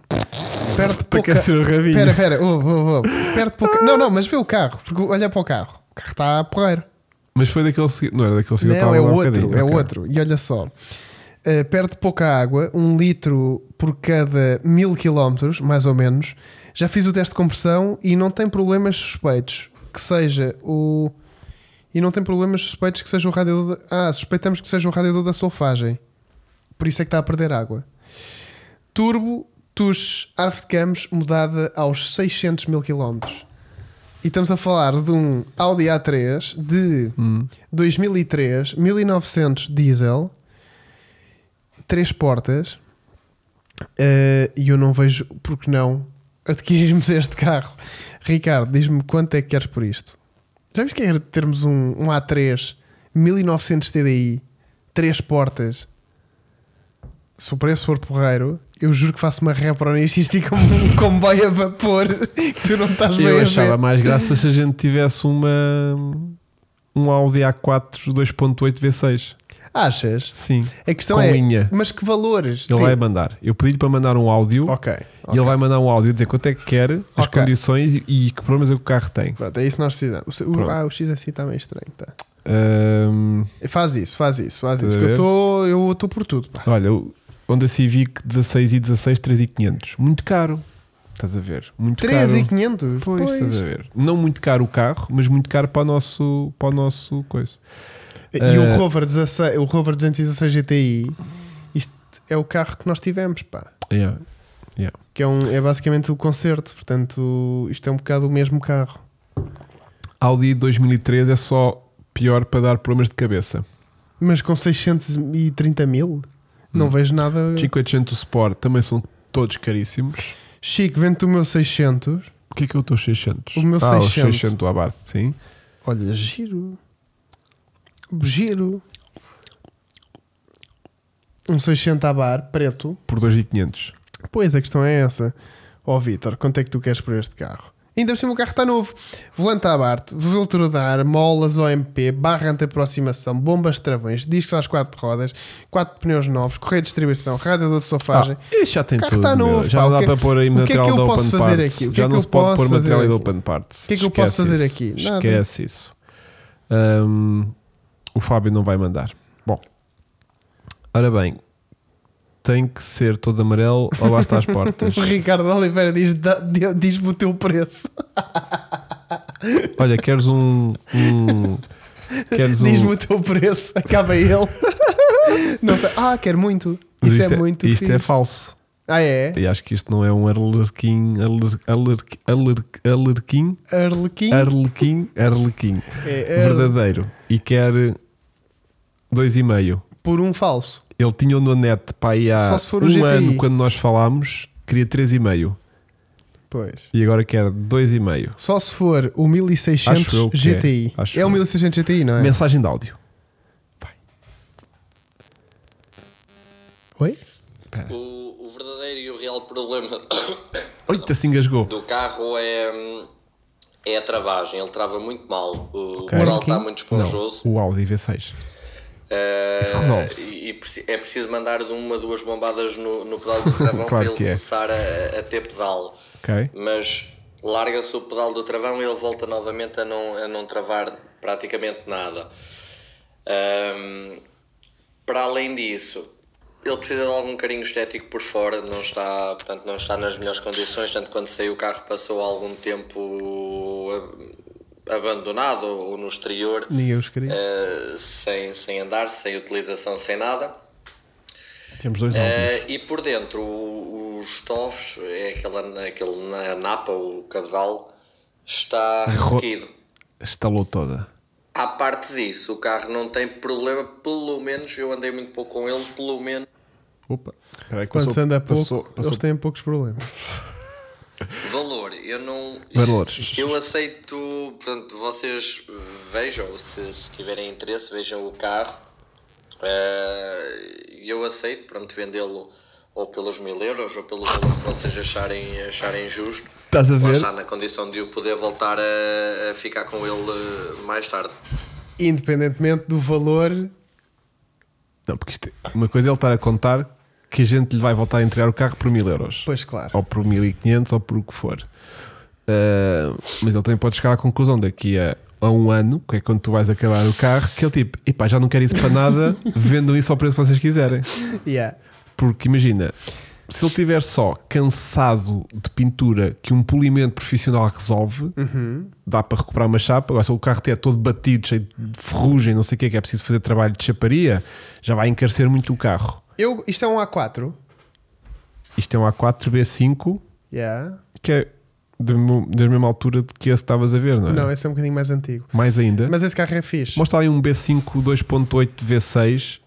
[SPEAKER 1] Perde
[SPEAKER 2] [LAUGHS] para
[SPEAKER 1] pouca...
[SPEAKER 2] aquecer Ah. o rabinho.
[SPEAKER 1] Espera, espera. ouve, ouve, ouve. Perde pouca... Não, não, mas vê o carro. Porque olha para o carro. O carro está a porreiro.
[SPEAKER 2] Mas foi daquele seguinte, não era daquele seguinte,
[SPEAKER 1] Não, é
[SPEAKER 2] um
[SPEAKER 1] outro,
[SPEAKER 2] bocadinho,
[SPEAKER 1] é
[SPEAKER 2] ok.
[SPEAKER 1] outro. E olha só, eh, perde pouca água, um litro por cada mil quilómetros, mais ou menos. Já fiz o teste de compressão e não tem problemas suspeitos. Que seja o. E não tem problemas suspeitos que seja o radiador. da- Ah, suspeitamos que seja o radiador da solfagem. Por isso é que está a perder água. Turbo, tuche, árvore de campos mudada aos 600 mil quilómetros. E estamos a falar de um Audi A3 de
[SPEAKER 2] Hum.
[SPEAKER 1] 2003, 1900 diesel, três portas, eh, e eu não vejo porque não adquirirmos [LAUGHS] este carro. Ricardo, diz-me quanto é que queres por isto? Já viste que é termos um, um A3 1900 TDI, três portas? Se o preço for porreiro, eu juro que faço uma repro nisto e isto fica como
[SPEAKER 2] [LAUGHS]
[SPEAKER 1] um comboio a vapor que tu não estás bem a
[SPEAKER 2] Eu
[SPEAKER 1] ver.
[SPEAKER 2] achava mais graça se a gente tivesse uma um Audi A4 2.8 V6.
[SPEAKER 1] Achas?
[SPEAKER 2] Sim,
[SPEAKER 1] A questão
[SPEAKER 2] com
[SPEAKER 1] é,
[SPEAKER 2] linha.
[SPEAKER 1] mas que valores?
[SPEAKER 2] Ele
[SPEAKER 1] Sim.
[SPEAKER 2] vai mandar. Eu pedi-lhe para mandar um áudio
[SPEAKER 1] Ok.
[SPEAKER 2] e
[SPEAKER 1] ok.
[SPEAKER 2] ele vai mandar um áudio dizer quanto é que quer, as
[SPEAKER 1] Ok.
[SPEAKER 2] condições e, e que problemas é que o carro tem.
[SPEAKER 1] Pronto, é isso que nós precisamos. O- O,
[SPEAKER 2] Pronto.
[SPEAKER 1] ah, o XSI está meio estranho. Tá.
[SPEAKER 2] Ahm,
[SPEAKER 1] Faz isso, faz isso, faz
[SPEAKER 2] Estás
[SPEAKER 1] isso.
[SPEAKER 2] a
[SPEAKER 1] Que eu
[SPEAKER 2] ver?
[SPEAKER 1] estou eu tô por tudo. pá.
[SPEAKER 2] olha, o Honda Civic 16 e 16, 3,500. Muito caro. Estás a ver? Muito caro.
[SPEAKER 1] 3,500?
[SPEAKER 2] Pois, estás a ver. Não muito caro o carro, mas muito caro para o nosso, para o nosso coisa.
[SPEAKER 1] E
[SPEAKER 2] Eh,
[SPEAKER 1] o Rover, 16, o Rover 216 GTI, isto é o carro que nós tivemos, pá.
[SPEAKER 2] Yeah.
[SPEAKER 1] Que é, um, é basicamente o concerto. Portanto, isto é um bocado o mesmo carro.
[SPEAKER 2] Audi 2003 é só pior para dar problemas de cabeça.
[SPEAKER 1] Mas com 630 mil, não
[SPEAKER 2] Hum.
[SPEAKER 1] vejo nada. Chico,
[SPEAKER 2] 500 Sport também são todos caríssimos.
[SPEAKER 1] vende o meu 600.
[SPEAKER 2] O que é que eu estou 600?
[SPEAKER 1] O meu
[SPEAKER 2] Ah, os
[SPEAKER 1] 600.
[SPEAKER 2] 600 do Abarth, sim.
[SPEAKER 1] Olha, giro. Giro. Um 600 a bar, preto.
[SPEAKER 2] Por 2,500.
[SPEAKER 1] Pois, a questão é essa. Ó Vitor, quanto é que tu queres por este carro? Ainda por cima o carro está novo. Volante à parte, velcro de ar, molas OMP, barra anti-aproximação, bombas de travões, discos às quatro rodas, quatro pneus novos, correia de distribuição, radiador de sofagem.
[SPEAKER 2] Ah, isso já tem
[SPEAKER 1] O carro
[SPEAKER 2] tudo.
[SPEAKER 1] tá
[SPEAKER 2] meu.
[SPEAKER 1] novo,
[SPEAKER 2] já
[SPEAKER 1] pá.
[SPEAKER 2] não
[SPEAKER 1] O
[SPEAKER 2] dá
[SPEAKER 1] que é-
[SPEAKER 2] para pôr aí
[SPEAKER 1] o que é que
[SPEAKER 2] material
[SPEAKER 1] eu
[SPEAKER 2] da
[SPEAKER 1] posso
[SPEAKER 2] Open
[SPEAKER 1] fazer
[SPEAKER 2] Parts.
[SPEAKER 1] aqui? O que
[SPEAKER 2] já
[SPEAKER 1] é que
[SPEAKER 2] não
[SPEAKER 1] eu
[SPEAKER 2] se pode
[SPEAKER 1] posso
[SPEAKER 2] pôr material
[SPEAKER 1] fazer
[SPEAKER 2] da
[SPEAKER 1] aqui?
[SPEAKER 2] Open Parts.
[SPEAKER 1] O que é que eu posso
[SPEAKER 2] Esquece
[SPEAKER 1] fazer
[SPEAKER 2] isso.
[SPEAKER 1] aqui? Nada.
[SPEAKER 2] Esquece isso. Hum, o Fábio não vai mandar. Bom, ora bem, tem que ser todo amarelo ou
[SPEAKER 1] [LAUGHS]
[SPEAKER 2] basta às portas.
[SPEAKER 1] O Ricardo Oliveira diz, "Dá- dê- diz-me o teu preço.
[SPEAKER 2] Olha, queres um. um- queres um.
[SPEAKER 1] Diz-me o teu preço. [LAUGHS] Acaba
[SPEAKER 2] [LAUGHS]
[SPEAKER 1] ele. não sei. Ah, quero muito.
[SPEAKER 2] Mas
[SPEAKER 1] Isso
[SPEAKER 2] isto
[SPEAKER 1] é, muito.
[SPEAKER 2] Isto é
[SPEAKER 1] fixe.
[SPEAKER 2] falso.
[SPEAKER 1] Ah, é?
[SPEAKER 2] E acho que isto não é um arlequim. arle- arle- arle- Arlequim.
[SPEAKER 1] Arlequim.
[SPEAKER 2] Arlequim. Arlequim.
[SPEAKER 1] É, arle-
[SPEAKER 2] Verdadeiro. E quer. Dois e meio.
[SPEAKER 1] Por um falso.
[SPEAKER 2] Ele tinha no net para aí há
[SPEAKER 1] Só se for o
[SPEAKER 2] um
[SPEAKER 1] GTI.
[SPEAKER 2] ano quando nós falámos, queria três e meio.
[SPEAKER 1] Pois.
[SPEAKER 2] E agora quer dois e meio.
[SPEAKER 1] Só se for o
[SPEAKER 2] Acho eu
[SPEAKER 1] 1600
[SPEAKER 2] que
[SPEAKER 1] GTI.
[SPEAKER 2] é. Acho
[SPEAKER 1] É, o
[SPEAKER 2] eu.
[SPEAKER 1] 1600 GTI, não é?
[SPEAKER 2] Mensagem de áudio.
[SPEAKER 1] Oi?
[SPEAKER 3] O, o verdadeiro e o real problema [COUGHS]
[SPEAKER 2] Oita, se engasgou.
[SPEAKER 3] do carro é hum, é a travagem, ele trava muito mal. O
[SPEAKER 2] Ok.
[SPEAKER 3] pedal
[SPEAKER 1] Aqui?
[SPEAKER 3] está tá muito esponjoso.
[SPEAKER 2] Não, o Audi V6.
[SPEAKER 3] eh,
[SPEAKER 2] Isso resolve-se.
[SPEAKER 3] e, e preci- é preciso mandar de uma, duas bombadas no,
[SPEAKER 2] [LAUGHS]
[SPEAKER 3] no pedal do travão
[SPEAKER 2] Claro
[SPEAKER 3] para ele
[SPEAKER 2] que é.
[SPEAKER 3] começar a, a ter pedal.
[SPEAKER 2] Ok.
[SPEAKER 3] Mas larga-se o pedal do travão e ele volta novamente a não, a não travar praticamente nada. Ahm, para além disso, ele precisa de algum carinho estético por fora, não está, portanto, não está nas melhores condições. Tanto quando saiu o carro, passou algum tempo ab- abandonado ou no exterior.
[SPEAKER 1] Ninguém os queria.
[SPEAKER 3] eh, sem, sem andar, sem utilização, sem nada.
[SPEAKER 2] Temos dois Audis.
[SPEAKER 3] Eh, e por dentro, o- os tofos, é aquela, aquele, na napa, o cabedal, está
[SPEAKER 2] Ro-
[SPEAKER 3] ressequido.
[SPEAKER 2] Estalou toda.
[SPEAKER 3] À parte disso, o carro não tem problema, pelo menos, eu andei muito pouco com ele, pelo menos
[SPEAKER 2] Opa. Peraí,
[SPEAKER 1] Quando
[SPEAKER 2] passou-
[SPEAKER 1] se anda pouco,
[SPEAKER 2] passou- passou-
[SPEAKER 1] eles têm poucos problemas.
[SPEAKER 3] valor. Eu não.
[SPEAKER 2] Valores.
[SPEAKER 3] Eu aceito, portanto, vocês vejam, se, se tiverem interesse, vejam o carro. Eh, eu aceito, pronto, vendê-lo ou pelos mil euros ou pelo valor que vocês acharem, acharem justo.
[SPEAKER 2] Estás a
[SPEAKER 3] Lá
[SPEAKER 2] ver?
[SPEAKER 3] está na condição de eu poder voltar a, a ficar com ele eh, mais tarde.
[SPEAKER 1] Independentemente do valor,
[SPEAKER 2] Não, porque isto é- uma coisa é ele estar a contar que a gente lhe vai voltar a entregar o carro por mil euros.
[SPEAKER 1] pois claro.
[SPEAKER 2] Ou por 1500 ou por o que for. Ah, mas ele também pode chegar à conclusão daqui a, a um ano, que é quando tu vais acabar o carro, que ele tipo, epá, já não quero isso
[SPEAKER 1] [LAUGHS]
[SPEAKER 2] para nada, vendam isso ao preço que vocês quiserem.
[SPEAKER 1] Yeah.
[SPEAKER 2] Porque imagina, se ele tiver só cansado de pintura que um polimento profissional resolve,
[SPEAKER 1] Uhum.
[SPEAKER 2] dá para recuperar uma chapa. Agora, se o carro estiver todo batido, cheio de ferrugem, não sei o que é, que é preciso fazer trabalho de chaparia, já vai encarecer muito o carro.
[SPEAKER 1] Eu, isto é um A4.
[SPEAKER 2] Isto é um A4B5
[SPEAKER 1] Yeah.
[SPEAKER 2] que é da, mo- da mesma altura de que esse estavas a ver, não é?
[SPEAKER 1] Não, esse é um bocadinho mais antigo.
[SPEAKER 2] Mais ainda.
[SPEAKER 1] Mas esse carro é fixe.
[SPEAKER 2] Mostra aí um B5 2.8 V6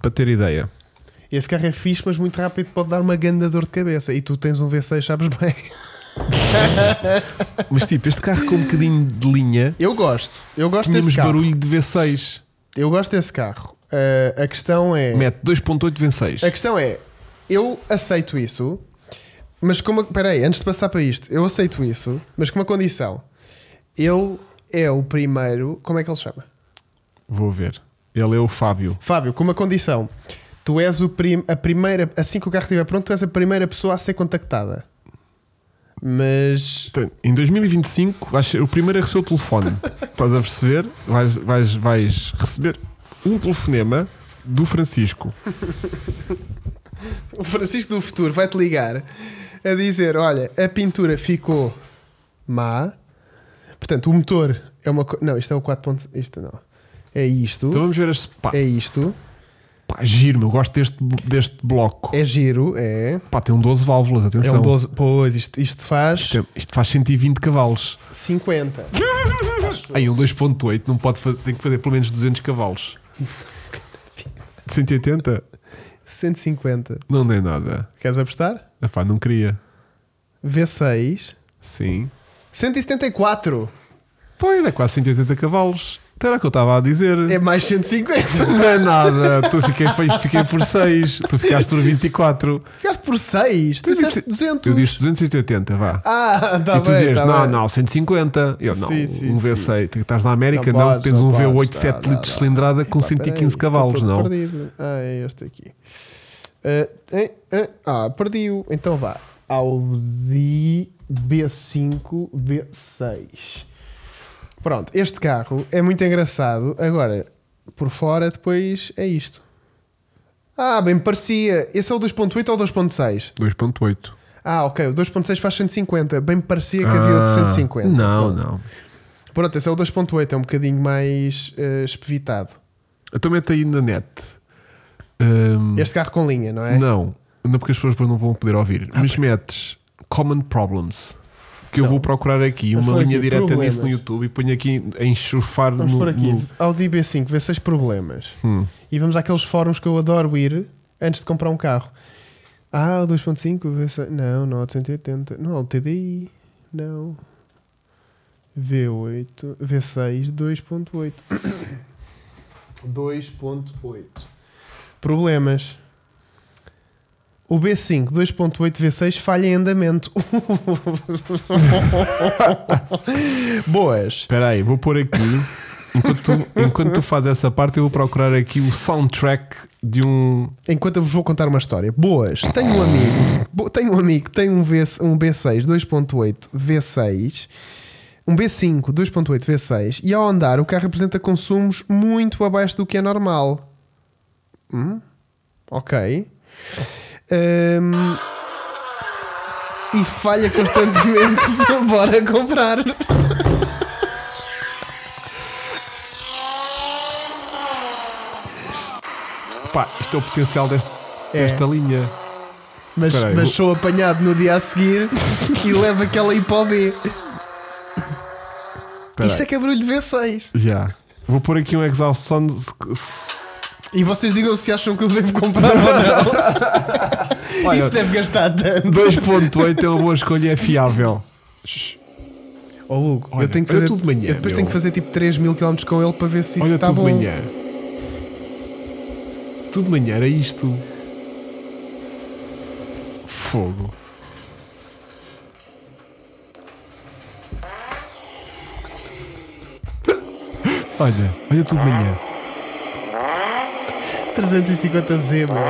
[SPEAKER 2] para ter ideia.
[SPEAKER 1] Esse carro é fixe, mas muito rápido pode dar uma grande dor de cabeça. E tu tens um V6, sabes bem. [LAUGHS]
[SPEAKER 2] Mas tipo, este carro com um bocadinho de linha,
[SPEAKER 1] Eu gosto. Eu gosto
[SPEAKER 2] tínhamos
[SPEAKER 1] desse carro.
[SPEAKER 2] barulho de V6.
[SPEAKER 1] Eu gosto desse carro. Ah, a questão é.
[SPEAKER 2] Mete 2.8 vem 6.
[SPEAKER 1] A questão é, eu aceito isso, mas como. Espera aí, antes de passar para isto, eu aceito isso, mas com uma condição. Ele é o primeiro. Como é que ele se chama?
[SPEAKER 2] Vou ver. Ele é o Fábio.
[SPEAKER 1] Fábio, com uma condição. Tu és o prim- a primeira. Assim que o carro estiver pronto, tu és a primeira pessoa a ser contactada. Mas.
[SPEAKER 2] Portanto, Em 2025 vais ser o primeiro a receber o telefone. [LAUGHS] Estás a perceber? Vais, vais, vais receber um telefonema do Francisco.
[SPEAKER 1] O Francisco do Futuro vai-te ligar a dizer: olha, a pintura ficou má. Portanto, o motor é uma. co- Não, isto é o 4. ponto- Isto não. É isto.
[SPEAKER 2] Então vamos ver este. Pá,
[SPEAKER 1] É isto.
[SPEAKER 2] pá giro, eu gosto deste, deste bloco.
[SPEAKER 1] É giro, é.
[SPEAKER 2] Pá, tem um 12 válvulas,
[SPEAKER 1] É
[SPEAKER 2] atenção.
[SPEAKER 1] um 12. Pois, isto, isto faz
[SPEAKER 2] Isto, é- isto faz 120 cavalos.
[SPEAKER 1] 50.
[SPEAKER 2] Aí um 2.8 não pode fazer, tem que fazer pelo menos 200
[SPEAKER 1] [LAUGHS]
[SPEAKER 2] cavalos. 180?
[SPEAKER 1] 150.
[SPEAKER 2] Não dei nada.
[SPEAKER 1] Queres apostar?
[SPEAKER 2] Epá, não queria.
[SPEAKER 1] V6.
[SPEAKER 2] Sim.
[SPEAKER 1] 174.
[SPEAKER 2] Pois é, quase 180 cavalos. Então era o que eu estava a dizer.
[SPEAKER 1] É mais 150. [LAUGHS]
[SPEAKER 2] Não é nada. Tu fiquei, fe- fiquei por 6. Tu ficaste por 24.
[SPEAKER 1] Ficaste por 6. Tu
[SPEAKER 2] Eu
[SPEAKER 1] disseste
[SPEAKER 2] disse- Eu
[SPEAKER 1] 200.
[SPEAKER 2] disse 280, vá.
[SPEAKER 1] Ah, tá
[SPEAKER 2] e tu
[SPEAKER 1] bem.
[SPEAKER 2] dizes,
[SPEAKER 1] tá
[SPEAKER 2] não,
[SPEAKER 1] bem.
[SPEAKER 2] não, 150. Eu, não,
[SPEAKER 1] Sim, sim,
[SPEAKER 2] um
[SPEAKER 1] sim.
[SPEAKER 2] V6. Tu Estás na América,
[SPEAKER 1] Não
[SPEAKER 2] não,
[SPEAKER 1] podes,
[SPEAKER 2] tens
[SPEAKER 1] não
[SPEAKER 2] um
[SPEAKER 1] podes.
[SPEAKER 2] V8
[SPEAKER 1] Não,
[SPEAKER 2] 7
[SPEAKER 1] não,
[SPEAKER 2] litros de
[SPEAKER 1] não.
[SPEAKER 2] cilindrada com
[SPEAKER 1] Pá,
[SPEAKER 2] 115
[SPEAKER 1] peraí,
[SPEAKER 2] cavalos,
[SPEAKER 1] tô todo
[SPEAKER 2] não.
[SPEAKER 1] Perdido. Ah, é este aqui. Ah, eh, eh, ah, perdi-o. Então vá. Audi B5, B6. Pronto, este carro é muito engraçado. Agora, por fora, depois é isto. Ah, bem, me parecia. Esse é o 2.8 ou o 2.6?
[SPEAKER 2] 2.8.
[SPEAKER 1] Ah, ok. O 2.6 faz 150. Bem, me parecia que havia o de 150.
[SPEAKER 2] Ah, Não,
[SPEAKER 1] Pronto.
[SPEAKER 2] não.
[SPEAKER 1] Pronto, esse é o 2.8. É um bocadinho mais eh, espevitado.
[SPEAKER 2] Eu também Então aí na net. Hum,
[SPEAKER 1] Este carro com linha, não é? Ah,
[SPEAKER 2] Não, não porque as pessoas depois não vão poder ouvir. mas metes Common Problems. Que eu vou procurar aqui
[SPEAKER 1] Vamos
[SPEAKER 2] uma
[SPEAKER 1] pôr
[SPEAKER 2] linha
[SPEAKER 1] aqui,
[SPEAKER 2] direta
[SPEAKER 1] problemas.
[SPEAKER 2] nisso no YouTube e ponho aqui a enxurfar
[SPEAKER 1] é Vamos
[SPEAKER 2] no.
[SPEAKER 1] por aqui.
[SPEAKER 2] no-
[SPEAKER 1] Audi B5, V6 problemas.
[SPEAKER 2] Hum.
[SPEAKER 1] E vamos àqueles fóruns que eu adoro ir antes de comprar um carro. Ah, o 2.5, V6. Não, não, há de 180. Não, há o TDI. Não. V8, V6, 2.8. 2.8. Problemas. O O B5 2.8 V6 falha em andamento. [LAUGHS] Boas.
[SPEAKER 2] Espera aí, vou pôr aqui.
[SPEAKER 1] [LAUGHS]
[SPEAKER 2] Enquanto tu, enquanto tu fazes essa parte, eu vou procurar aqui o soundtrack de um.
[SPEAKER 1] Enquanto eu vos vou contar uma história. Boas. Tenho um amigo. bo- Tenho um amigo que tem um, v, um B6 2.8 V6. Um B5 2.8 V6. E ao andar, o carro apresenta consumos muito abaixo do que é normal. Hum? Ok. Hum, e falha constantemente [LAUGHS] se não for a comprar.
[SPEAKER 2] Pá, isto é o potencial deste-
[SPEAKER 1] É.
[SPEAKER 2] desta linha.
[SPEAKER 1] Mas,
[SPEAKER 2] Espera aí,
[SPEAKER 1] mas
[SPEAKER 2] vou-
[SPEAKER 1] sou apanhado no dia a seguir e levo aquela aí para o B.
[SPEAKER 2] Espera
[SPEAKER 1] Isto é
[SPEAKER 2] aí.
[SPEAKER 1] que é barulho de V6.
[SPEAKER 2] Já. Vou pôr aqui um exhaust
[SPEAKER 1] [LAUGHS]
[SPEAKER 2] sound. s-
[SPEAKER 1] E vocês digam se acham que eu devo comprar ou não.
[SPEAKER 2] [LAUGHS] Olha,
[SPEAKER 1] Isso deve gastar tanto.
[SPEAKER 2] 2.8 é uma boa escolha, é fiável.
[SPEAKER 1] Ó Oh, Hugo,
[SPEAKER 2] Olha,
[SPEAKER 1] eu tenho que
[SPEAKER 2] olha
[SPEAKER 1] fazer.
[SPEAKER 2] tudo de manhã,
[SPEAKER 1] eu depois
[SPEAKER 2] meu.
[SPEAKER 1] tenho que fazer tipo 3 mil km com ele para ver se isso
[SPEAKER 2] Olha,
[SPEAKER 1] está
[SPEAKER 2] tudo
[SPEAKER 1] bom.
[SPEAKER 2] de manhã. Tudo de manhã era isto. Fogo. [LAUGHS] Olha, olha tudo de manhã.
[SPEAKER 1] 350Z, mano.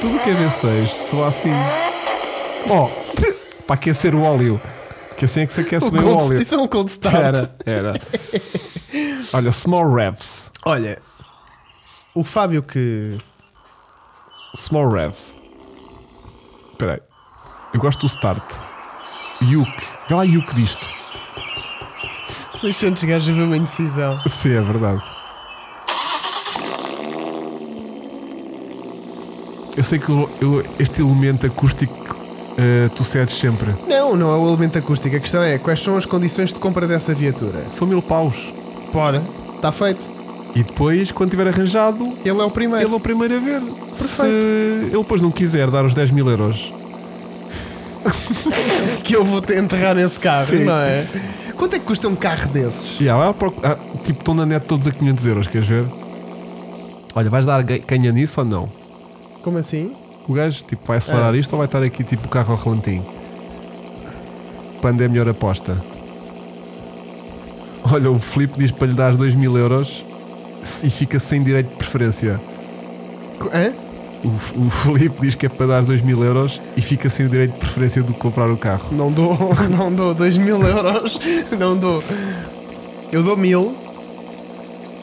[SPEAKER 2] Tudo que é V6, só assim. Oh, [LAUGHS] Ó, para aquecer o óleo. Que assim é que se aquece
[SPEAKER 1] O
[SPEAKER 2] bem o
[SPEAKER 1] cold,
[SPEAKER 2] óleo.
[SPEAKER 1] Isso é um cold start.
[SPEAKER 2] Era, era. Olha, small revs.
[SPEAKER 1] Olha, o Fábio que.
[SPEAKER 2] Small Revs. Espera aí. Eu gosto do start. Yuke. Vê lá Yuke disto.
[SPEAKER 1] 600 gajos a ver uma indecisão.
[SPEAKER 2] Sim, é verdade. Eu sei que eu- eu- este elemento acústico eh, tu cedes sempre.
[SPEAKER 1] Não, não é o elemento acústico. A questão é quais são as condições de compra dessa viatura.
[SPEAKER 2] São mil paus.
[SPEAKER 1] Bora, está feito.
[SPEAKER 2] E depois, quando tiver arranjado,
[SPEAKER 1] Ele é o primeiro.
[SPEAKER 2] ele é o primeiro a ver. Se ele depois não quiser dar os 10 mil euros,
[SPEAKER 1] que eu vou te enterrar nesse carro,
[SPEAKER 2] é Sim.
[SPEAKER 1] não é? Quanto é que custa um carro desses?
[SPEAKER 2] Já, vai à proc- ah, tipo, estão na net todos a 500 euros, queres ver? Olha, vais dar ga- canha nisso ou não?
[SPEAKER 1] Como assim?
[SPEAKER 2] O gajo tipo, vai acelerar isto ou vai estar aqui tipo o carro ao relantinho? Panda é a melhor aposta. Olha, o Filipe diz para lhe dar 2 mil euros e fica sem direito de preferência.
[SPEAKER 1] Co- Hã?
[SPEAKER 2] O, F- o Filipe diz que é para dar 2 mil euros e fica sem o direito de preferência de comprar o carro.
[SPEAKER 1] Não dou, [LAUGHS] não dou 2 mil euros, não dou. Eu dou mil,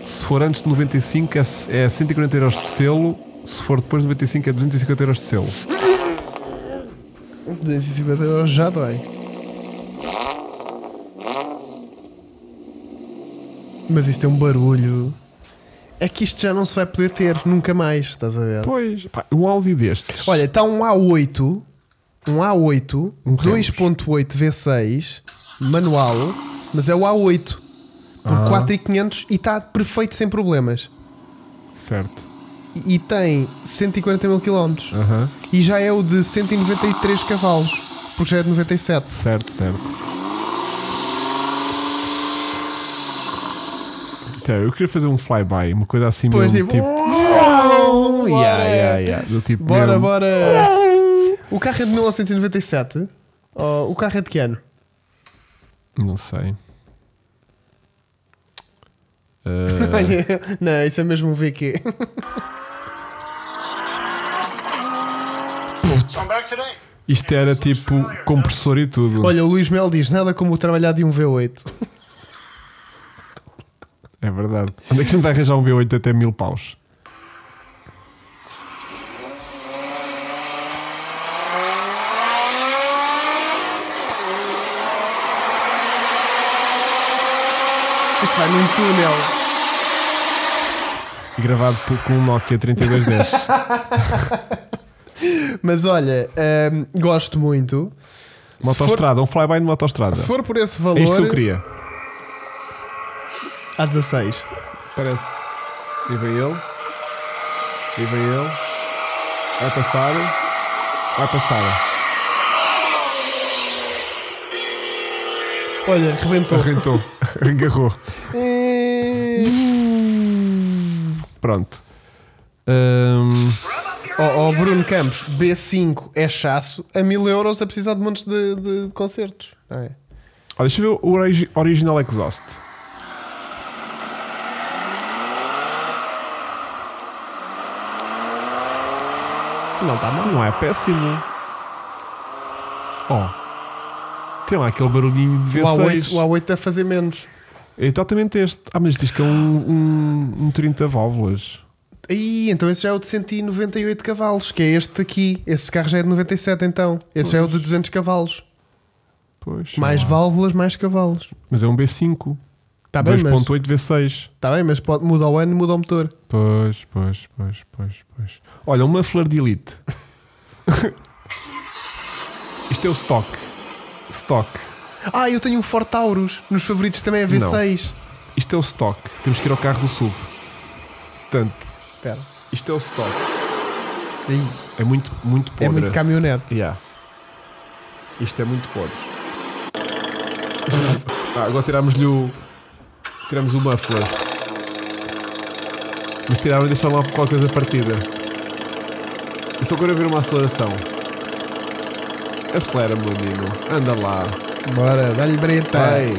[SPEAKER 2] Se for antes de 95 é, c- é 140 euros de selo, se for depois de 95 é 250 euros de selo.
[SPEAKER 1] 250 euros já dói. Mas isto é um barulho. É que isto já não se vai poder ter nunca mais, estás a ver?
[SPEAKER 2] Pois, pá, um Audi destes.
[SPEAKER 1] Olha, está um A8, um A8,
[SPEAKER 2] Um Remus.
[SPEAKER 1] 2.8 V6, manual, mas é o A8 por
[SPEAKER 2] Ah.
[SPEAKER 1] 4.500 e está perfeito sem problemas.
[SPEAKER 2] Certo.
[SPEAKER 1] E, e tem 140 mil km.
[SPEAKER 2] Aham.
[SPEAKER 1] E já é o de 193 cavalos, porque já é de 97.
[SPEAKER 2] Certo, certo. Então, eu queria fazer um flyby, uma coisa assim
[SPEAKER 1] Pois
[SPEAKER 2] mesmo,
[SPEAKER 1] tipo,
[SPEAKER 2] tipo.
[SPEAKER 1] uau,
[SPEAKER 2] Yeah,
[SPEAKER 1] bora.
[SPEAKER 2] yeah, yeah, do tipo
[SPEAKER 1] Bora,
[SPEAKER 2] mesmo.
[SPEAKER 1] bora. O carro é de 1997. Oh, o carro é de que ano?
[SPEAKER 2] Não sei. Ah,
[SPEAKER 1] Olha, [LAUGHS] Não, isso é mesmo um VQ.
[SPEAKER 4] So I'm back today.
[SPEAKER 2] isto era tipo compressor e tudo.
[SPEAKER 1] Olha, o Luís Mel diz: nada como trabalhar de um V8.
[SPEAKER 2] É verdade. Onde é que a gente vai arranjar um V8 até mil paus?
[SPEAKER 1] [LAUGHS] Isso vai num túnel.
[SPEAKER 2] E gravado por, com um Nokia
[SPEAKER 1] [LAUGHS]
[SPEAKER 2] 3210.
[SPEAKER 1] Mas olha, hum, gosto muito.
[SPEAKER 2] Uma
[SPEAKER 1] Se for-
[SPEAKER 2] autostrada, um flyby numa autostrada.
[SPEAKER 1] Se for por esse
[SPEAKER 2] É isto que eu
[SPEAKER 1] valor,
[SPEAKER 2] queria.
[SPEAKER 1] há 16.
[SPEAKER 2] Parece. E vem ele. E vem ele. Vai passar. Vai passar.
[SPEAKER 1] Olha, rebentou.
[SPEAKER 2] [LAUGHS] Arrentou. Agarrou.
[SPEAKER 1] Eh,
[SPEAKER 2] Pronto. Ahm,
[SPEAKER 4] Rub up your
[SPEAKER 1] Ó ó, Bruno Campos, B5 é chasso, a 1000 euros a precisar de montes de, de- de concertos. Não é?
[SPEAKER 2] Olha, deixa eu ver o origi- original exhaust.
[SPEAKER 1] Não está mal.
[SPEAKER 2] Não é péssimo. Oh. Tem lá aquele barulhinho de
[SPEAKER 1] O A8, o
[SPEAKER 2] V6.
[SPEAKER 1] A8 deve fazer menos.
[SPEAKER 2] É exatamente este. Ah, mas diz que é um, um, um 30 válvulas.
[SPEAKER 1] Ih, então esse já é o de 198 cavalos, que é este aqui. Esse carro já é de 97, então. Esse já é o de 200 cavalos.
[SPEAKER 2] Pois.
[SPEAKER 1] Mais
[SPEAKER 2] sei lá.
[SPEAKER 1] válvulas, mais cavalos.
[SPEAKER 2] Mas é um B5.
[SPEAKER 1] Está Tá bem, mas,
[SPEAKER 2] 2.8 V6.
[SPEAKER 1] tá bem, mas pode, muda o ano, muda o motor.
[SPEAKER 2] Pois, pois, pois, pois, pois. Olha, uma flor de elite. [LAUGHS] Isto é o stock. Stock.
[SPEAKER 1] Ah, eu tenho um Ford Taurus. Nos favoritos também é V6.
[SPEAKER 2] Isto é o stock. Temos que ir ao carro do sub. Portanto,
[SPEAKER 1] Espera.
[SPEAKER 2] isto é o stock. É muito, muito podre.
[SPEAKER 1] É muito caminhonete.
[SPEAKER 2] Yeah. Isto é muito [LAUGHS] podre. Ah, agora tirámos-lhe o. Tiramos o muffler. Mas tiraram e deixaram lá qualquer coisa partida. Eu só quero ver uma aceleração. Acelera, meu amigo. Anda lá.
[SPEAKER 1] Bora, dá-lhe breta.
[SPEAKER 2] Vai.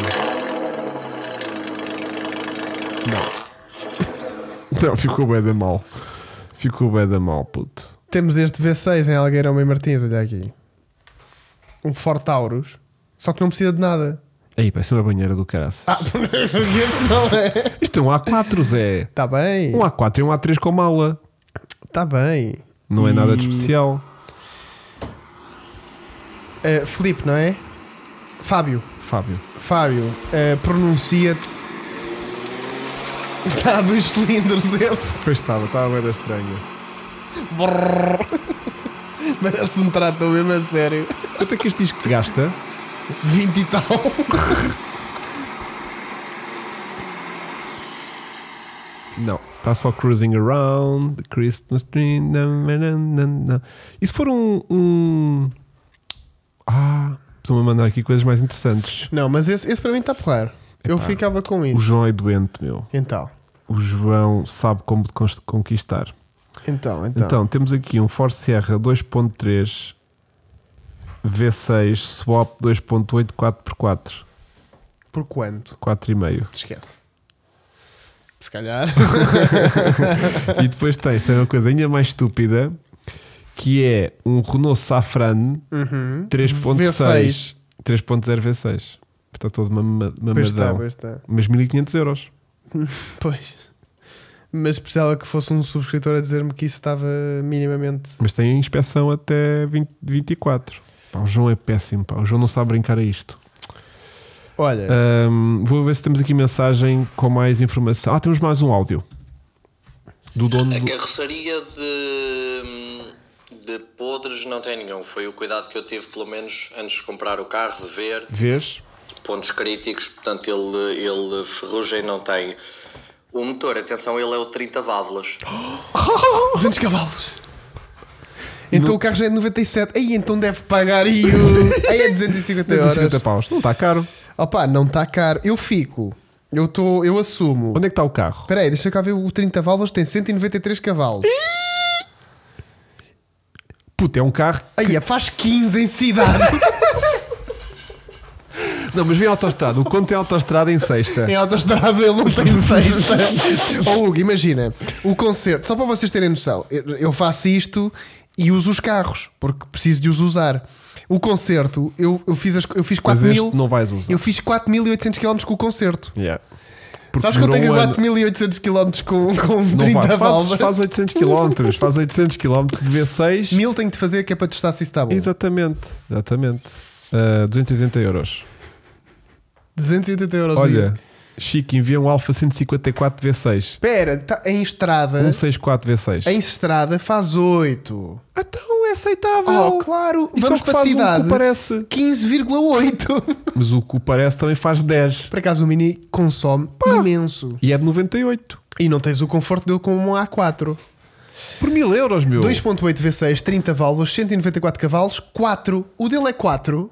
[SPEAKER 2] Não. Não, ficou bem da mal. Ficou bem da mal, puto.
[SPEAKER 1] Temos este V6 em Algueirão e Martins, olha aqui. Um Ford Taurus. Só que não precisa de nada.
[SPEAKER 2] Aí, parece é uma banheira do caraças.
[SPEAKER 1] Ah, [LAUGHS] esse não é.
[SPEAKER 2] Isto é um A4, Zé.
[SPEAKER 1] Está Tá bem.
[SPEAKER 2] Um A4 e um A3 com mala.
[SPEAKER 1] Está bem.
[SPEAKER 2] Não é
[SPEAKER 1] E-
[SPEAKER 2] nada de especial.
[SPEAKER 1] Eh, Filipe, não é? Fábio.
[SPEAKER 2] Fábio.
[SPEAKER 1] Fábio, eh, pronuncia-te. Está a dois cilindros esse.
[SPEAKER 2] Pois estava, estava bem estranho.
[SPEAKER 1] Parece um trato mesmo a sério.
[SPEAKER 2] Quanto é que este diz que gasta?
[SPEAKER 1] 20 e tal.
[SPEAKER 2] Não. Está Tá só cruising around, the Christmas tree. na, na, na, na, na. E se for um. um... Ah, estão-me a mandar aqui coisas mais interessantes.
[SPEAKER 1] Não, mas esse, esse para mim está porrar. Eu
[SPEAKER 2] Epá.
[SPEAKER 1] ficava com
[SPEAKER 2] O
[SPEAKER 1] isso.
[SPEAKER 2] João é doente, meu.
[SPEAKER 1] Então,
[SPEAKER 2] O João sabe como te cons- conquistar.
[SPEAKER 1] então, então.
[SPEAKER 2] Então, temos aqui um Ford Sierra 2.3 V6 Swap 2.8 4x4.
[SPEAKER 1] Por quanto?
[SPEAKER 2] 4,5.
[SPEAKER 1] Te esquece. Se calhar.
[SPEAKER 2] E depois tens também uma coisa ainda mais estúpida que é um Renault Safrane
[SPEAKER 1] Uhum.
[SPEAKER 2] 3.6
[SPEAKER 1] V6.
[SPEAKER 2] 3.0 V6. Está todo mama-
[SPEAKER 1] Pois está,
[SPEAKER 2] mamadão.
[SPEAKER 1] pois está.
[SPEAKER 2] Mas 1500 euros.
[SPEAKER 1] Pois. Mas precisava que fosse um subscritor a dizer-me que isso estava minimamente.
[SPEAKER 2] Mas tem inspeção até 20, 24. Pá, o João é péssimo. Pá. O João não sabe brincar a isto.
[SPEAKER 1] Olha,
[SPEAKER 2] Ah, Ahm, vou ver se temos aqui mensagem com mais informação. Ah, temos mais um áudio do dono
[SPEAKER 3] A
[SPEAKER 2] do.
[SPEAKER 3] carroçaria de, de podres não tem nenhum. Foi o cuidado que eu tive, pelo menos, antes de comprar o carro, de ver
[SPEAKER 2] Vês?
[SPEAKER 3] pontos críticos. Portanto, ele, ele ferrugem não tem. O motor, atenção, ele é o 30 válvulas.
[SPEAKER 1] 200 cavalos. Então o carro já é de 97. Aí então deve pagar e o. Aí é 250
[SPEAKER 2] 50
[SPEAKER 1] euros.
[SPEAKER 2] paus. Não está caro.
[SPEAKER 1] Opa, não está caro. Eu fico. Eu, tô, eu assumo.
[SPEAKER 2] Onde é que está o carro?
[SPEAKER 1] Espera aí, deixa eu cá ver. O 30 válvulas tem 193 cavalos.
[SPEAKER 2] Puta, é um carro
[SPEAKER 1] Aí faz 15 em cidade.
[SPEAKER 2] Não, mas vem autostrada. O conto é autostrada em sexta.
[SPEAKER 1] Em autostrada ele não [LAUGHS] tem sexta. Ó Hugo, imagina, o concerto, só para vocês terem noção, eu eu faço isto e uso os carros, porque preciso de os usar. O concerto, eu, eu fiz, as, eu fiz
[SPEAKER 2] Mas
[SPEAKER 1] 4
[SPEAKER 2] este
[SPEAKER 1] mil.
[SPEAKER 2] não vais usar.
[SPEAKER 1] Eu fiz 4.800 km com o concerto.
[SPEAKER 2] Yeah. Porque
[SPEAKER 1] Sabes é que eu
[SPEAKER 2] durou
[SPEAKER 1] tenho
[SPEAKER 2] um ano.
[SPEAKER 1] 4.800 km com, com
[SPEAKER 2] Não
[SPEAKER 1] 30
[SPEAKER 2] vai. Faz,
[SPEAKER 1] válvulas?
[SPEAKER 2] faz 800 km. Faz 800 km de V6.
[SPEAKER 1] Mil tenho de fazer que é para testar se isso está bom.
[SPEAKER 2] Exatamente. Exatamente. Ah, 280 euros.
[SPEAKER 1] 280 euros.
[SPEAKER 2] Olha, Chico envia um Alfa 154 V6.
[SPEAKER 1] Espera, tá em estrada.
[SPEAKER 2] 164 V6.
[SPEAKER 1] Em estrada faz 8.
[SPEAKER 2] Então é aceitável.
[SPEAKER 1] Oh, claro,
[SPEAKER 2] Isso é
[SPEAKER 1] vamos
[SPEAKER 2] o que
[SPEAKER 1] para a
[SPEAKER 2] faz um
[SPEAKER 1] cidade.
[SPEAKER 2] que parece.
[SPEAKER 1] 15,8.
[SPEAKER 2] Mas o que parece também faz 10.
[SPEAKER 1] [LAUGHS] Por acaso o Mini consome imenso.
[SPEAKER 2] E é de 98.
[SPEAKER 1] E não tens o conforto dele com um A4.
[SPEAKER 2] Por mil euros, meu.
[SPEAKER 1] 2.8 V6, 30 válvulas, 194 cavalos, 4. O dele é 4.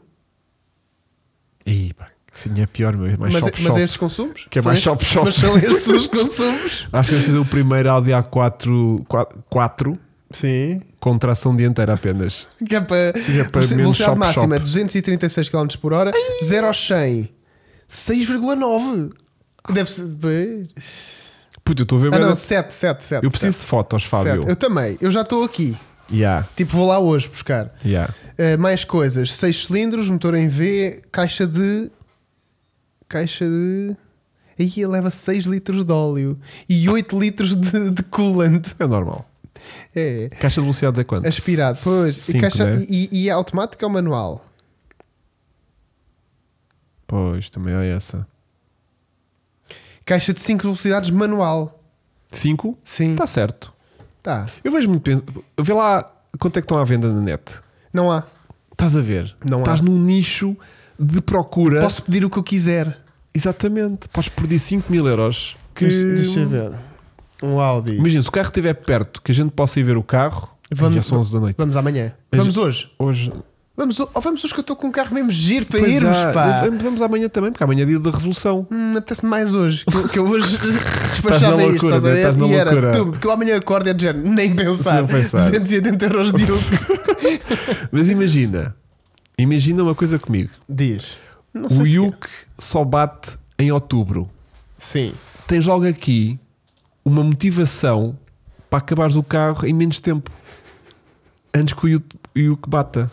[SPEAKER 2] Ih, pá, Sim, é pior, meu. É mais
[SPEAKER 1] mas,
[SPEAKER 2] shop,
[SPEAKER 1] mas
[SPEAKER 2] shop.
[SPEAKER 1] é estes consumos?
[SPEAKER 2] Que é
[SPEAKER 1] São
[SPEAKER 2] mais
[SPEAKER 1] estes-
[SPEAKER 2] shop, shop. [LAUGHS]
[SPEAKER 1] Mas são estes os consumos?
[SPEAKER 2] Acho que vamos fazer o primeiro Audi A4 4,
[SPEAKER 1] Sim.
[SPEAKER 2] com tração dianteira apenas.
[SPEAKER 1] Que é para,
[SPEAKER 2] Que é para
[SPEAKER 1] velocidade
[SPEAKER 2] menos shop,
[SPEAKER 1] máxima
[SPEAKER 2] shop.
[SPEAKER 1] 236 km por hora, 0 aos 100, 6,9. Deve ser. pois.
[SPEAKER 2] Puto, eu estou a ver.
[SPEAKER 1] Ah,
[SPEAKER 2] bué
[SPEAKER 1] não,
[SPEAKER 2] da-
[SPEAKER 1] 7, 7, 7.
[SPEAKER 2] eu preciso de fotos, Fábio.
[SPEAKER 1] Eu também, eu já estou aqui.
[SPEAKER 2] Yeah,
[SPEAKER 1] Tipo, vou lá hoje buscar.
[SPEAKER 2] yeah.
[SPEAKER 1] Uh, mais coisas: 6 cilindros, motor em V, caixa de. Caixa de. Aí leva 6 litros de óleo e 8 litros de, de coolant.
[SPEAKER 2] É normal.
[SPEAKER 1] É.
[SPEAKER 2] Caixa de velocidades é quanto?
[SPEAKER 1] Aspirado, pois. E,
[SPEAKER 2] Cinco,
[SPEAKER 1] caixa,
[SPEAKER 2] né?
[SPEAKER 1] e, e é automático ou manual?
[SPEAKER 2] Pois, também é essa.
[SPEAKER 1] Caixa de 5 velocidades manual.
[SPEAKER 2] 5?
[SPEAKER 1] Sim.
[SPEAKER 2] Está certo.
[SPEAKER 1] Tá.
[SPEAKER 2] Eu vejo muito. pen- Vê lá quanto é que estão à venda na net.
[SPEAKER 1] Não há.
[SPEAKER 2] Estás a ver?
[SPEAKER 1] Não há.
[SPEAKER 2] Estás num nicho de procura.
[SPEAKER 1] Posso pedir o que eu quiser.
[SPEAKER 2] Exatamente. Podes perder 5 mil euros. Que...
[SPEAKER 1] Deixa- Deixa eu ver. Um Audi.
[SPEAKER 2] Imagina, se o carro estiver perto, que a gente possa ir ver o carro.
[SPEAKER 1] Vamos-
[SPEAKER 2] já são 11 da noite.
[SPEAKER 1] Vamos amanhã.
[SPEAKER 2] Mas-
[SPEAKER 1] Vamos hoje.
[SPEAKER 2] Hoje.
[SPEAKER 1] Vamos, ho- oh, vamos hoje que eu estou com um carro mesmo giro para
[SPEAKER 2] Pois
[SPEAKER 1] irmos,
[SPEAKER 2] há.
[SPEAKER 1] pá.
[SPEAKER 2] Vamos- Vamos amanhã também, porque amanhã é dia da revolução.
[SPEAKER 1] Hum, até-se mais hoje. Que, que eu
[SPEAKER 2] [LAUGHS]
[SPEAKER 1] hoje
[SPEAKER 2] Estás
[SPEAKER 1] despachava
[SPEAKER 2] na
[SPEAKER 1] isto,
[SPEAKER 2] loucura,
[SPEAKER 1] estás a
[SPEAKER 2] né?
[SPEAKER 1] ver?
[SPEAKER 2] Estás na
[SPEAKER 1] E era
[SPEAKER 2] loucura.
[SPEAKER 1] tu, porque eu amanhã acordo e é de género, nem pensar.
[SPEAKER 2] Não pensar.
[SPEAKER 1] 280 euros de
[SPEAKER 2] [LAUGHS]
[SPEAKER 1] Duke.
[SPEAKER 2] Mas imagina, imagina uma coisa comigo.
[SPEAKER 1] Diz. Não
[SPEAKER 2] o
[SPEAKER 1] se é.
[SPEAKER 2] Yuk só bate em outubro.
[SPEAKER 1] Sim.
[SPEAKER 2] Tens logo aqui uma motivação para acabares o carro em menos tempo. Antes que o Yuk- o Yuk bata.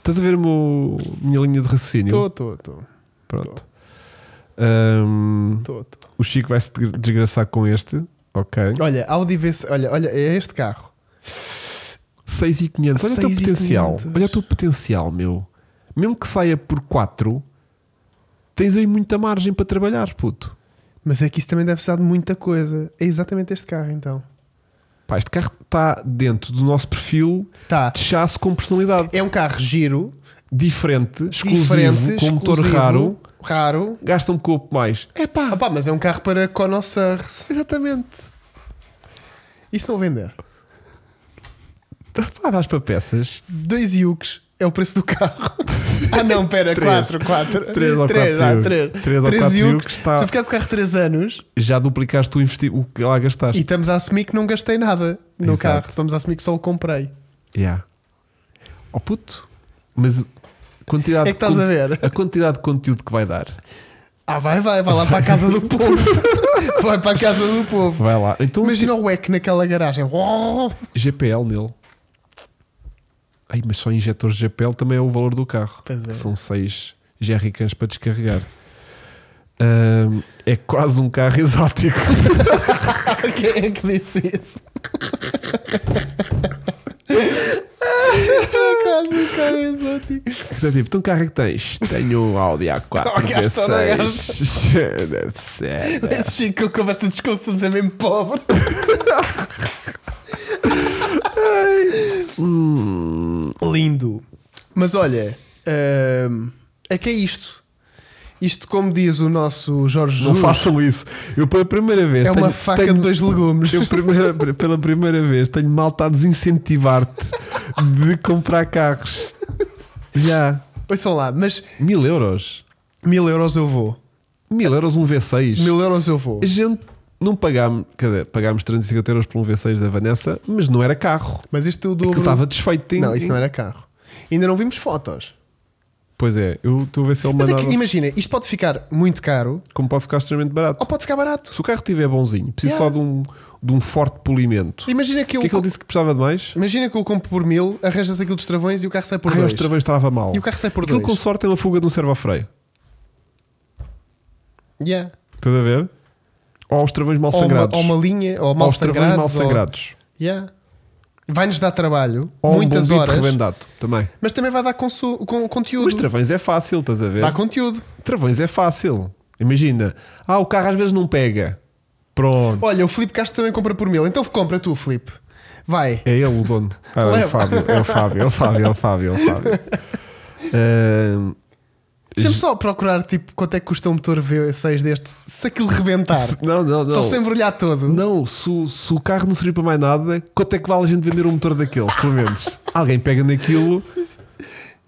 [SPEAKER 2] Estás a ver a minha linha de raciocínio?
[SPEAKER 1] Estou, estou, estou.
[SPEAKER 2] Pronto. Ahm,
[SPEAKER 1] estou, estou.
[SPEAKER 2] o Chico vai se desgraçar com este. Ok.
[SPEAKER 1] Olha, Audi V6, olha, olha, é este carro.
[SPEAKER 2] 6,500. Olha o teu
[SPEAKER 1] 6,500.
[SPEAKER 2] potencial. Olha o teu potencial, meu. Mesmo que saia por 4, tens aí muita margem para trabalhar, puto.
[SPEAKER 1] Mas é que isso também deve ser de muita coisa. É exatamente este carro, então.
[SPEAKER 2] Pá, este carro está dentro do nosso perfil
[SPEAKER 1] Tá.
[SPEAKER 2] de chasso com personalidade
[SPEAKER 1] É um carro giro,
[SPEAKER 2] diferente, exclusivo,
[SPEAKER 1] diferente,
[SPEAKER 2] com motor
[SPEAKER 1] exclusivo,
[SPEAKER 2] raro,
[SPEAKER 1] Raro.
[SPEAKER 2] gasta um pouco mais.
[SPEAKER 1] É pá. mas é um carro para connoisseurs.
[SPEAKER 2] Exatamente.
[SPEAKER 1] E se não vender?
[SPEAKER 2] Pá, dás para peças.
[SPEAKER 1] Dois Yukes é o preço do
[SPEAKER 2] [LAUGHS]
[SPEAKER 1] carro. ah, não, pera,
[SPEAKER 2] Três.
[SPEAKER 1] 4, 4.
[SPEAKER 2] Três ou quatro
[SPEAKER 1] três.
[SPEAKER 2] Yukes. Três ou
[SPEAKER 1] Três
[SPEAKER 2] quatro
[SPEAKER 1] Yukes.
[SPEAKER 2] Yukes, tá.
[SPEAKER 1] Se eu ficar com o carro 3 anos,
[SPEAKER 2] Já duplicaste o, investi- o que lá
[SPEAKER 1] e
[SPEAKER 2] gastaste.
[SPEAKER 1] estamos a assumir que não gastei nada no
[SPEAKER 2] Exato.
[SPEAKER 1] carro, estamos a assumir que só o comprei.
[SPEAKER 2] Yeah. Oh puto. Mas quantidade
[SPEAKER 1] É que estás
[SPEAKER 2] de
[SPEAKER 1] a ver?
[SPEAKER 2] con- a quantidade de conteúdo que vai dar.
[SPEAKER 1] Ah, vai, vai, vai lá para a casa do povo. [LAUGHS] vai para a casa do povo.
[SPEAKER 2] Vai lá. Então,
[SPEAKER 1] Imagina o WEC naquela garagem. [LAUGHS]
[SPEAKER 2] GPL nele. Ai, mas só injetores de GPL também é o valor do carro.
[SPEAKER 1] Pois é.
[SPEAKER 2] São seis jerrycans para descarregar. Ahm, é quase um carro [LAUGHS] exótico.
[SPEAKER 1] Quem é que disse isso? [LAUGHS] É quase um carro exótico.
[SPEAKER 2] Então, tipo, então que carro é que tens? Tenho um Audi
[SPEAKER 1] [LAUGHS]
[SPEAKER 2] A4
[SPEAKER 1] Oh, gasta, não
[SPEAKER 2] V6. [LAUGHS] Deve ser. né?
[SPEAKER 1] Esse Chico que conversa dos consumos é mesmo pobre. Hum. Lindo. Mas olha, hum, é que é isto. Isto, como diz o nosso Jorge
[SPEAKER 2] Não
[SPEAKER 1] Jesus,
[SPEAKER 2] façam isso. Eu pela primeira vez.
[SPEAKER 1] é uma
[SPEAKER 2] tenho-
[SPEAKER 1] faca
[SPEAKER 2] tenho-
[SPEAKER 1] de dois legumes.
[SPEAKER 2] Eu primeira- [LAUGHS] pela primeira vez tenho malta a desincentivar-te de comprar carros. Já.
[SPEAKER 1] Ouçam lá, mas
[SPEAKER 2] Mil euros.
[SPEAKER 1] mil euros eu vou.
[SPEAKER 2] Mil euros um V6.
[SPEAKER 1] Mil euros eu vou.
[SPEAKER 2] A gente não pagámos, quer dizer, pagámos 350 euros por um V6 da Vanessa, mas não era carro.
[SPEAKER 1] Mas este é o
[SPEAKER 2] Aquilo
[SPEAKER 1] dobro.
[SPEAKER 2] estava desfeito em,
[SPEAKER 1] Não, isso
[SPEAKER 2] em-
[SPEAKER 1] não era carro. Ainda não vimos fotos.
[SPEAKER 2] Pois é, eu estou a ver se ele
[SPEAKER 1] Mas é
[SPEAKER 2] mandava.
[SPEAKER 1] que, imagina, isto pode ficar muito caro
[SPEAKER 2] Como pode ficar extremamente barato.
[SPEAKER 1] ou pode ficar barato.
[SPEAKER 2] Se o carro estiver bonzinho, precisa
[SPEAKER 1] Yeah.
[SPEAKER 2] só de um, de um forte polimento.
[SPEAKER 1] Imagina que
[SPEAKER 2] O
[SPEAKER 1] eu.
[SPEAKER 2] que é que ele disse que precisava de mais?
[SPEAKER 1] Imagina que eu compro por mil, arranjas aquilo dos travões e o carro sai por
[SPEAKER 2] ah,
[SPEAKER 1] dois.
[SPEAKER 2] os travões estava mal.
[SPEAKER 1] E o carro sai por
[SPEAKER 2] Aquilo
[SPEAKER 1] dois.
[SPEAKER 2] com sorte é uma fuga de um servo-freio.
[SPEAKER 1] Yeah.
[SPEAKER 2] Estás a ver? Ou aos travões mal
[SPEAKER 1] Ou, uma,
[SPEAKER 2] sangrados.
[SPEAKER 1] ou uma linha, ou mal
[SPEAKER 2] aos travões
[SPEAKER 1] sangrados.
[SPEAKER 2] mal
[SPEAKER 1] ou-
[SPEAKER 2] sangrados.
[SPEAKER 1] Yeah. Vai-nos dar trabalho,
[SPEAKER 2] Ou
[SPEAKER 1] muitas
[SPEAKER 2] um bombito
[SPEAKER 1] horas,
[SPEAKER 2] rebendado também.
[SPEAKER 1] mas também vai dar consu- com, conteúdo.
[SPEAKER 2] Mas travões é fácil, estás a ver?
[SPEAKER 1] Dá conteúdo.
[SPEAKER 2] Travões é fácil. Imagina. Ah, o carro às vezes não pega. Pronto.
[SPEAKER 1] Olha, o Filipe Castro também compra por mil, então compra tu, Filipe. Vai.
[SPEAKER 2] É ele o dono. Ah, é
[SPEAKER 1] Leva.
[SPEAKER 2] o Fábio, é o Fábio, é o Fábio, é o Fábio, é o Fábio. Ah, Ahm,
[SPEAKER 1] Deixa-me só procurar tipo, quanto é que custa um motor V6 deste, se aquilo rebentar.
[SPEAKER 2] se- não, não,
[SPEAKER 1] Só
[SPEAKER 2] não.
[SPEAKER 1] se embrulhar todo.
[SPEAKER 2] Não, se, o- se o carro não servir para mais nada, quanto é que vale a gente vender um motor daqueles, pelo menos? Alguém pega naquilo,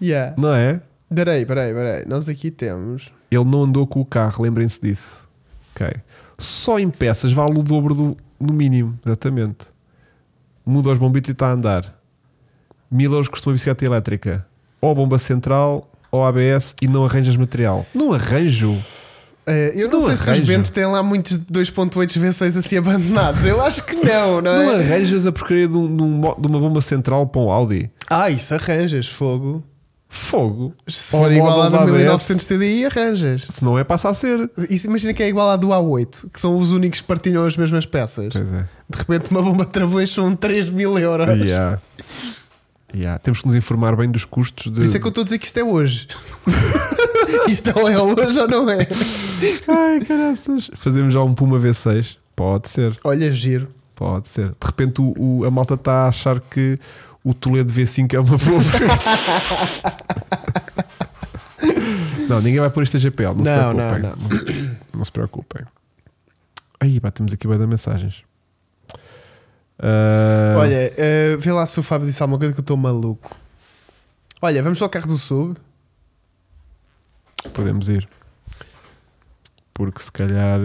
[SPEAKER 1] Yeah.
[SPEAKER 2] não é?
[SPEAKER 1] Peraí, peraí, peraí. Nós aqui temos.
[SPEAKER 2] Ele não andou com o carro, lembrem-se disso. Ok. Só em peças vale o dobro do, no mínimo, exatamente. muda os bombitos e está a andar. Mil euros custa uma bicicleta elétrica. Ou bomba central, ou ABS e não arranjas material. Não arranjo.
[SPEAKER 1] Eh, eu não,
[SPEAKER 2] Não
[SPEAKER 1] sei se
[SPEAKER 2] arranjo.
[SPEAKER 1] os Bentes têm lá muitos 2.8 V6 assim abandonados. Eu acho que não, não é?
[SPEAKER 2] Não arranjas a porcaria de, um- de um mo- de uma bomba central para um Audi.
[SPEAKER 1] Ah, isso arranjas, fogo.
[SPEAKER 2] Fogo.
[SPEAKER 1] Se
[SPEAKER 2] Ou um
[SPEAKER 1] for igual
[SPEAKER 2] modo
[SPEAKER 1] à
[SPEAKER 2] do
[SPEAKER 1] do
[SPEAKER 2] ABS,
[SPEAKER 1] 1900 TDI, arranjas.
[SPEAKER 2] Se não é, passa a ser.
[SPEAKER 1] Isso imagina que é igual à do A8, que são os únicos que partilham as mesmas peças.
[SPEAKER 2] Pois é.
[SPEAKER 1] De repente, uma bomba de travões são 3 mil euros.
[SPEAKER 2] Yeah. Yeah. Temos que nos informar bem dos custos de.
[SPEAKER 1] Por isso é que eu estou a dizer que isto é hoje. [LAUGHS] isto ou é hoje ou não é?
[SPEAKER 2] Ai, caraças. Fazemos já um Puma V6. Pode ser,
[SPEAKER 1] Olha, giro.
[SPEAKER 2] pode ser. De repente o, o- a malta está a achar que o Toledo V5 é uma boa vez.
[SPEAKER 1] [LAUGHS]
[SPEAKER 2] Não, ninguém vai pôr isto a GPL, não, se
[SPEAKER 1] Não,
[SPEAKER 2] preocupem.
[SPEAKER 1] não,
[SPEAKER 2] Não se preocupem. Aí, pá, temos aqui bem da mensagens. Ah,
[SPEAKER 1] Olha, eh, vê lá se o Fábio disse alguma coisa que eu estou maluco. Olha, vamos ao carro do sub.
[SPEAKER 2] Podemos ir. Porque se calhar.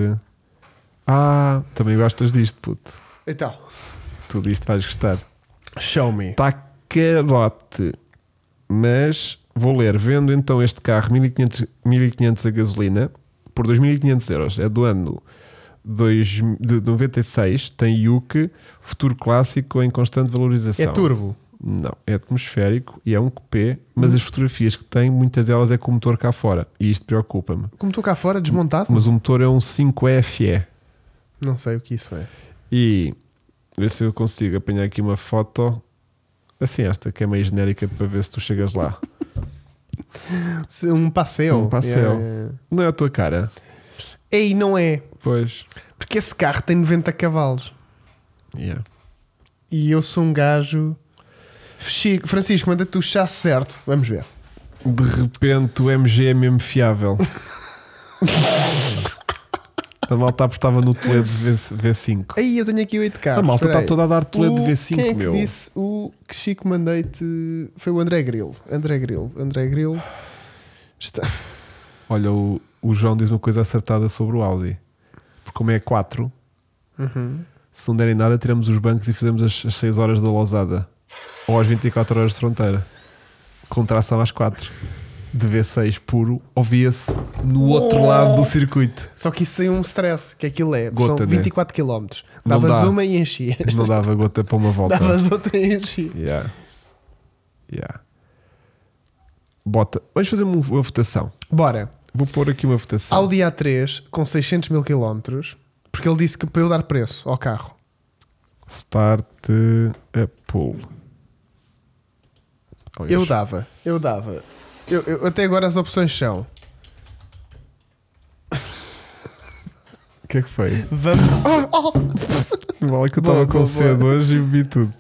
[SPEAKER 2] Ah, também gostas disto, puto.
[SPEAKER 1] Então,
[SPEAKER 2] Tudo isto vais gostar.
[SPEAKER 1] show me.
[SPEAKER 2] Está carote. Mas vou ler. Vendo então este carro 1500, 1500 a gasolina por 2500 euros. É do ano dois- de 96. Tem Yuke, futuro clássico em constante valorização.
[SPEAKER 1] É turbo.
[SPEAKER 2] Não, é atmosférico e é um coupé. Mas as fotografias que tem, muitas delas é com o motor cá fora. E isto preocupa-me.
[SPEAKER 1] Como estou cá fora, desmontado?
[SPEAKER 2] Mas o motor é um 5FE.
[SPEAKER 1] Não sei o que isso é.
[SPEAKER 2] E ver se eu consigo apanhar aqui uma foto. Assim, esta que é meio genérica para ver se tu chegas lá.
[SPEAKER 1] Se- Um passeio.
[SPEAKER 2] Um passeio.
[SPEAKER 1] Yeah.
[SPEAKER 2] Não é a tua cara?
[SPEAKER 1] Ei, não é.
[SPEAKER 2] Pois.
[SPEAKER 1] Porque esse carro tem 90 cavalos.
[SPEAKER 2] Yeah.
[SPEAKER 1] E eu sou um gajo. Chico, Francisco, manda-te o chá certo. Vamos ver.
[SPEAKER 2] De repente o MG é
[SPEAKER 1] [LAUGHS]
[SPEAKER 2] mesmo fiável. a malta apostava no Toledo V- V5.
[SPEAKER 1] Aí eu tenho aqui 8 carros.
[SPEAKER 2] A malta
[SPEAKER 1] ah, Espera
[SPEAKER 2] está
[SPEAKER 1] aí.
[SPEAKER 2] toda a dar Toledo
[SPEAKER 1] O-
[SPEAKER 2] V5,
[SPEAKER 1] Quem é que
[SPEAKER 2] meu.
[SPEAKER 1] disse o que Chico mandei-te? Foi o André Grilo. André Grilo. André Grilo. Está...
[SPEAKER 2] Olha, o, o João diz uma coisa acertada sobre o Audi. Porque como é 4, se não derem nada, tiramos os bancos e fizemos as, as 6 horas da lousada. Ou às 24 horas de fronteira. Com tração às 4. De V6 puro, ouvia-se no outro lado do circuito.
[SPEAKER 1] Só que isso tem um stress, que aquilo é.
[SPEAKER 2] Gota,
[SPEAKER 1] São
[SPEAKER 2] né?
[SPEAKER 1] 24 km.
[SPEAKER 2] Não
[SPEAKER 1] Davas
[SPEAKER 2] dá.
[SPEAKER 1] uma e
[SPEAKER 2] [LAUGHS]
[SPEAKER 1] enchia.
[SPEAKER 2] Não dava gota para uma volta.
[SPEAKER 1] Davas outra e enchia.
[SPEAKER 2] Yeah. Yeah. Bota. Vamos fazer uma uma votação.
[SPEAKER 1] Bora.
[SPEAKER 2] Vou pôr aqui uma votação.
[SPEAKER 1] Audi A3 com 600 mil km. Porque ele disse que para eu dar preço ao carro.
[SPEAKER 2] Start a pull. Aliás,
[SPEAKER 1] Eu dava, eu dava. Eu, eu- até agora as opções são:
[SPEAKER 2] O que é que
[SPEAKER 1] [LAUGHS]
[SPEAKER 2] foi?
[SPEAKER 1] [GASPS] vamos. oh.
[SPEAKER 2] Vale que eu
[SPEAKER 1] Boa,
[SPEAKER 2] estava com
[SPEAKER 1] boa,
[SPEAKER 2] cedo hoje e vi tudo.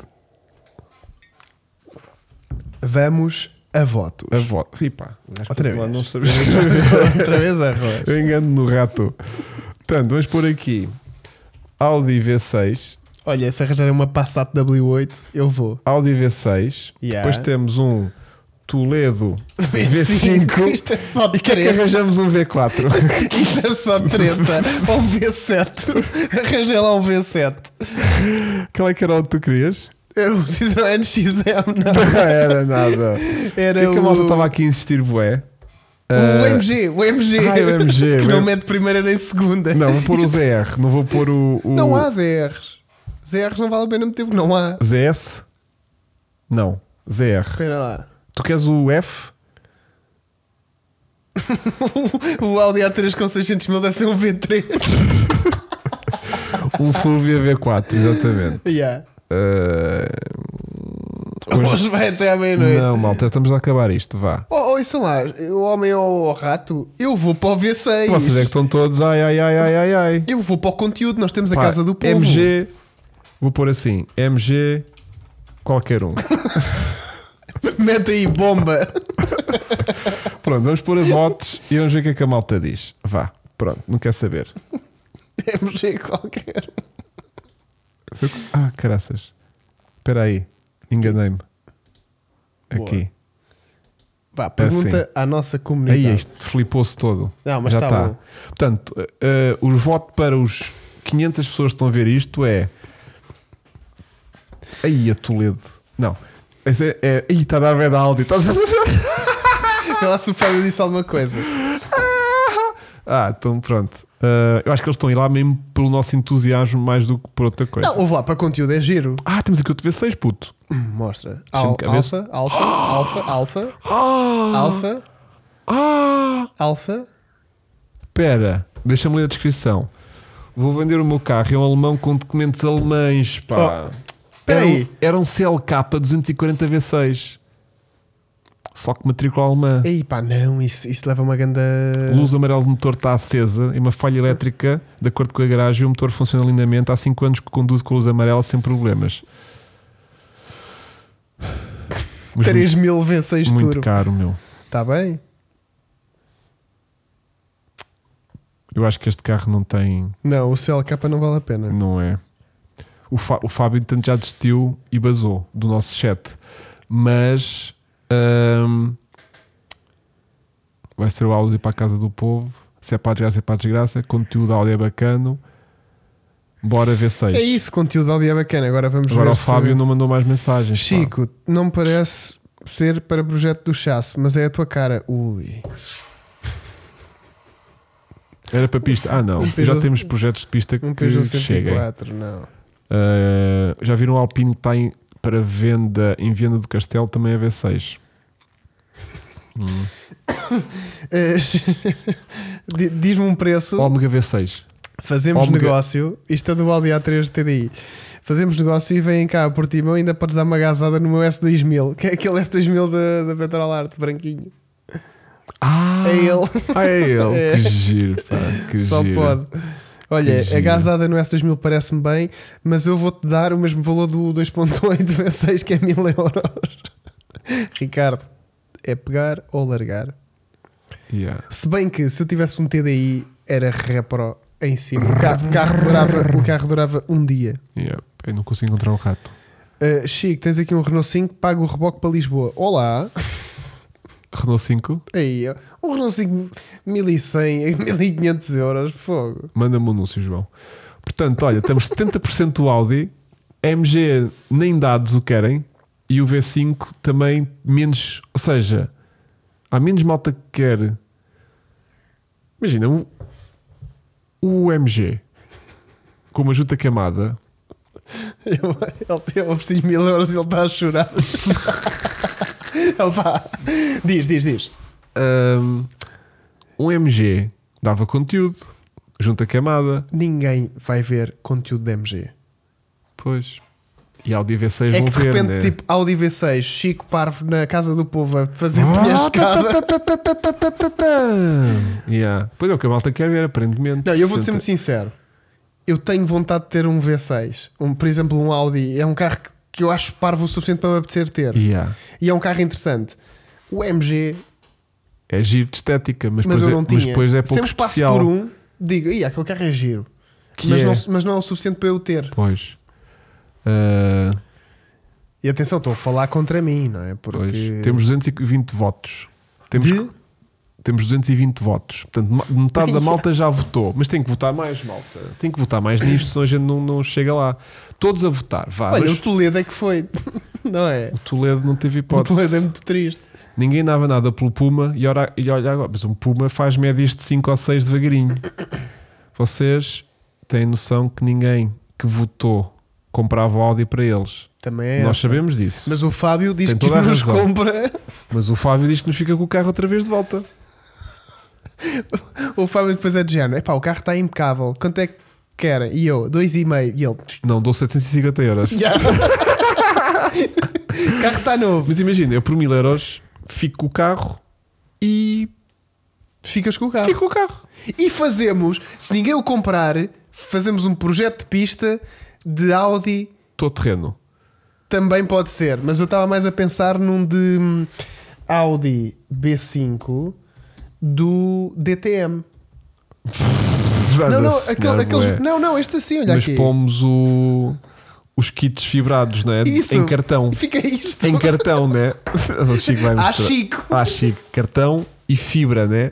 [SPEAKER 1] Vamos a votos.
[SPEAKER 2] A voto. E pá, o gajo
[SPEAKER 1] Outra
[SPEAKER 2] que lá
[SPEAKER 1] vez.
[SPEAKER 2] não sabia escrever.
[SPEAKER 1] [LAUGHS] Outra vez a voz. [LAUGHS]
[SPEAKER 2] [LAUGHS] Eu engano no rato. Portanto, vamos pôr aqui Audi V6.
[SPEAKER 1] Olha, se arranjarem uma Passat W8, eu vou.
[SPEAKER 2] Audi V6.
[SPEAKER 1] Yeah.
[SPEAKER 2] Depois temos um
[SPEAKER 1] [LAUGHS]
[SPEAKER 2] Toledo V5.
[SPEAKER 1] Isto é só
[SPEAKER 2] E quer que
[SPEAKER 1] treta.
[SPEAKER 2] arranjamos
[SPEAKER 1] [LAUGHS]
[SPEAKER 2] um V4?
[SPEAKER 1] Isto é só treta. Ou um V7. Arranjei lá um V7.
[SPEAKER 2] Qual é que era o que tu querias? [LAUGHS]
[SPEAKER 1] Era um Citroën XM, não.
[SPEAKER 2] Não era nada.
[SPEAKER 1] Era
[SPEAKER 2] o que é que a malta
[SPEAKER 1] o-
[SPEAKER 2] estava aqui a insistir, bué?
[SPEAKER 1] O
[SPEAKER 2] Ah,
[SPEAKER 1] MG, o MG.
[SPEAKER 2] [LAUGHS] Ah, o
[SPEAKER 1] [LAUGHS]
[SPEAKER 2] MG,
[SPEAKER 1] Que não
[SPEAKER 2] bem-
[SPEAKER 1] mete primeira nem segunda.
[SPEAKER 2] Não, vou pôr o ZR, não vou pôr o, o
[SPEAKER 1] Não há ZRs. ZRs não vale a pena meter porque não há.
[SPEAKER 2] ZS? Não, ZR.
[SPEAKER 1] Espera lá. [LAUGHS]
[SPEAKER 2] Tu queres o F?
[SPEAKER 1] o Audi A3 com 600 mil deve ser um V3.
[SPEAKER 2] Um [LAUGHS] Fulvia V4, exatamente.
[SPEAKER 1] [LAUGHS] yeah.
[SPEAKER 2] Ah,
[SPEAKER 1] Hoje vai até à meia-noite.
[SPEAKER 2] não, é? malta, estamos a acabar isto, vá.
[SPEAKER 1] Oh, oh, isso lá, o homem ou o rato, eu vou para o V6.
[SPEAKER 2] Vocês é que estão todos, ai, ai, ai, ai, ai, ai.
[SPEAKER 1] Eu vou para o conteúdo, nós temos a
[SPEAKER 2] Pá,
[SPEAKER 1] casa do povo.
[SPEAKER 2] MG, vou pôr assim, MG, qualquer [LAUGHS] um.
[SPEAKER 1] [LAUGHS] Mete aí bomba. [LAUGHS]
[SPEAKER 2] Pronto, vamos pôr a votos e vamos ver o que é que a malta diz. Vá, pronto, não quer saber.
[SPEAKER 1] MG qualquer.
[SPEAKER 2] Se eu- Ah, caraças. Espera aí, enganei-me. Aqui.
[SPEAKER 1] Vá, pergunta à nossa comunidade.
[SPEAKER 2] É assim. Aí é isto flipou-se todo.
[SPEAKER 1] então. Não, mas
[SPEAKER 2] Já
[SPEAKER 1] tá
[SPEAKER 2] está.
[SPEAKER 1] bom.
[SPEAKER 2] Portanto, eh, o voto para os 500 pessoas que estão a ver isto é Aí a Toledo. Não. Esse é, é, aí está tá a dar da Audi. Estás
[SPEAKER 1] [LAUGHS] Ela se o Fábio disse alguma coisa.
[SPEAKER 2] Ah, então pronto. Ah, eu acho que eles estão a ir lá mesmo pelo nosso entusiasmo mais do que por outra coisa.
[SPEAKER 1] Não, ouve lá, para conteúdo é giro.
[SPEAKER 2] Ah, temos aqui o TV6, puto.
[SPEAKER 1] Mostra.
[SPEAKER 2] Deixa-me
[SPEAKER 1] Al-
[SPEAKER 2] cá ver se-
[SPEAKER 1] Alfa, alfa, alfa, alfa,
[SPEAKER 2] Ah!
[SPEAKER 1] alfa,
[SPEAKER 2] Ah!
[SPEAKER 1] alfa.
[SPEAKER 2] Pera, deixa-me ler a descrição. Vou vender o meu carro. É um alemão com documentos alemães, pá.
[SPEAKER 1] Oh, espera
[SPEAKER 2] Era um-
[SPEAKER 1] aí.
[SPEAKER 2] Era um CLK 240 V6. Só que matrícula alemã.
[SPEAKER 1] Ei pá, não, isso, isso leva uma ganda.
[SPEAKER 2] Luz amarela do motor está acesa e uma falha elétrica, de acordo com a garagem, o motor funciona lindamente. Há 5 anos que conduzo com a luz amarela sem problemas. Mas
[SPEAKER 1] 3 mil V6
[SPEAKER 2] muito, muito
[SPEAKER 1] turbo.
[SPEAKER 2] caro, meu.
[SPEAKER 1] Está bem?
[SPEAKER 2] Eu acho que este carro não tem.
[SPEAKER 1] Não, o CLK não vale a pena.
[SPEAKER 2] Não é. O, Fá- o Fábio, tanto já desistiu e basou do nosso chat. Mas. hum, vai ser o áudio para a casa do povo. Se é para a desgraça, é para a desgraça. Conteúdo áudio é bacana. Bora V6.
[SPEAKER 1] É isso, conteúdo áudio é bacana. Agora vamos
[SPEAKER 2] Agora
[SPEAKER 1] ver.
[SPEAKER 2] o
[SPEAKER 1] se-
[SPEAKER 2] Fábio não mandou mais mensagens. pá.
[SPEAKER 1] Chico, não me parece ser para projeto do chasso, mas é a tua cara. Ui.
[SPEAKER 2] Era para pista. Ah, não.
[SPEAKER 1] Um
[SPEAKER 2] já
[SPEAKER 1] Peugeot-
[SPEAKER 2] temos projetos de pista
[SPEAKER 1] Um
[SPEAKER 2] que
[SPEAKER 1] Peugeot
[SPEAKER 2] chegam.
[SPEAKER 1] 104, não.
[SPEAKER 2] Uh, já viram o Alpine que está em- para venda em Viana do Castelo também
[SPEAKER 1] [LAUGHS]
[SPEAKER 2] é V6. Hum.
[SPEAKER 1] Eh, [LAUGHS] di- Diz-me um preço.
[SPEAKER 2] Omega V6.
[SPEAKER 1] Fazemos
[SPEAKER 2] Omega.
[SPEAKER 1] negócio. Isto é do Audi A3 TDI. Fazemos negócio e vêm cá por ti, meu, ainda para dar uma gasada no meu S2000, que é aquele S2000 da, da Petrol Art, branquinho.
[SPEAKER 2] Ah,
[SPEAKER 1] É ele.
[SPEAKER 2] Ah, é ele.
[SPEAKER 1] É.
[SPEAKER 2] Que giro, pá. Que
[SPEAKER 1] [LAUGHS] Só
[SPEAKER 2] giro.
[SPEAKER 1] pode.
[SPEAKER 2] Que
[SPEAKER 1] Olha,
[SPEAKER 2] giro.
[SPEAKER 1] a gasada no S2000 parece-me bem, mas eu vou-te dar o mesmo valor do 2.8 V6, que é 1000 euros. [LAUGHS] Ricardo, é pegar ou largar?
[SPEAKER 2] Yeah.
[SPEAKER 1] Se bem que se eu tivesse um TDI, era repro em cima. O carro, o carro durava, o carro durava um dia.
[SPEAKER 2] yeah. Eu não consigo encontrar o rato.
[SPEAKER 1] Uh, Chico, tens aqui um Renault 5, paga o reboque para Lisboa. Olá!
[SPEAKER 2] Renault 5,
[SPEAKER 1] Aí, ó, um Renault 5 [LAUGHS] 1100, 1500 euros, fogo.
[SPEAKER 2] manda-me um anúncio, João. Portanto, olha, temos 70% do Audi. MG nem dados o querem. E o V5 também menos. Ou seja, há menos malta que quer. Imagina, um, o, o MG com uma juta queimada
[SPEAKER 1] Eu, ele tem eu preciso de 1000 euros e ele está a chorar. [LAUGHS] Opa. Diz, diz, diz.
[SPEAKER 2] Ahm, um MG dava conteúdo, junta camada,
[SPEAKER 1] Ninguém vai ver conteúdo de MG.
[SPEAKER 2] pois. E Audi V6
[SPEAKER 1] é
[SPEAKER 2] vão
[SPEAKER 1] que de
[SPEAKER 2] ver,
[SPEAKER 1] repente,
[SPEAKER 2] né?
[SPEAKER 1] tipo, Audi V6, Chico Parvo na casa do povo a fazer
[SPEAKER 2] Ah,
[SPEAKER 1] penhascada.
[SPEAKER 2] tá, tá, tá, tá, tá, tá, tá, tá. Yeah. Pois é, o que a malta quer ver, aparentemente.
[SPEAKER 1] Não, eu vou-te ser
[SPEAKER 2] Senta-
[SPEAKER 1] muito sincero. Eu tenho vontade de ter um V6. Um, por exemplo, um Audi. É um carro que, que eu acho parvo o suficiente para me apetecer ter.
[SPEAKER 2] Yeah.
[SPEAKER 1] E é um carro interessante. O MG,
[SPEAKER 2] É giro de estética, mas,
[SPEAKER 1] mas
[SPEAKER 2] depois,
[SPEAKER 1] eu
[SPEAKER 2] é,
[SPEAKER 1] não
[SPEAKER 2] mas
[SPEAKER 1] tinha.
[SPEAKER 2] depois é pouco
[SPEAKER 1] Sempre passo
[SPEAKER 2] especial.
[SPEAKER 1] por um, digo, "Ih, aquele carro é giro.
[SPEAKER 2] Que
[SPEAKER 1] Mas,
[SPEAKER 2] é.
[SPEAKER 1] não, mas não é o suficiente para eu ter.
[SPEAKER 2] Pois. Ah,
[SPEAKER 1] E atenção, estou a falar contra mim, não é? Porque.
[SPEAKER 2] pois. Temos 220 votos. Temos,
[SPEAKER 1] De-
[SPEAKER 2] temos 220 votos. Portanto, ma- metade da malta já votou. Mas tem que votar mais, malta. Tem que votar mais nisto, senão a gente não, não chega lá. Todos a votar, vá.
[SPEAKER 1] Olha,
[SPEAKER 2] mas
[SPEAKER 1] o Toledo é que foi. [LAUGHS] não é?
[SPEAKER 2] o Toledo não teve
[SPEAKER 1] O
[SPEAKER 2] hipótese.
[SPEAKER 1] Toledo é muito triste.
[SPEAKER 2] Ninguém dava nada pelo Puma e ora- e olha agora. Mas um Puma faz médias de 5 ou 6 devagarinho. [COUGHS] Vocês têm noção que ninguém que votou comprava o Audi para eles.
[SPEAKER 1] Também é.
[SPEAKER 2] Nós
[SPEAKER 1] essa.
[SPEAKER 2] sabemos disso.
[SPEAKER 1] Mas
[SPEAKER 2] Mas...
[SPEAKER 1] o Fábio diz
[SPEAKER 2] Tem
[SPEAKER 1] que
[SPEAKER 2] toda a
[SPEAKER 1] nos
[SPEAKER 2] razão.
[SPEAKER 1] compra.
[SPEAKER 2] o Fábio diz que nos fica com o carro outra vez de volta.
[SPEAKER 1] O Fábio depois é de género. Epá, o carro está impecável. Quanto é que querem? E eu, dois e meio. E ele.
[SPEAKER 2] Não, dou 750 euros.
[SPEAKER 1] "Ya." [LAUGHS] o carro está novo.
[SPEAKER 2] Mas imagina, eu por 1000 euros fico com o carro e
[SPEAKER 1] Ficas com o carro.
[SPEAKER 2] fico com o carro.
[SPEAKER 1] E fazemos, se ninguém o comprar, fazemos um projeto de pista de Audi.
[SPEAKER 2] Estou terreno.
[SPEAKER 1] Também pode ser, mas eu estava mais a pensar num de hum, Audi B5 do DTM. não, não, aquele, aqueles, não, não, este assim, olha
[SPEAKER 2] é? Mas
[SPEAKER 1] aqui.
[SPEAKER 2] pomos o, os kits fibrados, não é?
[SPEAKER 1] Isso.
[SPEAKER 2] Em
[SPEAKER 1] [LAUGHS]
[SPEAKER 2] cartão.
[SPEAKER 1] Fica isto.
[SPEAKER 2] Em
[SPEAKER 1] [LAUGHS]
[SPEAKER 2] cartão, né? O Chico vai
[SPEAKER 1] Ah,
[SPEAKER 2] mostrar.
[SPEAKER 1] Chico.
[SPEAKER 2] Ah, Chico. Cartão e fibra, né?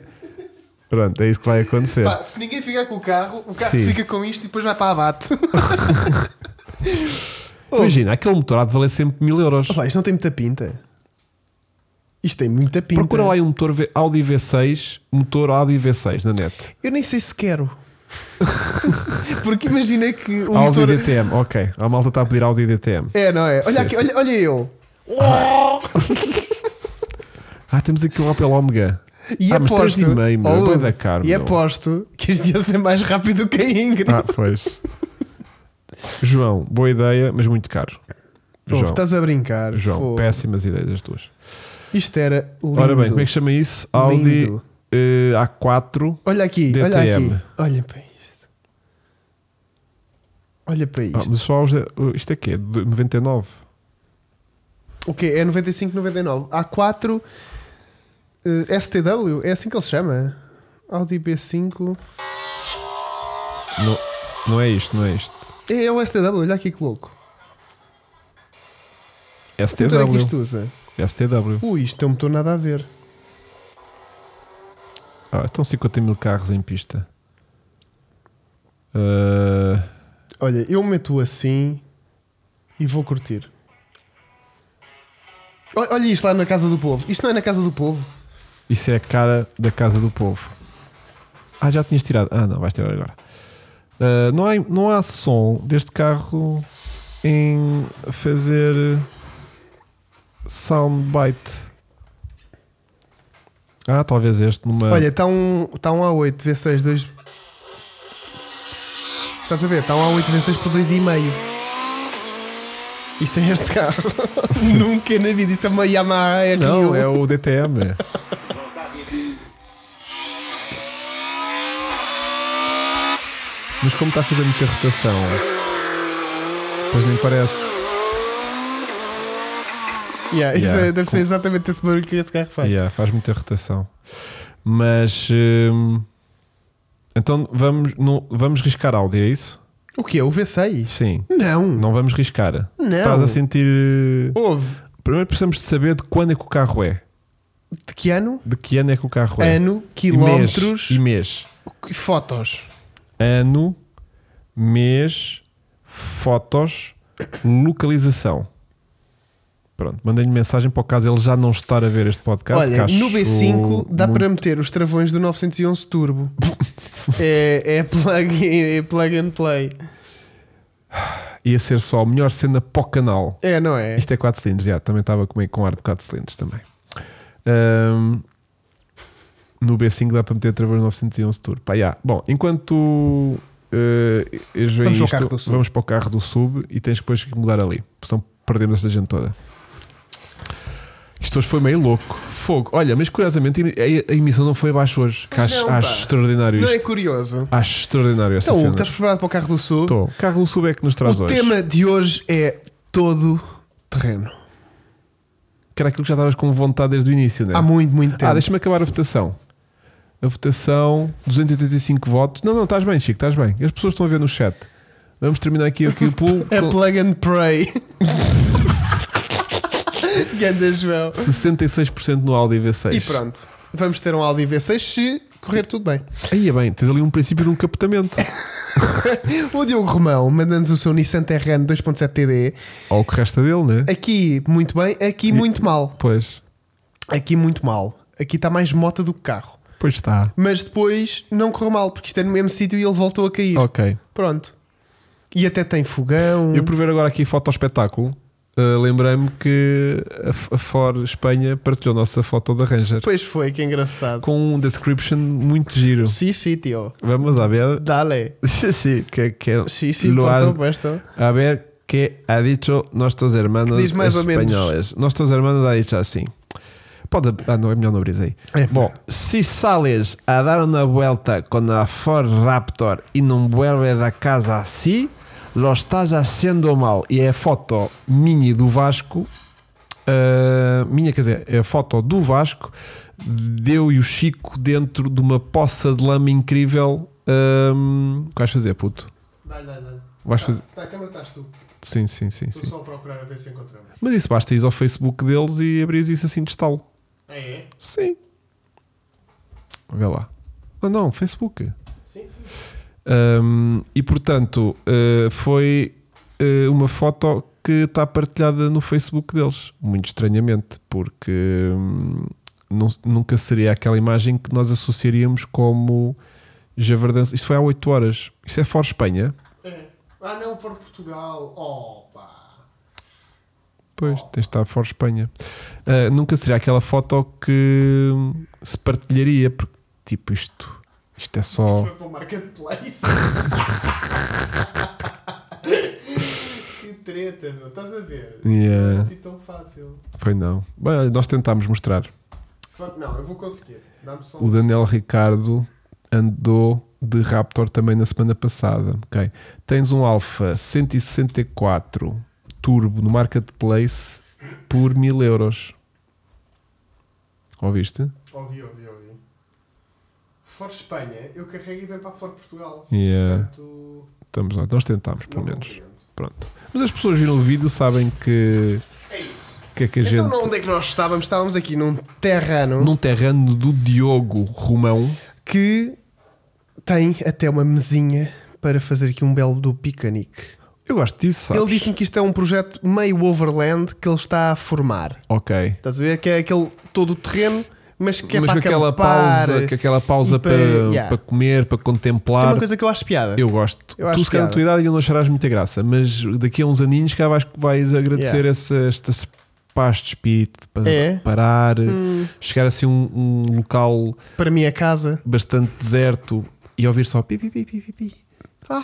[SPEAKER 2] Pronto, é isso que vai acontecer.
[SPEAKER 1] Pá, se ninguém ficar com o carro, o carro
[SPEAKER 2] Sim.
[SPEAKER 1] [LAUGHS] fica com isto e depois vai para abate.
[SPEAKER 2] Imagina, aquele motor há de valer sempre mil euros.
[SPEAKER 1] oh. Opa, isto não tem muita pinta. Isto tem muita pinta.
[SPEAKER 2] Procura lá aí um motor V- Audi V6, motor Audi V6 na net.
[SPEAKER 1] Eu nem sei se quero. [LAUGHS] Porque imagina que o
[SPEAKER 2] Audi
[SPEAKER 1] Um motor...
[SPEAKER 2] DTM, ok. A malta está a pedir Audi DTM.
[SPEAKER 1] É, não é? Olha aqui, olha, olha eu.
[SPEAKER 2] Ah, temos aqui um Opel Omega.
[SPEAKER 1] E
[SPEAKER 2] ah, mas
[SPEAKER 1] aposto.
[SPEAKER 2] 3,5, meu.
[SPEAKER 1] Oh,
[SPEAKER 2] Boi da caro,
[SPEAKER 1] e
[SPEAKER 2] meu.
[SPEAKER 1] aposto que este ia ser mais rápido que a Ingrid.
[SPEAKER 2] Ah, pois. João, boa ideia, mas muito caro.
[SPEAKER 1] Pô,
[SPEAKER 2] João,
[SPEAKER 1] estás a brincar.
[SPEAKER 2] João,
[SPEAKER 1] Fogo.
[SPEAKER 2] péssimas ideias as tuas.
[SPEAKER 1] Isto era lindo.
[SPEAKER 2] Ora bem, como é que chama isso? Audi
[SPEAKER 1] Lindo.
[SPEAKER 2] eh, A4.
[SPEAKER 1] Olha aqui, olha
[SPEAKER 2] DTM.
[SPEAKER 1] aqui. Olha para isto. Olha para
[SPEAKER 2] Ah,
[SPEAKER 1] isto.
[SPEAKER 2] mas só os, isto é que é de 99.
[SPEAKER 1] O quê? É 95, 99. A4 eh, STW, é assim que ele se chama. Audi B5.
[SPEAKER 2] Não, não é isto, não é isto.
[SPEAKER 1] É, é o STW, olha aqui que louco. Que motor é que isto
[SPEAKER 2] STW.
[SPEAKER 1] usa?
[SPEAKER 2] STW.
[SPEAKER 1] Ui, isto tem um motor nada a ver.
[SPEAKER 2] Ah, estão 50 mil carros em pista. Ah,
[SPEAKER 1] Olha, eu meto assim e vou curtir. Ol- Olha isto lá na casa do povo. Isto não é na casa do povo.
[SPEAKER 2] isso é a cara da casa do povo. Ah, já tinhas tirado. Ah, não, vais tirar agora. Ah, não, há, não há som deste carro em fazer soundbite. Ah, talvez este numa.
[SPEAKER 1] Olha, está um, tá um A8 V6 2. Estás a ver? Está um A8 V6 por 2,5. Isso é este
[SPEAKER 2] [LAUGHS]
[SPEAKER 1] carro. Nunca na vida. Isso é uma Yamaha RU.
[SPEAKER 2] não, é o DTM. Mas como está a fazer muita rotação, pois nem parece.
[SPEAKER 1] Yeah, isso
[SPEAKER 2] Yeah.
[SPEAKER 1] é- deve ser exatamente esse barulho que esse carro faz.
[SPEAKER 2] Yeah, faz muita rotação. Mas hum, então vamos, não, vamos riscar Audi, é isso?
[SPEAKER 1] O que é? O V6?
[SPEAKER 2] Sim.
[SPEAKER 1] Não.
[SPEAKER 2] Não vamos riscar.
[SPEAKER 1] Não.
[SPEAKER 2] Estás a sentir. eh,
[SPEAKER 1] Houve.
[SPEAKER 2] Primeiro precisamos de saber de quando é que o carro é.
[SPEAKER 1] De que ano?
[SPEAKER 2] De que ano é que o carro é.
[SPEAKER 1] Ano,
[SPEAKER 2] E mês,
[SPEAKER 1] quilómetros,
[SPEAKER 2] E mês.
[SPEAKER 1] que- fotos.
[SPEAKER 2] ano, mês, fotos, localização. Pronto, mandei-lhe mensagem para o caso ele já não estar a ver este podcast.
[SPEAKER 1] Olha,
[SPEAKER 2] que
[SPEAKER 1] no
[SPEAKER 2] acho
[SPEAKER 1] B5 dá
[SPEAKER 2] muito-
[SPEAKER 1] para meter os travões do 911 Turbo.
[SPEAKER 2] [LAUGHS]
[SPEAKER 1] é, é, plug, é plug and play.
[SPEAKER 2] Ia ser só a melhor cena para o canal.
[SPEAKER 1] É, não é?
[SPEAKER 2] Isto é 4 cilindros, já. Também estava comigo com ar de 4 cilindros também. Ahm, no B5 dá para meter através do 911 Tour. Pá, já. Bom, enquanto eh, eu vejo
[SPEAKER 1] Vamos ao
[SPEAKER 2] isto,
[SPEAKER 1] carro do sub.
[SPEAKER 2] vamos para o carro do sub e tens depois que mudar ali. porque Senão perdemos esta gente toda. Isto hoje foi meio louco. Fogo. Olha, mas curiosamente a a emissão não foi abaixo hoje. Que
[SPEAKER 1] Pois
[SPEAKER 2] acho,
[SPEAKER 1] não,
[SPEAKER 2] acho
[SPEAKER 1] pá.
[SPEAKER 2] extraordinário
[SPEAKER 1] Não é
[SPEAKER 2] isto.
[SPEAKER 1] curioso?
[SPEAKER 2] Acho extraordinário esta
[SPEAKER 1] Então, Hugo,
[SPEAKER 2] cena.
[SPEAKER 1] estás preparado para o carro do Sul?
[SPEAKER 2] Estou. O carro do sub é que nos traz
[SPEAKER 1] O
[SPEAKER 2] hoje.
[SPEAKER 1] tema de hoje é todo terreno.
[SPEAKER 2] Que era aquilo que já estavas com vontade desde o início, né?
[SPEAKER 1] Há muito, muito tempo.
[SPEAKER 2] Ah, deixa-me acabar a votação. A votação, 285 votos. Não, não, estás bem, Chico, estás bem. As pessoas estão a ver no chat. Vamos terminar aqui
[SPEAKER 1] [LAUGHS]
[SPEAKER 2] aqui o pool
[SPEAKER 1] É
[SPEAKER 2] com
[SPEAKER 1] plug and
[SPEAKER 2] [LAUGHS]
[SPEAKER 1] play. Ganda João.
[SPEAKER 2] 66% no Audi V6.
[SPEAKER 1] E pronto. Vamos ter um Audi V6 se correr tudo bem.
[SPEAKER 2] Aí é bem, tens ali um princípio de
[SPEAKER 1] [LAUGHS]
[SPEAKER 2] um captamento.
[SPEAKER 1] O Diogo Romão mandando-nos o seu Nissan Terrano 2.7 TDE.
[SPEAKER 2] Ou o que resta dele, né?
[SPEAKER 1] Aqui muito bem, aqui muito mal.
[SPEAKER 2] Pois,
[SPEAKER 1] Aqui muito mal. Aqui está mais mota do que carro.
[SPEAKER 2] pois está.
[SPEAKER 1] Mas depois não correu mal, porque isto é no mesmo sítio e ele voltou a cair.
[SPEAKER 2] Ok.
[SPEAKER 1] Pronto. E até tem fogão.
[SPEAKER 2] Eu por ver agora aqui foto ao espetáculo, eh, lembrei-me que a, F- a Ford Espanha partilhou a nossa foto da Ranger
[SPEAKER 1] Pois foi, que engraçado.
[SPEAKER 2] com um description muito giro.
[SPEAKER 1] Sí, sí, tío.
[SPEAKER 2] Vamos a ver. [LAUGHS]
[SPEAKER 1] Dale.
[SPEAKER 2] Sim, sim, que, é que
[SPEAKER 1] Sí, sí,
[SPEAKER 2] lo
[SPEAKER 1] por
[SPEAKER 2] has-
[SPEAKER 1] supuesto.
[SPEAKER 2] A ver que ha dicho nuestros hermanos
[SPEAKER 1] Que diz mais ou menos.
[SPEAKER 2] espanhóis. Nuestros hermanos ha dicho assim. Pode, ah, não, é melhor não abrir aí.
[SPEAKER 1] Eh.
[SPEAKER 2] Bom, se sales a dar uma volta com a Ford Raptor e não vuelve da casa assim, lo estás haciendo mal. E é a foto mini do Vasco, ah, minha, quer dizer, é a foto do Vasco, deu e o Chico dentro de uma poça de lama incrível. Ahm, o que vais fazer, puto?
[SPEAKER 1] Dale, dale, dale.
[SPEAKER 2] Vais fazer.
[SPEAKER 1] a câmera estás tu.
[SPEAKER 2] Sim, sim, sim, sim.
[SPEAKER 1] a procurar a ver se encontramos.
[SPEAKER 2] Mas isso basta ir ao Facebook deles e abrir isso assim de estalo.
[SPEAKER 1] É?
[SPEAKER 2] Sim. Vê lá. Não, não, Facebook.
[SPEAKER 1] Sim, sim.
[SPEAKER 2] Ahm, e portanto, eh, foi eh, uma foto que está partilhada no Facebook deles, muito estranhamente, porque hum, nu- nunca seria aquela imagem que nós associaríamos como Javardança. Isto foi há 8 horas. Isto é fora Espanha.
[SPEAKER 1] Ah, não, for Portugal. Opa!
[SPEAKER 2] Pois, tens de estar fora Espanha. Ah, nunca seria aquela foto que hum, se partilharia, porque tipo isto, isto é só.
[SPEAKER 1] para o
[SPEAKER 2] [LAUGHS]
[SPEAKER 1] Marketplace. que treta, meu. Estás a ver? é assim
[SPEAKER 2] Yeah.
[SPEAKER 1] tão fácil.
[SPEAKER 2] Foi não. Bem, nós tentámos mostrar.
[SPEAKER 1] Não, eu vou conseguir. Dá-me só um
[SPEAKER 2] O Daniel Ricardo andou de Raptor também na semana passada. ok? Tens um Alfa 164 Turbo no Marketplace por 1000 euros. Ouviste?
[SPEAKER 1] Ouvi, ouvi, ouvi. For Espanha, eu carrego e vem para For Portugal.
[SPEAKER 2] Yeah.
[SPEAKER 1] Portanto,
[SPEAKER 2] Estamos lá. Nós tentámos, pelo
[SPEAKER 1] não
[SPEAKER 2] menos.
[SPEAKER 1] compreendo.
[SPEAKER 2] Pronto. Mas as pessoas viram o vídeo sabem que,
[SPEAKER 1] É isso.
[SPEAKER 2] que é que a
[SPEAKER 1] Então,
[SPEAKER 2] gente.
[SPEAKER 1] onde é que nós estávamos? Estávamos aqui num terreno
[SPEAKER 2] Num terreno do Diogo Romão.
[SPEAKER 1] que tem até uma mesinha para fazer aqui um belo do picanic.
[SPEAKER 2] Eu gosto disso, sabes?
[SPEAKER 1] Ele disse-me que isto é um projeto meio overland que ele está a formar.
[SPEAKER 2] Ok.
[SPEAKER 1] Estás a ver? Que é aquele todo o terreno, mas que é
[SPEAKER 2] Mas com
[SPEAKER 1] para
[SPEAKER 2] aquela
[SPEAKER 1] acampar.
[SPEAKER 2] pausa, com aquela
[SPEAKER 1] e
[SPEAKER 2] pausa para,
[SPEAKER 1] yeah.
[SPEAKER 2] para comer, para
[SPEAKER 1] Que é
[SPEAKER 2] contemplar,
[SPEAKER 1] uma coisa que eu acho piada.
[SPEAKER 2] Eu gosto.
[SPEAKER 1] Eu
[SPEAKER 2] tu,
[SPEAKER 1] acho
[SPEAKER 2] se calhar,
[SPEAKER 1] piada.
[SPEAKER 2] na tua idade ainda não acharás muita graça, mas daqui a uns aninhos cá vais, vais agradecer
[SPEAKER 1] Yeah.
[SPEAKER 2] essa, esta s- paz de espírito, para
[SPEAKER 1] É? Hum.
[SPEAKER 2] parar, chegar assim a um, um local
[SPEAKER 1] Para mim, a casa.
[SPEAKER 2] [LAUGHS] bastante deserto e ouvir só pi, pi, pi, pi, pi, pi.
[SPEAKER 1] Ah,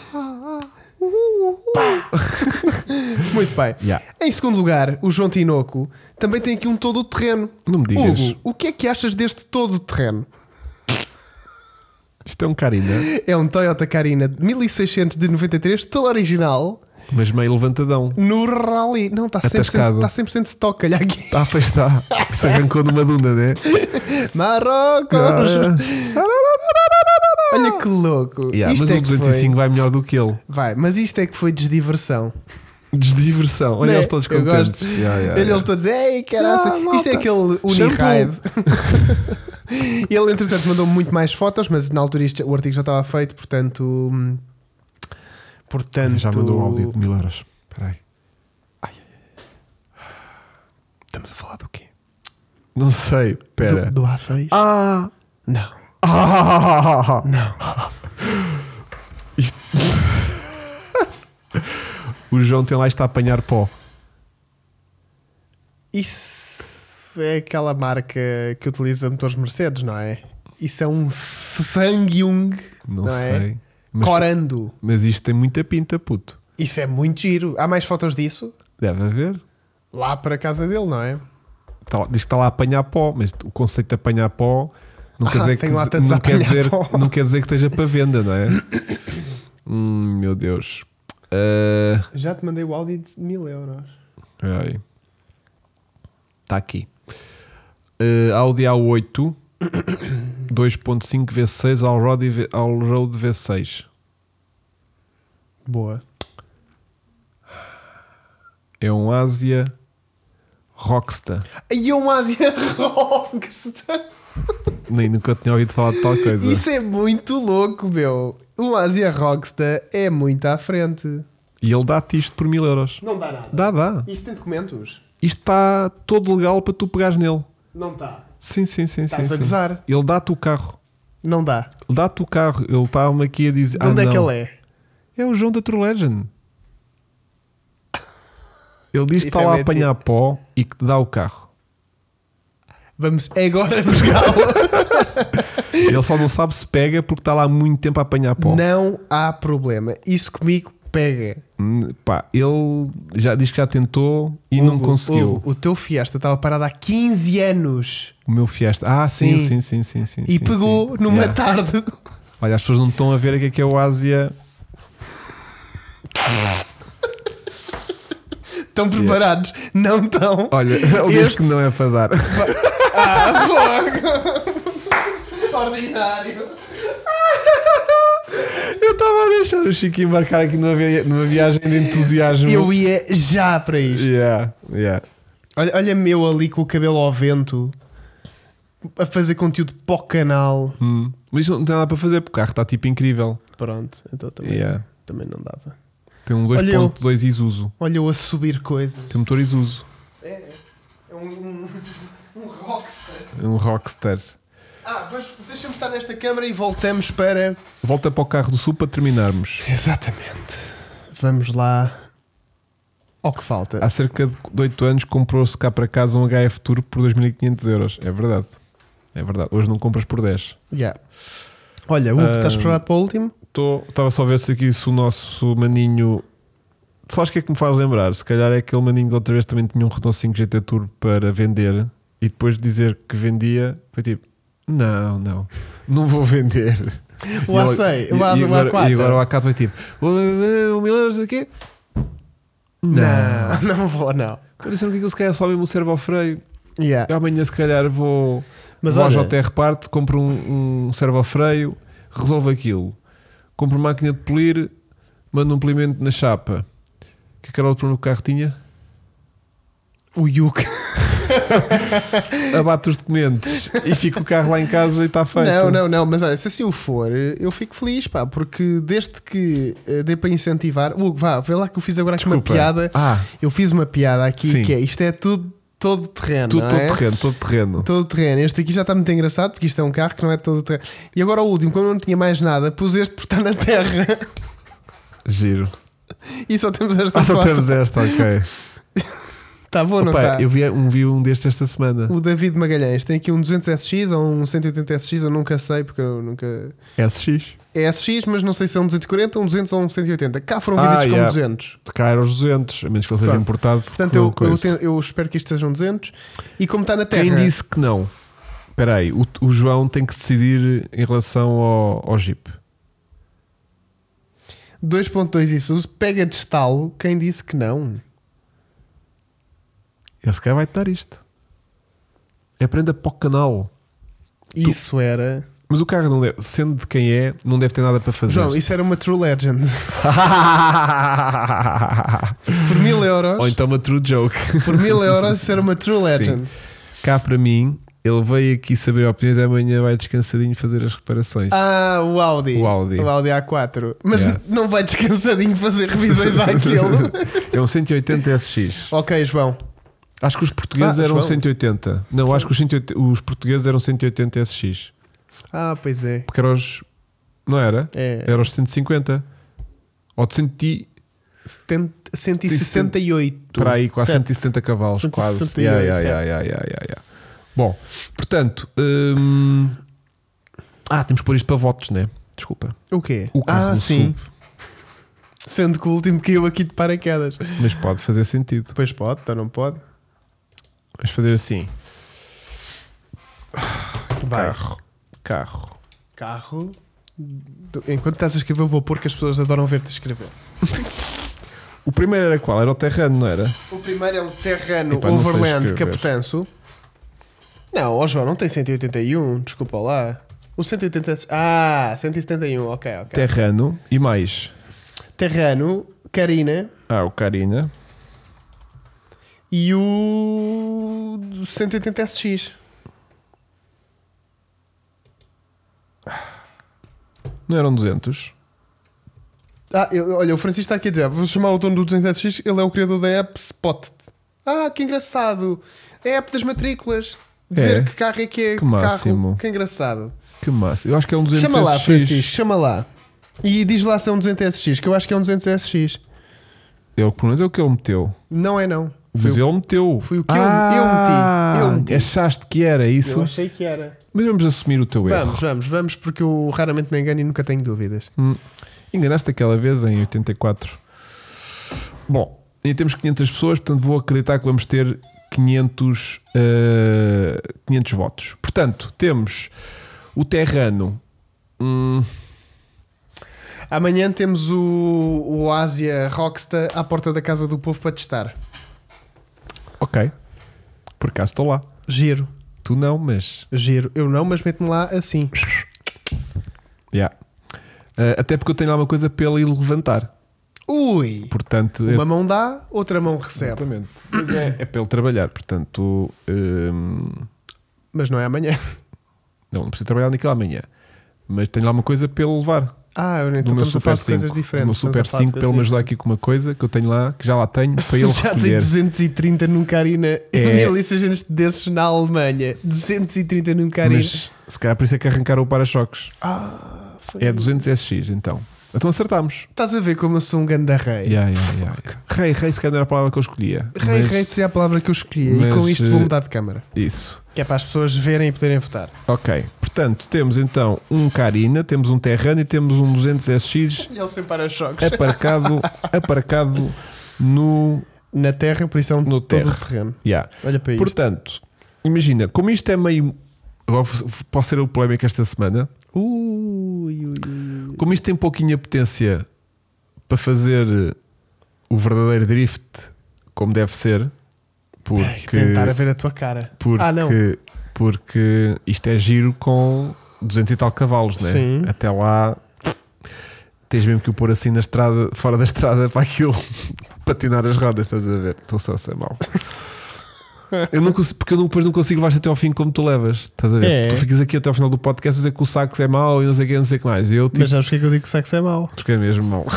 [SPEAKER 1] Muito bem.
[SPEAKER 2] Yeah.
[SPEAKER 1] Em segundo lugar, o João Tinoco também tem aqui um todo terreno.
[SPEAKER 2] Não me digas.
[SPEAKER 1] Hugo, o que é que achas deste todo terreno?
[SPEAKER 2] Isto é um carina,
[SPEAKER 1] É um Toyota Carina de 1600 de 93, todo original,
[SPEAKER 2] mas meio levantadão.
[SPEAKER 1] no rally. Não, tá está 100%,
[SPEAKER 2] Atascado.
[SPEAKER 1] está 100 stock, olha aqui.
[SPEAKER 2] Ah,
[SPEAKER 1] [LAUGHS]
[SPEAKER 2] pois está. Se arrancou numa duna, né? Ah,
[SPEAKER 1] Marrocos! Olha que louco.
[SPEAKER 2] Yeah,
[SPEAKER 1] Isto
[SPEAKER 2] mas
[SPEAKER 1] é
[SPEAKER 2] o
[SPEAKER 1] que foi-
[SPEAKER 2] 205 vai melhor do que ele.
[SPEAKER 1] Vai, mas isto é que foi desdiversão.
[SPEAKER 2] Desdiversão. Olha,
[SPEAKER 1] Né?
[SPEAKER 2] eles todos
[SPEAKER 1] Eu gosto.
[SPEAKER 2] contentes. Yeah, yeah,
[SPEAKER 1] Olha,
[SPEAKER 2] yeah.
[SPEAKER 1] eles todos, ei, caraca,
[SPEAKER 2] Ah,
[SPEAKER 1] isto é
[SPEAKER 2] malta.
[SPEAKER 1] aquele
[SPEAKER 2] [LAUGHS]
[SPEAKER 1] Uniride. Ele, entretanto, mandou muito mais fotos, mas na altura isto- o artigo já estava feito, portanto. hum, Portanto.
[SPEAKER 2] Já mandou um áudio de mil euros. Espera aí.
[SPEAKER 1] Estamos a falar do quê?
[SPEAKER 2] Não sei. Espera.
[SPEAKER 1] Do, do A6?
[SPEAKER 2] Ah!
[SPEAKER 1] Não.
[SPEAKER 2] [LAUGHS] Ah!
[SPEAKER 1] Não.
[SPEAKER 2] Isto- o João tem lá está a apanhar pó.
[SPEAKER 1] Isso é aquela marca que utiliza motores Mercedes, não é? Isso é um Sangyung.
[SPEAKER 2] Não,
[SPEAKER 1] é?
[SPEAKER 2] sei. Mas,
[SPEAKER 1] Corando.
[SPEAKER 2] mas isto tem muita pinta, puto.
[SPEAKER 1] Isso é muito giro. Há mais fotos disso?
[SPEAKER 2] Deve haver.
[SPEAKER 1] Lá para a casa dele, não é?
[SPEAKER 2] Está lá- diz que está lá a apanhar pó, mas o conceito de apanhar pó não quer
[SPEAKER 1] Ah,
[SPEAKER 2] dizer que,
[SPEAKER 1] tem lá tantos
[SPEAKER 2] não
[SPEAKER 1] a
[SPEAKER 2] quer
[SPEAKER 1] apanhar
[SPEAKER 2] dizer,
[SPEAKER 1] pó.
[SPEAKER 2] não quer dizer que esteja para venda, não é? [COUGHS] hum, meu Deus. Ah,
[SPEAKER 1] Já te mandei o áudio de mil euros.
[SPEAKER 2] Espera aí. Está
[SPEAKER 1] Tá
[SPEAKER 2] aqui. Eh, Audi A8 2.5 V6 Allroad, V- Allroad V6.
[SPEAKER 1] Boa.
[SPEAKER 2] É um Asia Rockstar.
[SPEAKER 1] E um Asia Rockstar.
[SPEAKER 2] Nem nunca tinha ouvido falar de tal coisa.
[SPEAKER 1] Isso é muito louco, meu. Um Asia Rockstar é muito à frente.
[SPEAKER 2] E ele dá-te isto por mil euros.
[SPEAKER 1] Não dá nada.
[SPEAKER 2] Dá, dá.
[SPEAKER 1] Isso tem documentos?
[SPEAKER 2] Isto está todo legal para tu pegares nele.
[SPEAKER 1] Não está.
[SPEAKER 2] Sim, sim, sim.
[SPEAKER 1] Estás
[SPEAKER 2] sim,
[SPEAKER 1] a
[SPEAKER 2] sim.
[SPEAKER 1] gozar.
[SPEAKER 2] Ele dá-te o carro.
[SPEAKER 1] Não dá.
[SPEAKER 2] Ele dá-te o carro. Ele está-me aqui a dizer.
[SPEAKER 1] De onde
[SPEAKER 2] ah,
[SPEAKER 1] é que
[SPEAKER 2] não.
[SPEAKER 1] ele é?
[SPEAKER 2] É o João da True Legend. Ele diz
[SPEAKER 1] Isso
[SPEAKER 2] que está
[SPEAKER 1] é
[SPEAKER 2] lá a
[SPEAKER 1] mentira.
[SPEAKER 2] apanhar pó e que te dá o carro.
[SPEAKER 1] Vamos agora pegá-lo.
[SPEAKER 2] Ele só não sabe se pega porque está lá há muito tempo a apanhar pó.
[SPEAKER 1] Não há problema. Isso comigo pega.
[SPEAKER 2] Hum, Pá, ele já diz que já tentou e não
[SPEAKER 1] Hugo,
[SPEAKER 2] conseguiu.
[SPEAKER 1] Hugo, o teu Fiesta estava parado há 15 anos
[SPEAKER 2] O meu Fiesta. Ah, sim,
[SPEAKER 1] Sim.
[SPEAKER 2] sim, sim, sim. sim
[SPEAKER 1] e
[SPEAKER 2] sim,
[SPEAKER 1] pegou
[SPEAKER 2] sim.
[SPEAKER 1] numa
[SPEAKER 2] Yeah.
[SPEAKER 1] tarde. [LAUGHS]
[SPEAKER 2] Olha, as pessoas não estão a ver o que é que é o Ásia.
[SPEAKER 1] Estão preparados? Não estão.
[SPEAKER 2] Olha, [LAUGHS] ele diz
[SPEAKER 1] Este-
[SPEAKER 2] que não é para dar.
[SPEAKER 1] Ah, fogo! Ordinário!
[SPEAKER 2] [LAUGHS] Eu estava a deixar o Chico embarcar aqui numa, vi- numa viagem de [LAUGHS] entusiasmo.
[SPEAKER 1] Eu ia já para isto.
[SPEAKER 2] Yeah, yeah.
[SPEAKER 1] Olha, olha meu ali com o cabelo ao vento a fazer conteúdo para o canal.
[SPEAKER 2] Hum. Mas isso não tem nada para fazer porque o carro está tipo incrível.
[SPEAKER 1] Pronto, então também,
[SPEAKER 2] Yeah.
[SPEAKER 1] também não dava.
[SPEAKER 2] Tem um
[SPEAKER 1] Olha eu.
[SPEAKER 2] 2.2 Isuzu.
[SPEAKER 1] Olha eu a subir coisas.
[SPEAKER 2] Tem um motor Isuzu.
[SPEAKER 1] É, é um, [LAUGHS] um, um rockstar.
[SPEAKER 2] É Um Rockster.
[SPEAKER 1] Ah, mas deixa-me estar nesta câmara e voltamos para.
[SPEAKER 2] Volta para o carro do sul para terminarmos.
[SPEAKER 1] Exatamente. Vamos lá. Ao que falta.
[SPEAKER 2] Há cerca de 8 anos comprou-se cá para casa um HF Tour por 2.500 euros. É verdade. É verdade. Hoje não compras por 10.
[SPEAKER 1] Yeah. Olha, Hugo,
[SPEAKER 2] Ah.
[SPEAKER 1] estás preparado para o último?
[SPEAKER 2] Estava só a ver se aqui se o nosso maninho. Sabes o que é que me faz lembrar? Se calhar é aquele maninho de outra vez também tinha um Renault 5 GT Tour para vender e depois de dizer que vendia, foi tipo: Não, não, não vou vender.
[SPEAKER 1] O
[SPEAKER 2] E ele-
[SPEAKER 1] A6, o
[SPEAKER 2] e-
[SPEAKER 1] A-
[SPEAKER 2] e
[SPEAKER 1] o
[SPEAKER 2] agora-
[SPEAKER 1] A4.
[SPEAKER 2] E agora o A4 foi tipo: Um mil euros aqui? Não.
[SPEAKER 1] [LAUGHS] não, não vou, não.
[SPEAKER 2] Estou dizendo que aquilo se calhar só mesmo serve ao freio.
[SPEAKER 1] Yeah.
[SPEAKER 2] Eu amanhã se calhar vou,
[SPEAKER 1] Mas
[SPEAKER 2] vou
[SPEAKER 1] olha-
[SPEAKER 2] ao JR Parte, compro um, um servo-freio, resolvo aquilo. Compro máquina de polir, mando um polimento na chapa. Que aquele outro problema que o carro tinha?
[SPEAKER 1] O Yuke.
[SPEAKER 2] Abato os documentos e fico o carro lá em casa e está feito.
[SPEAKER 1] Não, não, não, mas olha, se assim o for, eu fico feliz, pá, porque desde que eh, dê para incentivar. Hugo, vá, vê lá que eu fiz agora aqui uma
[SPEAKER 2] Desculpa.
[SPEAKER 1] piada.
[SPEAKER 2] Ah,
[SPEAKER 1] Eu fiz uma piada aqui
[SPEAKER 2] Sim.
[SPEAKER 1] que é isto é tudo todo terreno.
[SPEAKER 2] tudo,
[SPEAKER 1] não
[SPEAKER 2] todo
[SPEAKER 1] é?
[SPEAKER 2] terreno, todo terreno.
[SPEAKER 1] Todo terreno. Este aqui já está muito engraçado porque isto é um carro que não é todo terreno. E agora o último, como eu não tinha mais nada, pus este por estar na terra [LAUGHS]
[SPEAKER 2] Giro.
[SPEAKER 1] e só temos esta
[SPEAKER 2] Ah, só
[SPEAKER 1] foto.
[SPEAKER 2] temos esta, ok.
[SPEAKER 1] Está bom, não tá.
[SPEAKER 2] Opa,
[SPEAKER 1] está?
[SPEAKER 2] eu vi um, vi um destes esta semana.
[SPEAKER 1] O David Magalhães tem aqui um 200SX ou um 180SX, eu nunca sei porque eu nunca.
[SPEAKER 2] SX.
[SPEAKER 1] É SX, mas não sei se é um 240, um 200 ou um 180. Cá foram
[SPEAKER 2] Ah,
[SPEAKER 1] vendidos como
[SPEAKER 2] yeah.
[SPEAKER 1] 200.
[SPEAKER 2] De cá era os 200, a menos que ele seja
[SPEAKER 1] Pronto.
[SPEAKER 2] importado.
[SPEAKER 1] Portanto,
[SPEAKER 2] com
[SPEAKER 1] eu, eu,
[SPEAKER 2] coisa.
[SPEAKER 1] te- eu espero que isto sejam 200. E como está na Terra.
[SPEAKER 2] Quem disse que não? Espera aí, o, o João tem que decidir em relação ao, ao Jeep.
[SPEAKER 1] 2.2 Isuzu, pega de estalo. Quem disse que não?
[SPEAKER 2] Ele se calhar vai-te dar isto. Aprenda para o canal.
[SPEAKER 1] Isso era.
[SPEAKER 2] Mas o carro, não deve- sendo de quem é, não deve ter nada para fazer. [LAUGHS]
[SPEAKER 1] João, isso era uma True Legend. [LAUGHS] Por mil euros.
[SPEAKER 2] Ou então uma true joke. [LAUGHS]
[SPEAKER 1] Por mil euros, isso era uma True Legend.
[SPEAKER 2] Cá para mim, ele veio aqui saber opiniões e amanhã vai descansadinho fazer
[SPEAKER 1] [LAUGHS]
[SPEAKER 2] as reparações.
[SPEAKER 1] Ah, o Audi.
[SPEAKER 2] O Audi.
[SPEAKER 1] A4. Mas
[SPEAKER 2] Yeah.
[SPEAKER 1] n- [LAUGHS] não vai descansadinho fazer revisões
[SPEAKER 2] [LAUGHS]
[SPEAKER 1] àquilo.
[SPEAKER 2] É um 180 SX.
[SPEAKER 1] ok, João.
[SPEAKER 2] Acho que os portugueses
[SPEAKER 1] Ah,
[SPEAKER 2] eram
[SPEAKER 1] João.
[SPEAKER 2] 180. Não, acho que os, 180 os portugueses eram 180 SX.
[SPEAKER 1] Ah, pois é.
[SPEAKER 2] Porque era os. Não era?
[SPEAKER 1] É.
[SPEAKER 2] Era os 150. Ou de 100 e-
[SPEAKER 1] 70, 168.
[SPEAKER 2] para aí, quase
[SPEAKER 1] Certo.
[SPEAKER 2] 170 cavalos.
[SPEAKER 1] 168,
[SPEAKER 2] Quase. Yeah, yeah,
[SPEAKER 1] certo.
[SPEAKER 2] yeah, yeah, yeah, yeah, yeah. Bom, portanto. hum, Ah, temos que pôr isto para votos, né? Desculpa.
[SPEAKER 1] O quê?
[SPEAKER 2] O carro
[SPEAKER 1] ah,
[SPEAKER 2] do
[SPEAKER 1] sim. Sendo que o último caiu aqui de paraquedas.
[SPEAKER 2] Mas pode fazer sentido.
[SPEAKER 1] Depois pode, então não pode.
[SPEAKER 2] Vamos fazer assim:
[SPEAKER 1] Vai.
[SPEAKER 2] carro, carro.
[SPEAKER 1] Carro. Do- Enquanto estás a escrever, eu vou pôr que as pessoas adoram ver-te escrever.
[SPEAKER 2] O primeiro era qual? Era o Terrano, não era?
[SPEAKER 1] O primeiro é um Terrano
[SPEAKER 2] Epá, não sei
[SPEAKER 1] Overland
[SPEAKER 2] escrever.
[SPEAKER 1] Capetanço. Não, ó João, não tem 181, desculpa lá. O 180. Ah, 171, ok, ok.
[SPEAKER 2] Terrano e mais.
[SPEAKER 1] Terrano, Karina
[SPEAKER 2] Ah, o Carina.
[SPEAKER 1] e o 180 SX.
[SPEAKER 2] Não eram 200?
[SPEAKER 1] Ah, eu- olha, o Francisco está aqui a dizer: vou chamar o dono do 200X, ele é o criador da app Spot. Ah, que engraçado! É a app das matrículas. De
[SPEAKER 2] É.
[SPEAKER 1] ver que carro é que é
[SPEAKER 2] Que
[SPEAKER 1] carro.
[SPEAKER 2] máximo.
[SPEAKER 1] Que engraçado.
[SPEAKER 2] Que massa. Eu acho que é um 200
[SPEAKER 1] Chama lá,
[SPEAKER 2] SX.
[SPEAKER 1] Francisco, chama lá. E diz lá se é um 200SX, que eu acho que é um 200SX.
[SPEAKER 2] É o, pelo menos é o que ele meteu.
[SPEAKER 1] Não é, não.
[SPEAKER 2] Mas
[SPEAKER 1] eu.
[SPEAKER 2] ele meteu. Ah,
[SPEAKER 1] foi o que eu- eu meti. Eu meti.
[SPEAKER 2] Achaste que era isso?
[SPEAKER 1] eu achei que era.
[SPEAKER 2] Mas vamos assumir o teu erro.
[SPEAKER 1] Vamos, vamos, vamos, porque eu raramente me engano e nunca tenho dúvidas.
[SPEAKER 2] Hum. Enganaste aquela vez em 84. Bom, e temos 500 pessoas, portanto vou acreditar que vamos ter 500, eh, 500 votos. Portanto, temos o Terrano. Hum,
[SPEAKER 1] Amanhã temos o, o Ásia Rockstar à porta da casa do povo para testar.
[SPEAKER 2] ok. Por acaso estou lá.
[SPEAKER 1] Giro,
[SPEAKER 2] Tu não, mas.
[SPEAKER 1] giro. Eu não, mas meto-me lá assim.
[SPEAKER 2] Yeah. Eh, até porque eu tenho lá uma coisa pela ir levantar.
[SPEAKER 1] Ui!
[SPEAKER 2] Portanto, eu-
[SPEAKER 1] Uma mão dá, outra mão recebe.
[SPEAKER 2] Exatamente. Mas é, é para ele trabalhar, portanto, hum,
[SPEAKER 1] Mas não é amanhã.
[SPEAKER 2] não, não precisa trabalhar naquilo amanhã. mas tenho lá uma coisa para ele levar.
[SPEAKER 1] [LAUGHS] Ah, eu nem
[SPEAKER 2] Do
[SPEAKER 1] então
[SPEAKER 2] meu
[SPEAKER 1] estamos a falar
[SPEAKER 2] Super
[SPEAKER 1] de coisas
[SPEAKER 2] 5. Do
[SPEAKER 1] diferentes.
[SPEAKER 2] meu Super 5 para ele me ajudar aqui com uma coisa que eu tenho lá, que já lá tenho,
[SPEAKER 1] [LAUGHS]
[SPEAKER 2] para ele
[SPEAKER 1] Já tem
[SPEAKER 2] recolher.
[SPEAKER 1] 230 num carina. [LAUGHS]
[SPEAKER 2] É.
[SPEAKER 1] Mil e seiscentos desses na Alemanha. 230 num carina.
[SPEAKER 2] Mas se calhar por isso é que arrancaram o para-choques.
[SPEAKER 1] Ah, foi.
[SPEAKER 2] É 200SX, então. Então acertámos.
[SPEAKER 1] Estás a ver como eu sou um ganda rei.
[SPEAKER 2] Yeah, yeah, yeah, yeah. Rei, rei, se calhar era a palavra que eu escolhia.
[SPEAKER 1] Rei,
[SPEAKER 2] mas-
[SPEAKER 1] rei seria a palavra que eu escolhi. e
[SPEAKER 2] mas,
[SPEAKER 1] com isto
[SPEAKER 2] eh,
[SPEAKER 1] vou mudar de câmara.
[SPEAKER 2] Isso.
[SPEAKER 1] Que é para as pessoas verem e poderem votar.
[SPEAKER 2] Ok. Portanto, temos então um Carina, temos um Terrano e temos um 200SX
[SPEAKER 1] E ele sem para-choques.
[SPEAKER 2] É. aparcado, [LAUGHS] aparcado no.
[SPEAKER 1] Na terra, por isso é um
[SPEAKER 2] No
[SPEAKER 1] todo
[SPEAKER 2] terra.
[SPEAKER 1] terreno.
[SPEAKER 2] Yeah.
[SPEAKER 1] Olha para É isto.
[SPEAKER 2] Portanto, imagina, como isto é meio. Agora f- f- posso ser o polémico esta semana.
[SPEAKER 1] Ui, ui, ui.
[SPEAKER 2] Como isto tem pouquinha potência para fazer o verdadeiro drift como deve ser,
[SPEAKER 1] Ai,
[SPEAKER 2] porque.
[SPEAKER 1] Tentar a ver a tua cara.
[SPEAKER 2] Porque,
[SPEAKER 1] Ah, não.
[SPEAKER 2] porque isto é giro com 200 e tal cavalos, né?
[SPEAKER 1] Sim.
[SPEAKER 2] Até lá tens mesmo que o pôr assim na estrada, fora da estrada, [LAUGHS] para aquilo patinar as rodas, estás a ver? Estou só a ser mau. Eu não consigo, porque eu não- depois não consigo levar até ao fim como tu levas, estás a ver?
[SPEAKER 1] É.
[SPEAKER 2] Tu ficas aqui até ao final do podcast a dizer que o saco é mau e não sei o que, não sei o que mais. E Eu tipo,
[SPEAKER 1] Mas sabes porque é que eu digo que o sexo é mau?
[SPEAKER 2] porque é mesmo mau. [LAUGHS]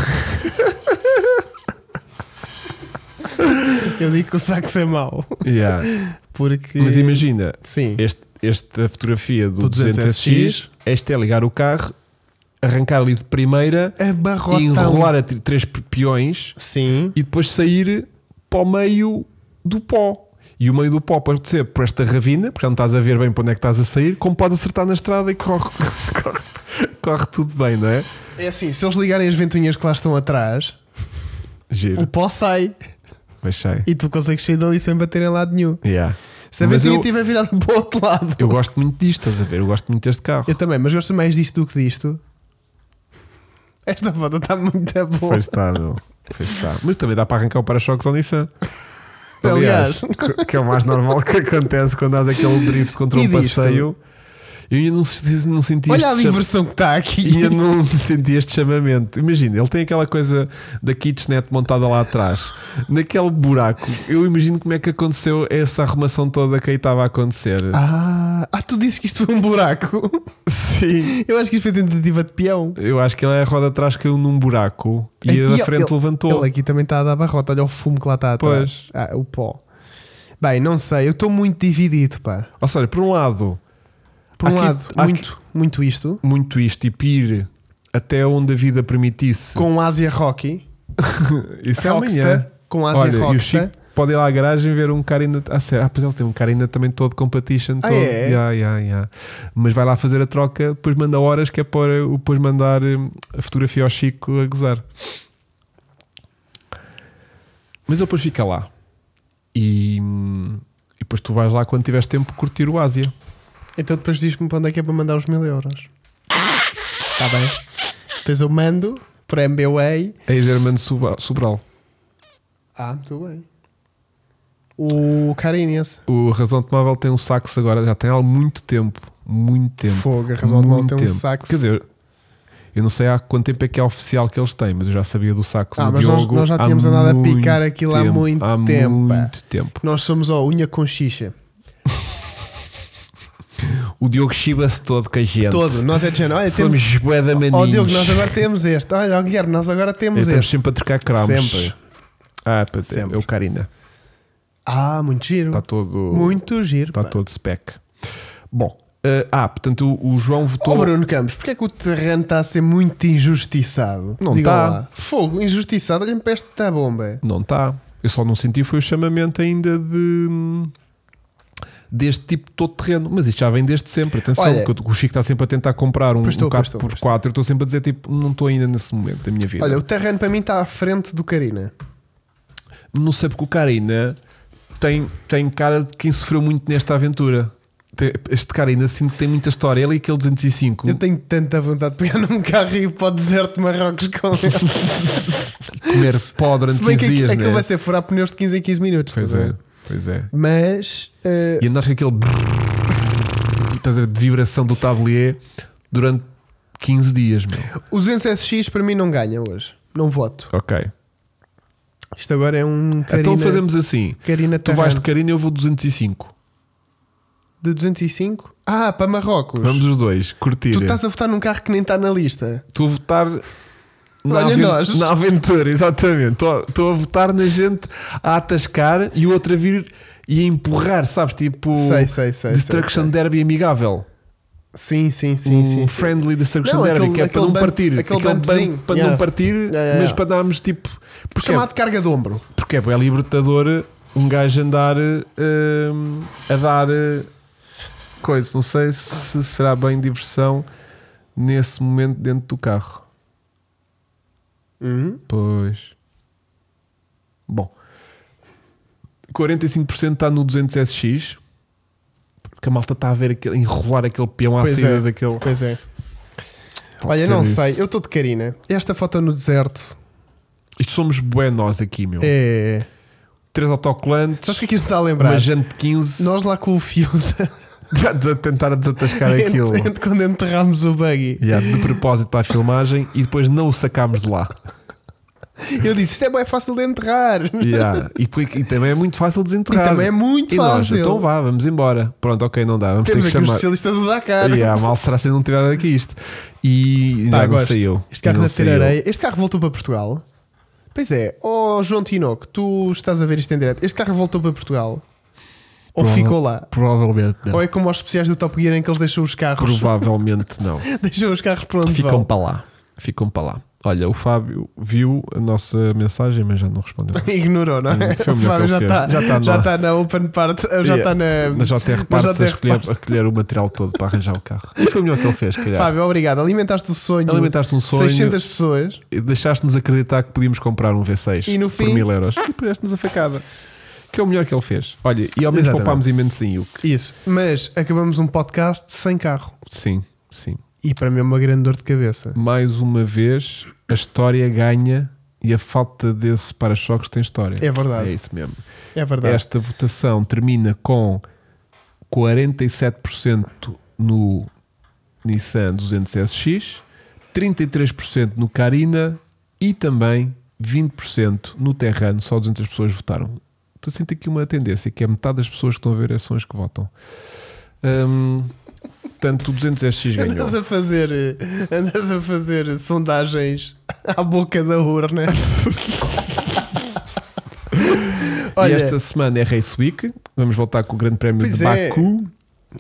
[SPEAKER 1] Eu digo que o saxo é mau.
[SPEAKER 2] Yeah.
[SPEAKER 1] Porque.
[SPEAKER 2] Mas imagina,
[SPEAKER 1] Sim.
[SPEAKER 2] este, esta fotografia
[SPEAKER 1] Do
[SPEAKER 2] do
[SPEAKER 1] 200SX.
[SPEAKER 2] 200SX, esta é ligar o carro, arrancar ali de primeira,
[SPEAKER 1] Abarrotão.
[SPEAKER 2] enrolar a tri- três p- peões
[SPEAKER 1] Sim.
[SPEAKER 2] e depois sair para o meio do pó. E o meio do pó pode ser por esta ravina, porque já não estás a ver bem para onde é que estás a sair, como pode acertar na estrada e corre, [LAUGHS] corre, corre tudo bem, não é?
[SPEAKER 1] É assim, se eles ligarem as ventoinhas que lá estão atrás, o
[SPEAKER 2] Giro,
[SPEAKER 1] pó sai
[SPEAKER 2] mas sei.
[SPEAKER 1] e tu consegues sair dali sem bater em lado nenhum.
[SPEAKER 2] Yeah.
[SPEAKER 1] Se a
[SPEAKER 2] Mas
[SPEAKER 1] ventoinha
[SPEAKER 2] eu-
[SPEAKER 1] estiver virada para o outro lado.
[SPEAKER 2] Eu gosto muito disto, estás a ver? Eu gosto muito deste carro.
[SPEAKER 1] Eu também, mas gosto mais disto do que disto. Esta foto está muito boa.
[SPEAKER 2] Pois está, meu. Pois está. Mas também dá para arrancar o para-choques ao Nissan.
[SPEAKER 1] [LAUGHS] Aliás.
[SPEAKER 2] que- que é o mais normal que acontece quando há aquele drift contra
[SPEAKER 1] E
[SPEAKER 2] um
[SPEAKER 1] disto?
[SPEAKER 2] passeio. Eu ainda não, se- não senti
[SPEAKER 1] Olha
[SPEAKER 2] este
[SPEAKER 1] a
[SPEAKER 2] cham-
[SPEAKER 1] diversão que está aqui.
[SPEAKER 2] [LAUGHS] ainda não senti este chamamento. Imagina, ele tem aquela coisa da kitchenette montada lá atrás, naquele buraco. Eu imagino como é que aconteceu essa arrumação toda que aí estava a acontecer.
[SPEAKER 1] Ah, ah, tu dizes que isto foi um buraco.
[SPEAKER 2] Sim.
[SPEAKER 1] Eu acho que isto foi tentativa de peão.
[SPEAKER 2] Eu acho que ele é a roda de trás caiu num buraco e a
[SPEAKER 1] Aqui,
[SPEAKER 2] da
[SPEAKER 1] ó,
[SPEAKER 2] frente
[SPEAKER 1] ele-
[SPEAKER 2] levantou.
[SPEAKER 1] Ele aqui também está a dar barrota. Olha o fumo que lá está atrás. Ah, o pó. Bem, não sei. Eu estou muito dividido, pá.
[SPEAKER 2] Ou seja, por um lado,
[SPEAKER 1] Por um
[SPEAKER 2] Há aqui-
[SPEAKER 1] lado,
[SPEAKER 2] há aqui-
[SPEAKER 1] muito, muito isto.
[SPEAKER 2] muito isto e ir até onde a vida permitisse.
[SPEAKER 1] Com Ásia Rocky.
[SPEAKER 2] Isso é amanhã.
[SPEAKER 1] Rockstar. Com Ásia
[SPEAKER 2] Olha, e o
[SPEAKER 1] Rockstar.
[SPEAKER 2] Chico pode ir lá à garagem ver um cara ainda. Ah, sério, ah, pois ele tem um cara ainda também todo competition.
[SPEAKER 1] Ah,
[SPEAKER 2] todo.
[SPEAKER 1] é?
[SPEAKER 2] Ya, ya, ya. Mas vai lá fazer a troca, depois manda horas que é para o- depois mandar hum, a fotografia ao Chico a gozar. Mas ele depois fica lá. E, hum, e depois tu vais lá quando tiveres tempo curtir o Ásia.
[SPEAKER 1] Então depois diz-me para onde é que é para mandar os mil euros. Está bem. Depois eu mando para MBWay.
[SPEAKER 2] É Iserman Sobra- Sobral.
[SPEAKER 1] Ah, muito bem. O Carinias.
[SPEAKER 2] O Razão Automóvel tem um saxo agora, já tem há muito tempo. Muito tempo.
[SPEAKER 1] Fogo, a razão de mal
[SPEAKER 2] Muito
[SPEAKER 1] tem um
[SPEAKER 2] tempo.
[SPEAKER 1] saxo.
[SPEAKER 2] Quer dizer, eu não sei há quanto tempo é que é oficial que eles têm, mas eu já sabia do saxo
[SPEAKER 1] Ah,
[SPEAKER 2] do
[SPEAKER 1] mas nós-
[SPEAKER 2] Diogo.
[SPEAKER 1] nós já
[SPEAKER 2] há
[SPEAKER 1] tínhamos andado a
[SPEAKER 2] muito
[SPEAKER 1] picar aquilo há muito
[SPEAKER 2] há
[SPEAKER 1] tempo, pá.
[SPEAKER 2] muito tempo.
[SPEAKER 1] Nós somos ó, unha com xixa.
[SPEAKER 2] O Diogo chiba-se todo com a gente.
[SPEAKER 1] Todo. Nós é de género. Olha, temos
[SPEAKER 2] Somos boedamaninos.
[SPEAKER 1] Ó Diogo, nós agora temos este. Olha, ó Guilherme, nós agora temos
[SPEAKER 2] É, Estamos
[SPEAKER 1] este.
[SPEAKER 2] sempre a trocar cramos.
[SPEAKER 1] Sempre.
[SPEAKER 2] Ah, pá,
[SPEAKER 1] Sempre.
[SPEAKER 2] é o Karina.
[SPEAKER 1] Ah, muito giro.
[SPEAKER 2] Está Tá todo.
[SPEAKER 1] muito giro.
[SPEAKER 2] Está
[SPEAKER 1] pá.
[SPEAKER 2] todo spec. Bom, eh, ah, portanto o, o João
[SPEAKER 1] Ó
[SPEAKER 2] votou.
[SPEAKER 1] Bruno Campos, porque é que o terreno está a ser muito injustiçado?
[SPEAKER 2] Não
[SPEAKER 1] Diga
[SPEAKER 2] tá.
[SPEAKER 1] lá. Fogo, injustiçado, olha-me para esta bomba.
[SPEAKER 2] Não está. Eu só não senti foi o chamamento ainda de deste tipo de todo terreno. Mas isto já vem desde sempre. Atenção,
[SPEAKER 1] Olha-
[SPEAKER 2] porque o Chico está sempre a tentar comprar um,
[SPEAKER 1] Pois estou,
[SPEAKER 2] um
[SPEAKER 1] pois estou,
[SPEAKER 2] 4x4.
[SPEAKER 1] pois
[SPEAKER 2] eu estou sempre a dizer tipo, não estou ainda nesse momento da minha vida.
[SPEAKER 1] Olha, o terreno para mim está à frente do Carina.
[SPEAKER 2] Não sei porque o Karina tem, tem cara de quem sofreu muito nesta aventura. Tem- Este cara ainda sinto que tem muita história. Ele e aquele 205
[SPEAKER 1] Eu tenho tanta vontade de pegar num carro e ir para o deserto de Marrocos
[SPEAKER 2] [LAUGHS]
[SPEAKER 1] com ele.
[SPEAKER 2] comer pó durante
[SPEAKER 1] Se bem
[SPEAKER 2] 15
[SPEAKER 1] que
[SPEAKER 2] dias.
[SPEAKER 1] aquilo
[SPEAKER 2] né?
[SPEAKER 1] vai ser furar pneus de 15 em 15 minutos.
[SPEAKER 2] Pois
[SPEAKER 1] estás a
[SPEAKER 2] é,
[SPEAKER 1] ver?
[SPEAKER 2] pois é.
[SPEAKER 1] Mas eh,
[SPEAKER 2] E andaste com aquele brrrr, estás a ver, de vibração do tablier durante 15 dias, meu.
[SPEAKER 1] os NSX para mim não ganham hoje. Não voto.
[SPEAKER 2] Ok.
[SPEAKER 1] Isto agora é um Carina.
[SPEAKER 2] Então fazemos Então assim:
[SPEAKER 1] Carina
[SPEAKER 2] tu vais
[SPEAKER 1] Terreno.
[SPEAKER 2] de Carina e eu vou 205.
[SPEAKER 1] de 205? Ah, para Marrocos.
[SPEAKER 2] Vamos os dois, curtir.
[SPEAKER 1] Tu estás a votar num carro que nem está na lista.
[SPEAKER 2] Estou a votar na,
[SPEAKER 1] Olha
[SPEAKER 2] aven-
[SPEAKER 1] nós.
[SPEAKER 2] na aventura, exatamente. Estou a- Estou a votar na gente a atascar e o outro a vir e a empurrar, sabes? Tipo,
[SPEAKER 1] Sei, sei, sei,
[SPEAKER 2] Destruction
[SPEAKER 1] sei,
[SPEAKER 2] Derby amigável.
[SPEAKER 1] Sim, sim, sim.
[SPEAKER 2] o
[SPEAKER 1] sim, sim.
[SPEAKER 2] friendly Destruction
[SPEAKER 1] Não,
[SPEAKER 2] Derby,
[SPEAKER 1] aquele-
[SPEAKER 2] que é para
[SPEAKER 1] aquele
[SPEAKER 2] não
[SPEAKER 1] bump-
[SPEAKER 2] partir.
[SPEAKER 1] aquele
[SPEAKER 2] bump
[SPEAKER 1] bumpzinho,
[SPEAKER 2] para
[SPEAKER 1] yeah.
[SPEAKER 2] não partir,
[SPEAKER 1] Yeah, yeah,
[SPEAKER 2] mas
[SPEAKER 1] yeah.
[SPEAKER 2] para darmos tipo. Porque, é-
[SPEAKER 1] Chamado carga de ombro.
[SPEAKER 2] porque é, bué libertador um gajo andar hum, a dar hum, coisa. Não sei se será bem diversão nesse momento dentro do carro.
[SPEAKER 1] Uhum.
[SPEAKER 2] Pois. Bom. 45% está no 200SX. Porque a malta está a ver aquele, enrolar aquele peão à
[SPEAKER 1] Pois
[SPEAKER 2] saída
[SPEAKER 1] é.
[SPEAKER 2] daquele.
[SPEAKER 1] Pois é.
[SPEAKER 2] Pode
[SPEAKER 1] Olha,
[SPEAKER 2] ser
[SPEAKER 1] não
[SPEAKER 2] isso.
[SPEAKER 1] sei, eu estou de Carina. Esta foto no deserto
[SPEAKER 2] Isto somos bué nós aqui, meu.
[SPEAKER 1] é.
[SPEAKER 2] Três autocolantes,
[SPEAKER 1] Sabes o que é que isto me está a lembrar?
[SPEAKER 2] uma gente de 15
[SPEAKER 1] Nós lá com o Fiusa,
[SPEAKER 2] [LAUGHS] a tentar
[SPEAKER 1] [LAUGHS]
[SPEAKER 2] desatascar
[SPEAKER 1] ent-
[SPEAKER 2] aquilo.
[SPEAKER 1] ent- quando enterrámos o buggy,
[SPEAKER 2] Yeah, de propósito para a filmagem e depois não o sacámos de lá.
[SPEAKER 1] eu disse: Isto é bem fácil de enterrar.
[SPEAKER 2] Yeah. E, por- e também é muito fácil desenterrar.
[SPEAKER 1] E também é muito
[SPEAKER 2] E nós,
[SPEAKER 1] fácil.
[SPEAKER 2] então vá, vamos embora. Pronto, ok, não dá.
[SPEAKER 1] [LAUGHS]
[SPEAKER 2] Vamos
[SPEAKER 1] Temos aqui
[SPEAKER 2] ter que
[SPEAKER 1] um
[SPEAKER 2] chamar.
[SPEAKER 1] especialista do Dakar.
[SPEAKER 2] Yeah, mal será se eu não tirar daqui isto. E
[SPEAKER 1] Pá,
[SPEAKER 2] ainda não
[SPEAKER 1] gosto.
[SPEAKER 2] saiu.
[SPEAKER 1] Este carro
[SPEAKER 2] Ainda
[SPEAKER 1] da
[SPEAKER 2] não saiu.
[SPEAKER 1] areia. Este carro voltou para Portugal. Pois é, oh João Tinoco, tu estás a ver isto em direto. Este carro voltou para Portugal. Ou
[SPEAKER 2] Prova-
[SPEAKER 1] ficou lá.
[SPEAKER 2] Provavelmente não.
[SPEAKER 1] Ou é como aos especiais do Top Gear em que eles deixam os carros.
[SPEAKER 2] Provavelmente não.
[SPEAKER 1] [LAUGHS] deixam os carros pronto.
[SPEAKER 2] Ficam para lá. Ficam para lá. Olha, o Fábio viu a nossa mensagem, mas já não respondeu.
[SPEAKER 1] [LAUGHS] Ignorou, não é?
[SPEAKER 2] Foi o melhor
[SPEAKER 1] O Fábio
[SPEAKER 2] que
[SPEAKER 1] já
[SPEAKER 2] ele
[SPEAKER 1] está
[SPEAKER 2] fez. Já
[SPEAKER 1] já
[SPEAKER 2] está na-
[SPEAKER 1] está na open part, já
[SPEAKER 2] Yeah.
[SPEAKER 1] está na.
[SPEAKER 2] Na JR Partes a
[SPEAKER 1] JR
[SPEAKER 2] escolher, a colher o material todo para arranjar o carro. E foi o melhor que ele fez, se calhar.
[SPEAKER 1] Fábio, obrigado. Alimentaste o sonho.
[SPEAKER 2] Alimentaste um sonho.
[SPEAKER 1] 600 pessoas.
[SPEAKER 2] Deixaste-nos acreditar que podíamos comprar um V6
[SPEAKER 1] E no
[SPEAKER 2] por
[SPEAKER 1] fim-
[SPEAKER 2] mil euros. E puseste-nos a facada. Que é o melhor que ele fez. Olha, e ao menos
[SPEAKER 1] Exatamente.
[SPEAKER 2] poupámos imenso em Yuke.
[SPEAKER 1] Isso. Mas acabamos um podcast sem carro.
[SPEAKER 2] Sim, sim.
[SPEAKER 1] E para mim é uma grande dor de cabeça.
[SPEAKER 2] Mais uma vez, a história ganha e a falta desse para-choques tem história.
[SPEAKER 1] É verdade.
[SPEAKER 2] É isso mesmo.
[SPEAKER 1] É verdade.
[SPEAKER 2] Esta votação termina com 47% no Nissan 200SX, 33% no Carina e também 20% no Terrano. Só 200 pessoas votaram. Estou a sentir aqui uma tendência que é metade das pessoas que estão a ver é são as que votam. Hum, portanto, o 200SX ganhou.
[SPEAKER 1] Andas a fazer, eh, andas a fazer sondagens à boca da
[SPEAKER 2] [LAUGHS]
[SPEAKER 1] urna.
[SPEAKER 2] E
[SPEAKER 1] Olha,
[SPEAKER 2] esta semana é Race Week. Vamos voltar com o Grande Prémio
[SPEAKER 1] Pois
[SPEAKER 2] de
[SPEAKER 1] é.
[SPEAKER 2] Baku.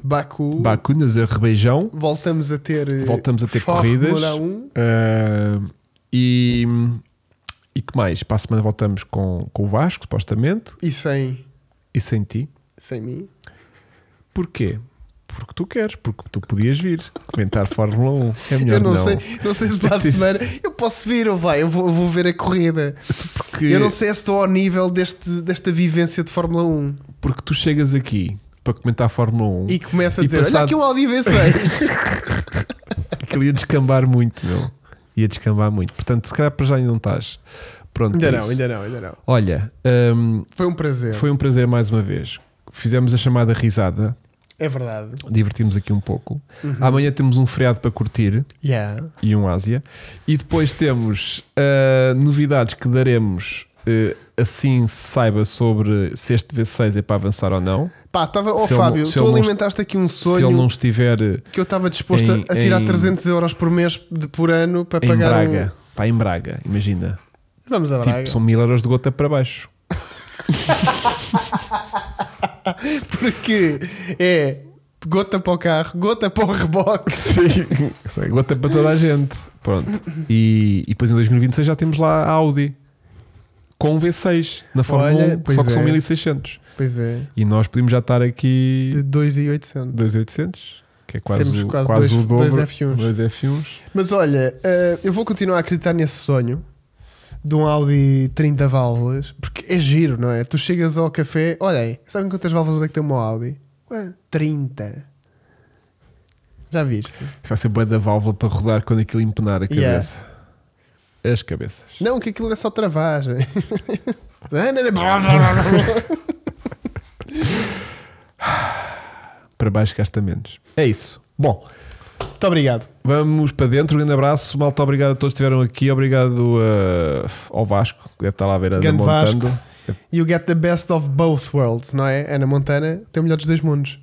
[SPEAKER 1] Baku,
[SPEAKER 2] Baku, no Azerbaijão.
[SPEAKER 1] voltamos a ter eh,
[SPEAKER 2] Voltamos a ter
[SPEAKER 1] Fórmula
[SPEAKER 2] corridas.
[SPEAKER 1] 1.
[SPEAKER 2] Ah, e, e que mais? Para a semana voltamos com, com o Vasco, supostamente,
[SPEAKER 1] e sem,
[SPEAKER 2] e sem ti.
[SPEAKER 1] sem mim.
[SPEAKER 2] Porquê? Porque tu queres, porque tu podias vir comentar Fórmula 1. É melhor
[SPEAKER 1] eu não,
[SPEAKER 2] não.
[SPEAKER 1] sei, não sei se para a
[SPEAKER 2] [LAUGHS] Sim.
[SPEAKER 1] semana eu posso vir ou vai, eu vou, eu vou ver a corrida.
[SPEAKER 2] Porque,
[SPEAKER 1] Eu não sei se estou ao nível deste, desta vivência de Fórmula 1
[SPEAKER 2] porque tu chegas aqui para comentar Fórmula 1
[SPEAKER 1] e começa a
[SPEAKER 2] E
[SPEAKER 1] dizer: Olha
[SPEAKER 2] passado-
[SPEAKER 1] aqui um Audi
[SPEAKER 2] [LAUGHS]
[SPEAKER 1] V6.
[SPEAKER 2] aquilo ia descambar muito, meu. Ia descambar muito. Portanto, se calhar para já ainda não estás. Pronto, é isso.
[SPEAKER 1] não, ainda não.
[SPEAKER 2] Olha, hum,
[SPEAKER 1] Foi um prazer.
[SPEAKER 2] foi um prazer mais uma vez. Fizemos a chamada risada,
[SPEAKER 1] É verdade.
[SPEAKER 2] divertimos aqui um pouco. Amanhã temos um feriado para curtir.
[SPEAKER 1] Yeah.
[SPEAKER 2] e um Ásia. E depois temos ah, novidades que daremos ah, assim se saiba sobre se este V6 é para avançar ou não.
[SPEAKER 1] Pá, tava, oh,
[SPEAKER 2] Se ele não-
[SPEAKER 1] Fábio,
[SPEAKER 2] se
[SPEAKER 1] tu
[SPEAKER 2] ele não
[SPEAKER 1] alimentaste aqui um
[SPEAKER 2] Se ele
[SPEAKER 1] sonho
[SPEAKER 2] não estiver
[SPEAKER 1] que eu estava disposto a-
[SPEAKER 2] em-
[SPEAKER 1] a tirar
[SPEAKER 2] em-
[SPEAKER 1] 300 euros por mês de, por ano para
[SPEAKER 2] em
[SPEAKER 1] pagar um.
[SPEAKER 2] Braga, pá, em Braga, imagina.
[SPEAKER 1] Vamos a Braga.
[SPEAKER 2] Tipo, são mil euros de gota para baixo.
[SPEAKER 1] Porque é gota para o carro, gota para o reboque.
[SPEAKER 2] Sim, gota para toda a gente. Pronto. E, e depois em 2026 já temos lá a Audi com um V6 na Fórmula
[SPEAKER 1] Olha,
[SPEAKER 2] 1,
[SPEAKER 1] pois
[SPEAKER 2] só que são
[SPEAKER 1] é.
[SPEAKER 2] 1600.
[SPEAKER 1] Pois é,
[SPEAKER 2] E nós podemos já estar aqui
[SPEAKER 1] de 2,800.
[SPEAKER 2] 2800, que é quase,
[SPEAKER 1] Temos
[SPEAKER 2] o-
[SPEAKER 1] quase
[SPEAKER 2] quase,
[SPEAKER 1] dois-
[SPEAKER 2] o dobro.
[SPEAKER 1] dois F1s.
[SPEAKER 2] Dois F1s.
[SPEAKER 1] Mas olha, eh, eu vou continuar a acreditar nesse sonho de um Audi 30 válvulas, porque é giro, não é? Tu chegas ao café, olha aí, sabem quantas válvulas é que tem um Audi? Ué, 30. Já viste?
[SPEAKER 2] Isso vai ser boa da válvula para rodar quando aquilo empenar a
[SPEAKER 1] Yeah.
[SPEAKER 2] cabeça. As cabeças.
[SPEAKER 1] Não, que aquilo é só travagem. [LAUGHS]
[SPEAKER 2] Para baixo gasta menos. É isso. Bom,
[SPEAKER 1] Muito obrigado.
[SPEAKER 2] vamos para dentro. Um grande abraço. Malta, obrigado a todos que estiveram aqui. Obrigado uh, ao Vasco, que deve estar lá à beira da
[SPEAKER 1] Grande
[SPEAKER 2] montando.
[SPEAKER 1] You get the best of both worlds, não é? Ana Montana tem o melhor dos dois mundos.